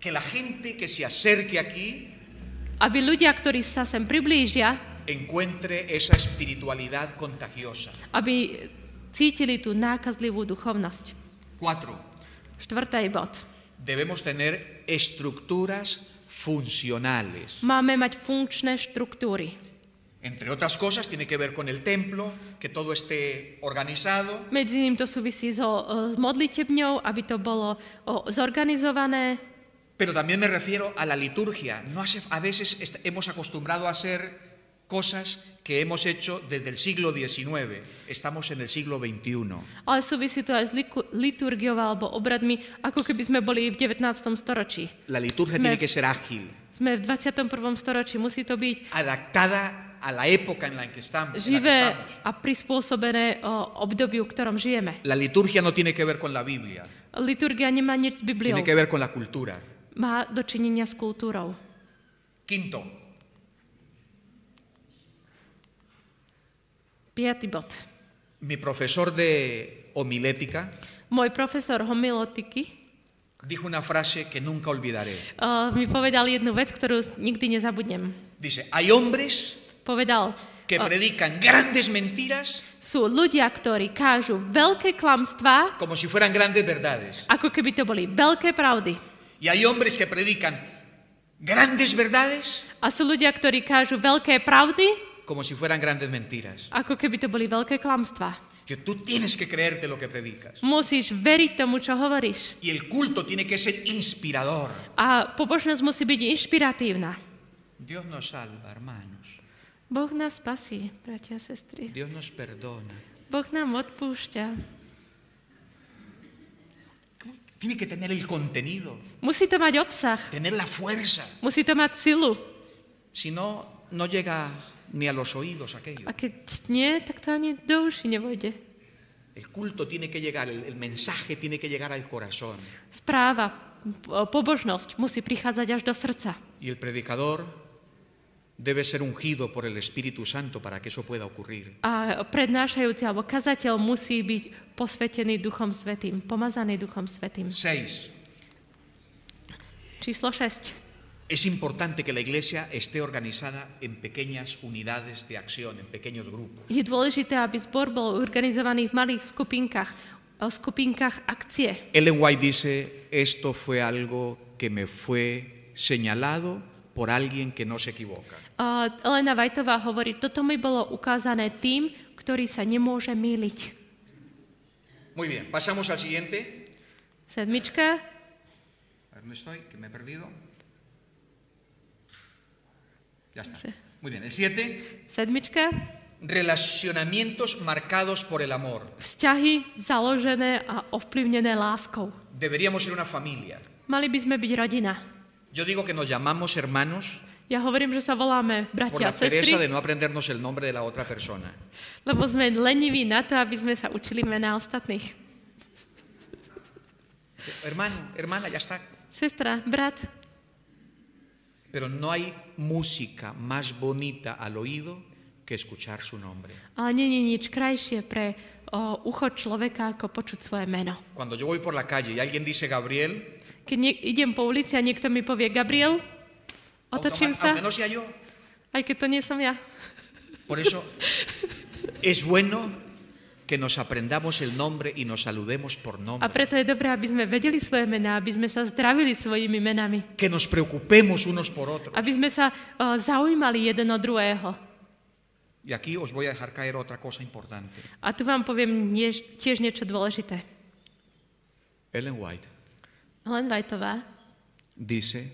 A: Que la gente que se acerque aquí
B: aby ľudia, ktorí sa sem priblížia,
A: encuentre esa espiritualidad contagiosa.
B: aby cítili tú nákazlivú duchovnosť.
A: Cuatro,
B: Štvrtý bod.
A: debemos tener estructuras funcionales.
B: Máme mať funkčné štruktúry.
A: Entre otras cosas, tiene que ver con el templo, que todo esté organizado,
B: Medzi ním to súvisí so, e, s modlitebňou, aby to bolo o, zorganizované,
A: Pero también me refiero a la liturgia. No hace- a veces est- hemos acostumbrado a hacer cosas que hemos hecho desde el siglo XIX. Estamos en el siglo XXI.
B: Ale súvisí to aj s liku- liturgiou alebo obradmi, ako keby sme boli v 19. storočí.
A: La liturgia
B: Me-
A: tiene que ser ágil,
B: Sme v 21. storočí, musí to byť
A: adaptada a la época en la que estamos. en la que
B: živé
A: estamos.
B: a prispôsobené o, obdobiu, v ktorom žijeme.
A: La liturgia no tiene que ver con la Biblia,
B: Liturgia nemá nič s Bibliou,
A: tiene que ver con la cultura.
B: má dočinenia s kultúrou.
A: Quinto,
B: Piatý bod.
A: mi profesor de homilética
B: Môj profesor homilotiky
A: dijo una frase que nunca olvidaré.
B: uh, mi povedal jednu vec, ktorú nikdy nezabudnem.
A: Dice, hay hombres
B: Povedal,
A: que
B: o,
A: predican grandes mentiras
B: sú ľudia, ktorí kážu veľké klamstvá,
A: como si fueran grandes verdades.
B: ako keby to boli veľké pravdy.
A: Y hay hombres que predican grandes verdades
B: A sú ľudia, ktorí kážu veľké pravdy,
A: como si fueran grandes mentiras.
B: ako keby to boli veľké klamstvá.
A: Que tú tienes que creerte lo que predicas.
B: Musíš veriť tomu, čo hovoríš.
A: Y el culto tiene que ser inspirador.
B: A pobožnosť musí byť inšpiratívna.
A: Dios nos salva, hermanos.
B: Boh nás spasí, bratia a sestry.
A: Dios nos perdona.
B: Boh nám odpúšťa.
A: Tiene que tener el contenido,
B: Musí to mať obsah,
A: tener la fuerza.
B: musí to mať silu.
A: Si no, no llega ni a los oídos aquello.
B: A keď nie, tak to ani do uši nevojde.
A: El culto tiene que llegar, el, el mensaje tiene que llegar al corazón.
B: Správa, po- pobožnosť musí prichádzať až do srdca.
A: Y el predicador debe ser ungido por el Espíritu Santo para que eso pueda ocurrir.
B: A prednášajúci alebo kazateľ musí byť posvetený Duchom Svetým, pomazaný Duchom Svetým.
A: Seis.
B: Číslo 6.
A: Es importante que la iglesia esté organizada en pequeñas unidades de acción, en pequeños grupos.
B: Je dôležité, aby zbor bol organizovaný v malých skupinkách, o skupinkách akcie.
A: Ellen White dice, esto fue algo que me fue señalado por alguien que no se equivoca.
B: A Elena Vajtová hovorí, toto mi bolo ukázané tým, ktorý sa nemôže míliť.
A: Muy bien, pasamos al siguiente.
B: Sedmička,
A: A ver, ¿Dónde estoy? Que me he perdido. Ya está. Muy bien, el siete.
B: sedmička,
A: Relacionamientos marcados por el amor.
B: vzťahy založené a ovplyvnené láskou.
A: Deberíamos ser una familia.
B: Mali by sme byť rodina.
A: Yo digo que nos llamamos hermanos
B: Ja hovorím, že sa voláme
A: por la
B: bratia a
A: pereza de
B: sestry,
A: no aprendernos el nombre de la otra persona.
B: lebo sme leniví na to, aby sme sa učili mená ostatných.
A: Hermano, hermana, ya está.
B: Sestra, brat,
A: Pero no hay música más bonita al oído que escuchar su nombre.
B: ale nie je nič krajšie pre o, ucho človeka, ako počuť svoje meno.
A: Cuando yo voy por la calle y alguien dice Gabriel,
B: Keď nie, idem po ulici a niekto mi povie Gabriel, otočím
A: automa-
B: sa,
A: aunque no sea yo.
B: aj keď to nie som ja.
A: Por eso es bueno que nos aprendamos el nombre y nos saludemos por
B: A
A: nombre.
B: preto je dobré, aby sme vedeli svoje mená, aby sme sa zdravili svojimi menami,
A: Que nos preocupemos unos por otros.
B: aby sme sa o, zaujímali jeden o druhého.
A: Y aquí os voy a dejar caer otra cosa importante.
B: A tu vám poviem nie, tiež niečo dôležité.
A: Ellen White
B: Helen Whiteová
A: dice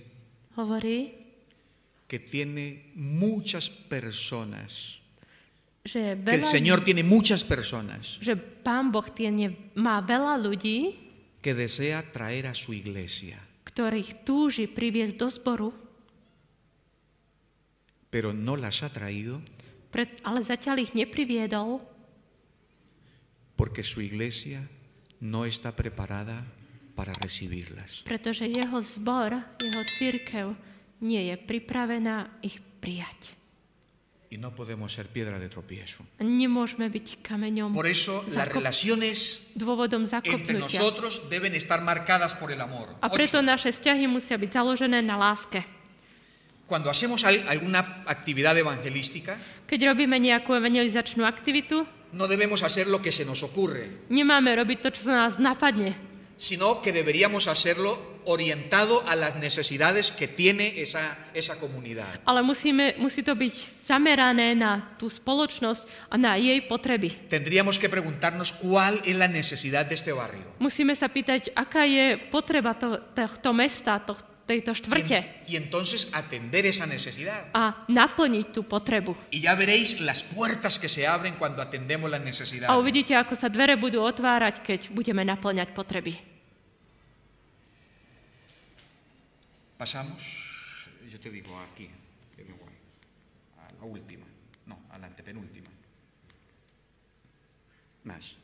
B: hovorí,
A: que tiene muchas personas,
B: že,
A: que el
B: veľa,
A: Señor tiene muchas personas
B: že pán Boh tiene, má veľa ľudí,
A: que desea traer a su iglesia,
B: ktorých túži priviesť do zboru,
A: pero no las ha traído
B: pred, ale zatiaľ ich nepriviedol,
A: porque su iglesia no está preparada para recibirlas.
B: pretože jeho zbor, jeho církev nie je pripravená ich prijať.
A: Y no podemos ser piedra de tropiezo.
B: A Nemôžeme byť kameňom,
A: Por eso las
B: Zaco-
A: relaciones
B: dôvodom
A: entre
B: zakopnutia.
A: nosotros deben estar marcadas por el amor.
B: A preto naše vzťahy musia byť založené na láske.
A: Ocho. Cuando hacemos al- alguna actividad evangelística,
B: Keď robíme nejakú evangelizačnú aktivitu,
A: no debemos hacer lo que se nos ocurre,
B: nemáme robiť to, čo sa nás napadne,
A: sino que deberíamos hacerlo orientado a las necesidades que tiene esa, esa comunidad.
B: ale musíme, musí to byť zamerané na tú spoločnosť a na jej potreby.
A: Tendríamos que preguntarnos cuál es la necesidad de este barrio.
B: Musíme sa pýtať, aká je potreba to, tohto mesta, toh-
A: Y,
B: tejto
A: en-
B: štvrte
A: y entonces atender esa necesidad.
B: a naplniť tú potrebu.
A: Y ya veréis las puertas que se abren cuando atendemos las necesidades.
B: A uvidíte, ako sa dvere budú otvárať, keď budeme naplňať potreby.
A: Pasamos, yo te digo aquí, que me voy, a la última, no, a la antepenúltima. Más.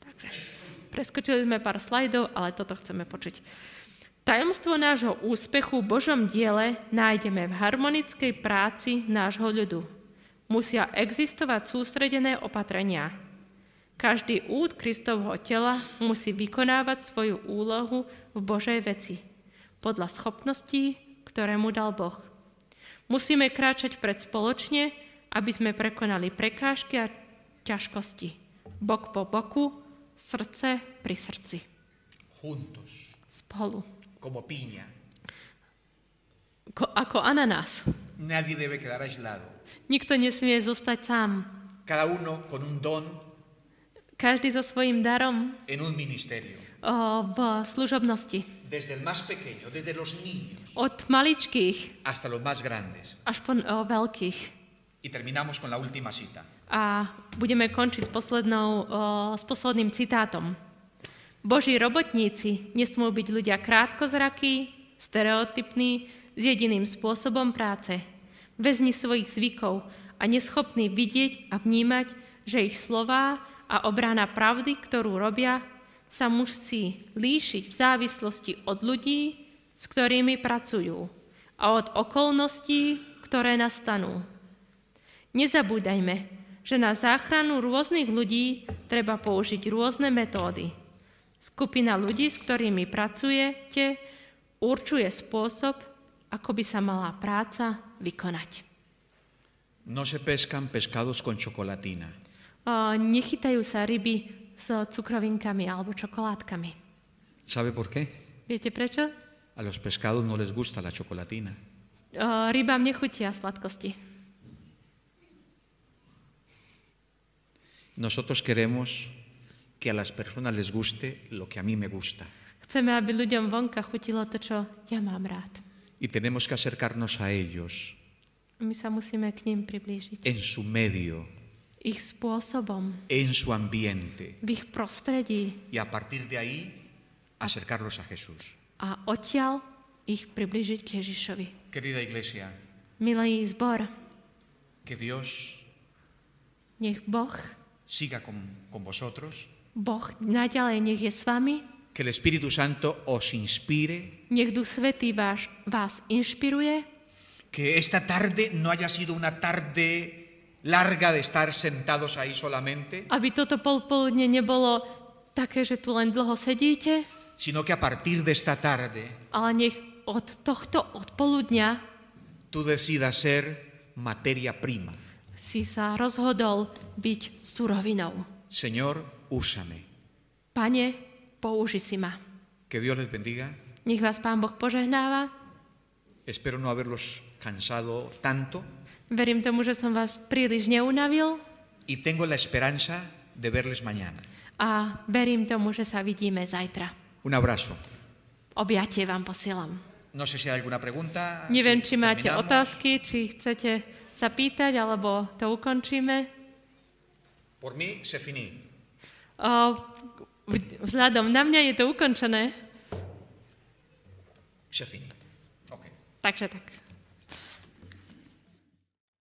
B: Takže preskočili sme pár slajdov, ale toto chceme počuť. Tajomstvo nášho úspechu v Božom diele nájdeme v harmonickej práci nášho ľudu. Musia existovať sústredené opatrenia. Každý úd Kristovho tela musí vykonávať svoju úlohu v Božej veci, podľa schopností, ktoré mu dal Boh. Musíme kráčať pred spoločne, aby sme prekonali prekážky a ťažkosti. Bok po boku, srdce pri srdci.
A: Juntos,
B: Spolu.
A: como piña.
B: Ko, ako ananás.
A: Nadie debe quedar aislado.
B: Nikto nesmie zostať sám.
A: Cada uno con un don
B: Každý so svojím darom
A: en un ministerio.
B: o, v služobnosti.
A: Desde el más pequeño, desde los niños
B: Od maličkých
A: hasta los más grandes.
B: až po o, veľkých.
A: Y terminamos con la última cita.
B: A budeme končiť s, poslednou, o, s posledným citátom. Boží robotníci nesmú byť ľudia krátkozrakí, stereotypní, s jediným spôsobom práce. Väzni svojich zvykov a neschopní vidieť a vnímať, že ich slová a obrana pravdy, ktorú robia, sa musí líšiť v závislosti od ľudí, s ktorými pracujú a od okolností, ktoré nastanú. Nezabúdajme, že na záchranu rôznych ľudí treba použiť rôzne metódy. Skupina ľudí, s ktorými pracujete, určuje spôsob, ako by sa mala práca vykonať.
A: No se pescan pescados con chocolatina.
B: O, nechytajú sa ryby s cukrovinkami alebo čokoládkami.
A: ¿Sabe por qué?
B: Viete prečo? O,
A: A los pescados no les gusta la chocolatina.
B: rybám nechutia sladkosti.
A: Nosotros queremos que a las personas les guste lo que a mí me gusta.
B: Chceme, aby ľuďom vonka chutilo to, čo ja mám rád.
A: Y tenemos que acercarnos a ellos
B: My sa musíme k ním priblížiť.
A: en su medio,
B: Ich spôsobom,
A: en su ambiente.
B: v ich prostredí,
A: Y a partir de ahí, acercarlos a Jesús.
B: a odtiaľ ich približiť k Ježišovi.
A: Querida iglesia,
B: Milý zbor,
A: que Dios
B: nech Boh,
A: siga con, con vosotros,
B: Boh naďalej nech je s vami,
A: que el Espíritu Santo os inspire,
B: nech Duch Svetý váš, vás inšpiruje,
A: que esta tarde no haya sido una tarde larga de estar sentados ahí solamente,
B: aby toto polpoludne nebolo také, že tu len dlho sedíte,
A: sino que a partir de esta tarde
B: ale nech od tohto odpoludňa
A: tú decidas ser materia prima.
B: si sa rozhodol byť surovinou.
A: Señor, úsame.
B: Pane, použi si ma.
A: Que Dios les bendiga.
B: Nech vás Pán Boh požehnáva.
A: Espero no haberlos cansado tanto
B: Verím tomu, že som vás príliš neunavil
A: y tengo la esperanza de verles mañana.
B: a verím tomu, že sa vidíme zajtra.
A: Un abrazo.
B: Objatie vám posielam.
A: No sé si hay alguna pregunta.
B: Neviem,
A: si
B: či máte
A: terminamos.
B: otázky, či chcete sa pýtať, alebo to ukončíme.
A: Por mí se finí.
B: O, v- vzhľadom na mňa je to ukončené,
A: Se finí. Okay.
B: takže tak.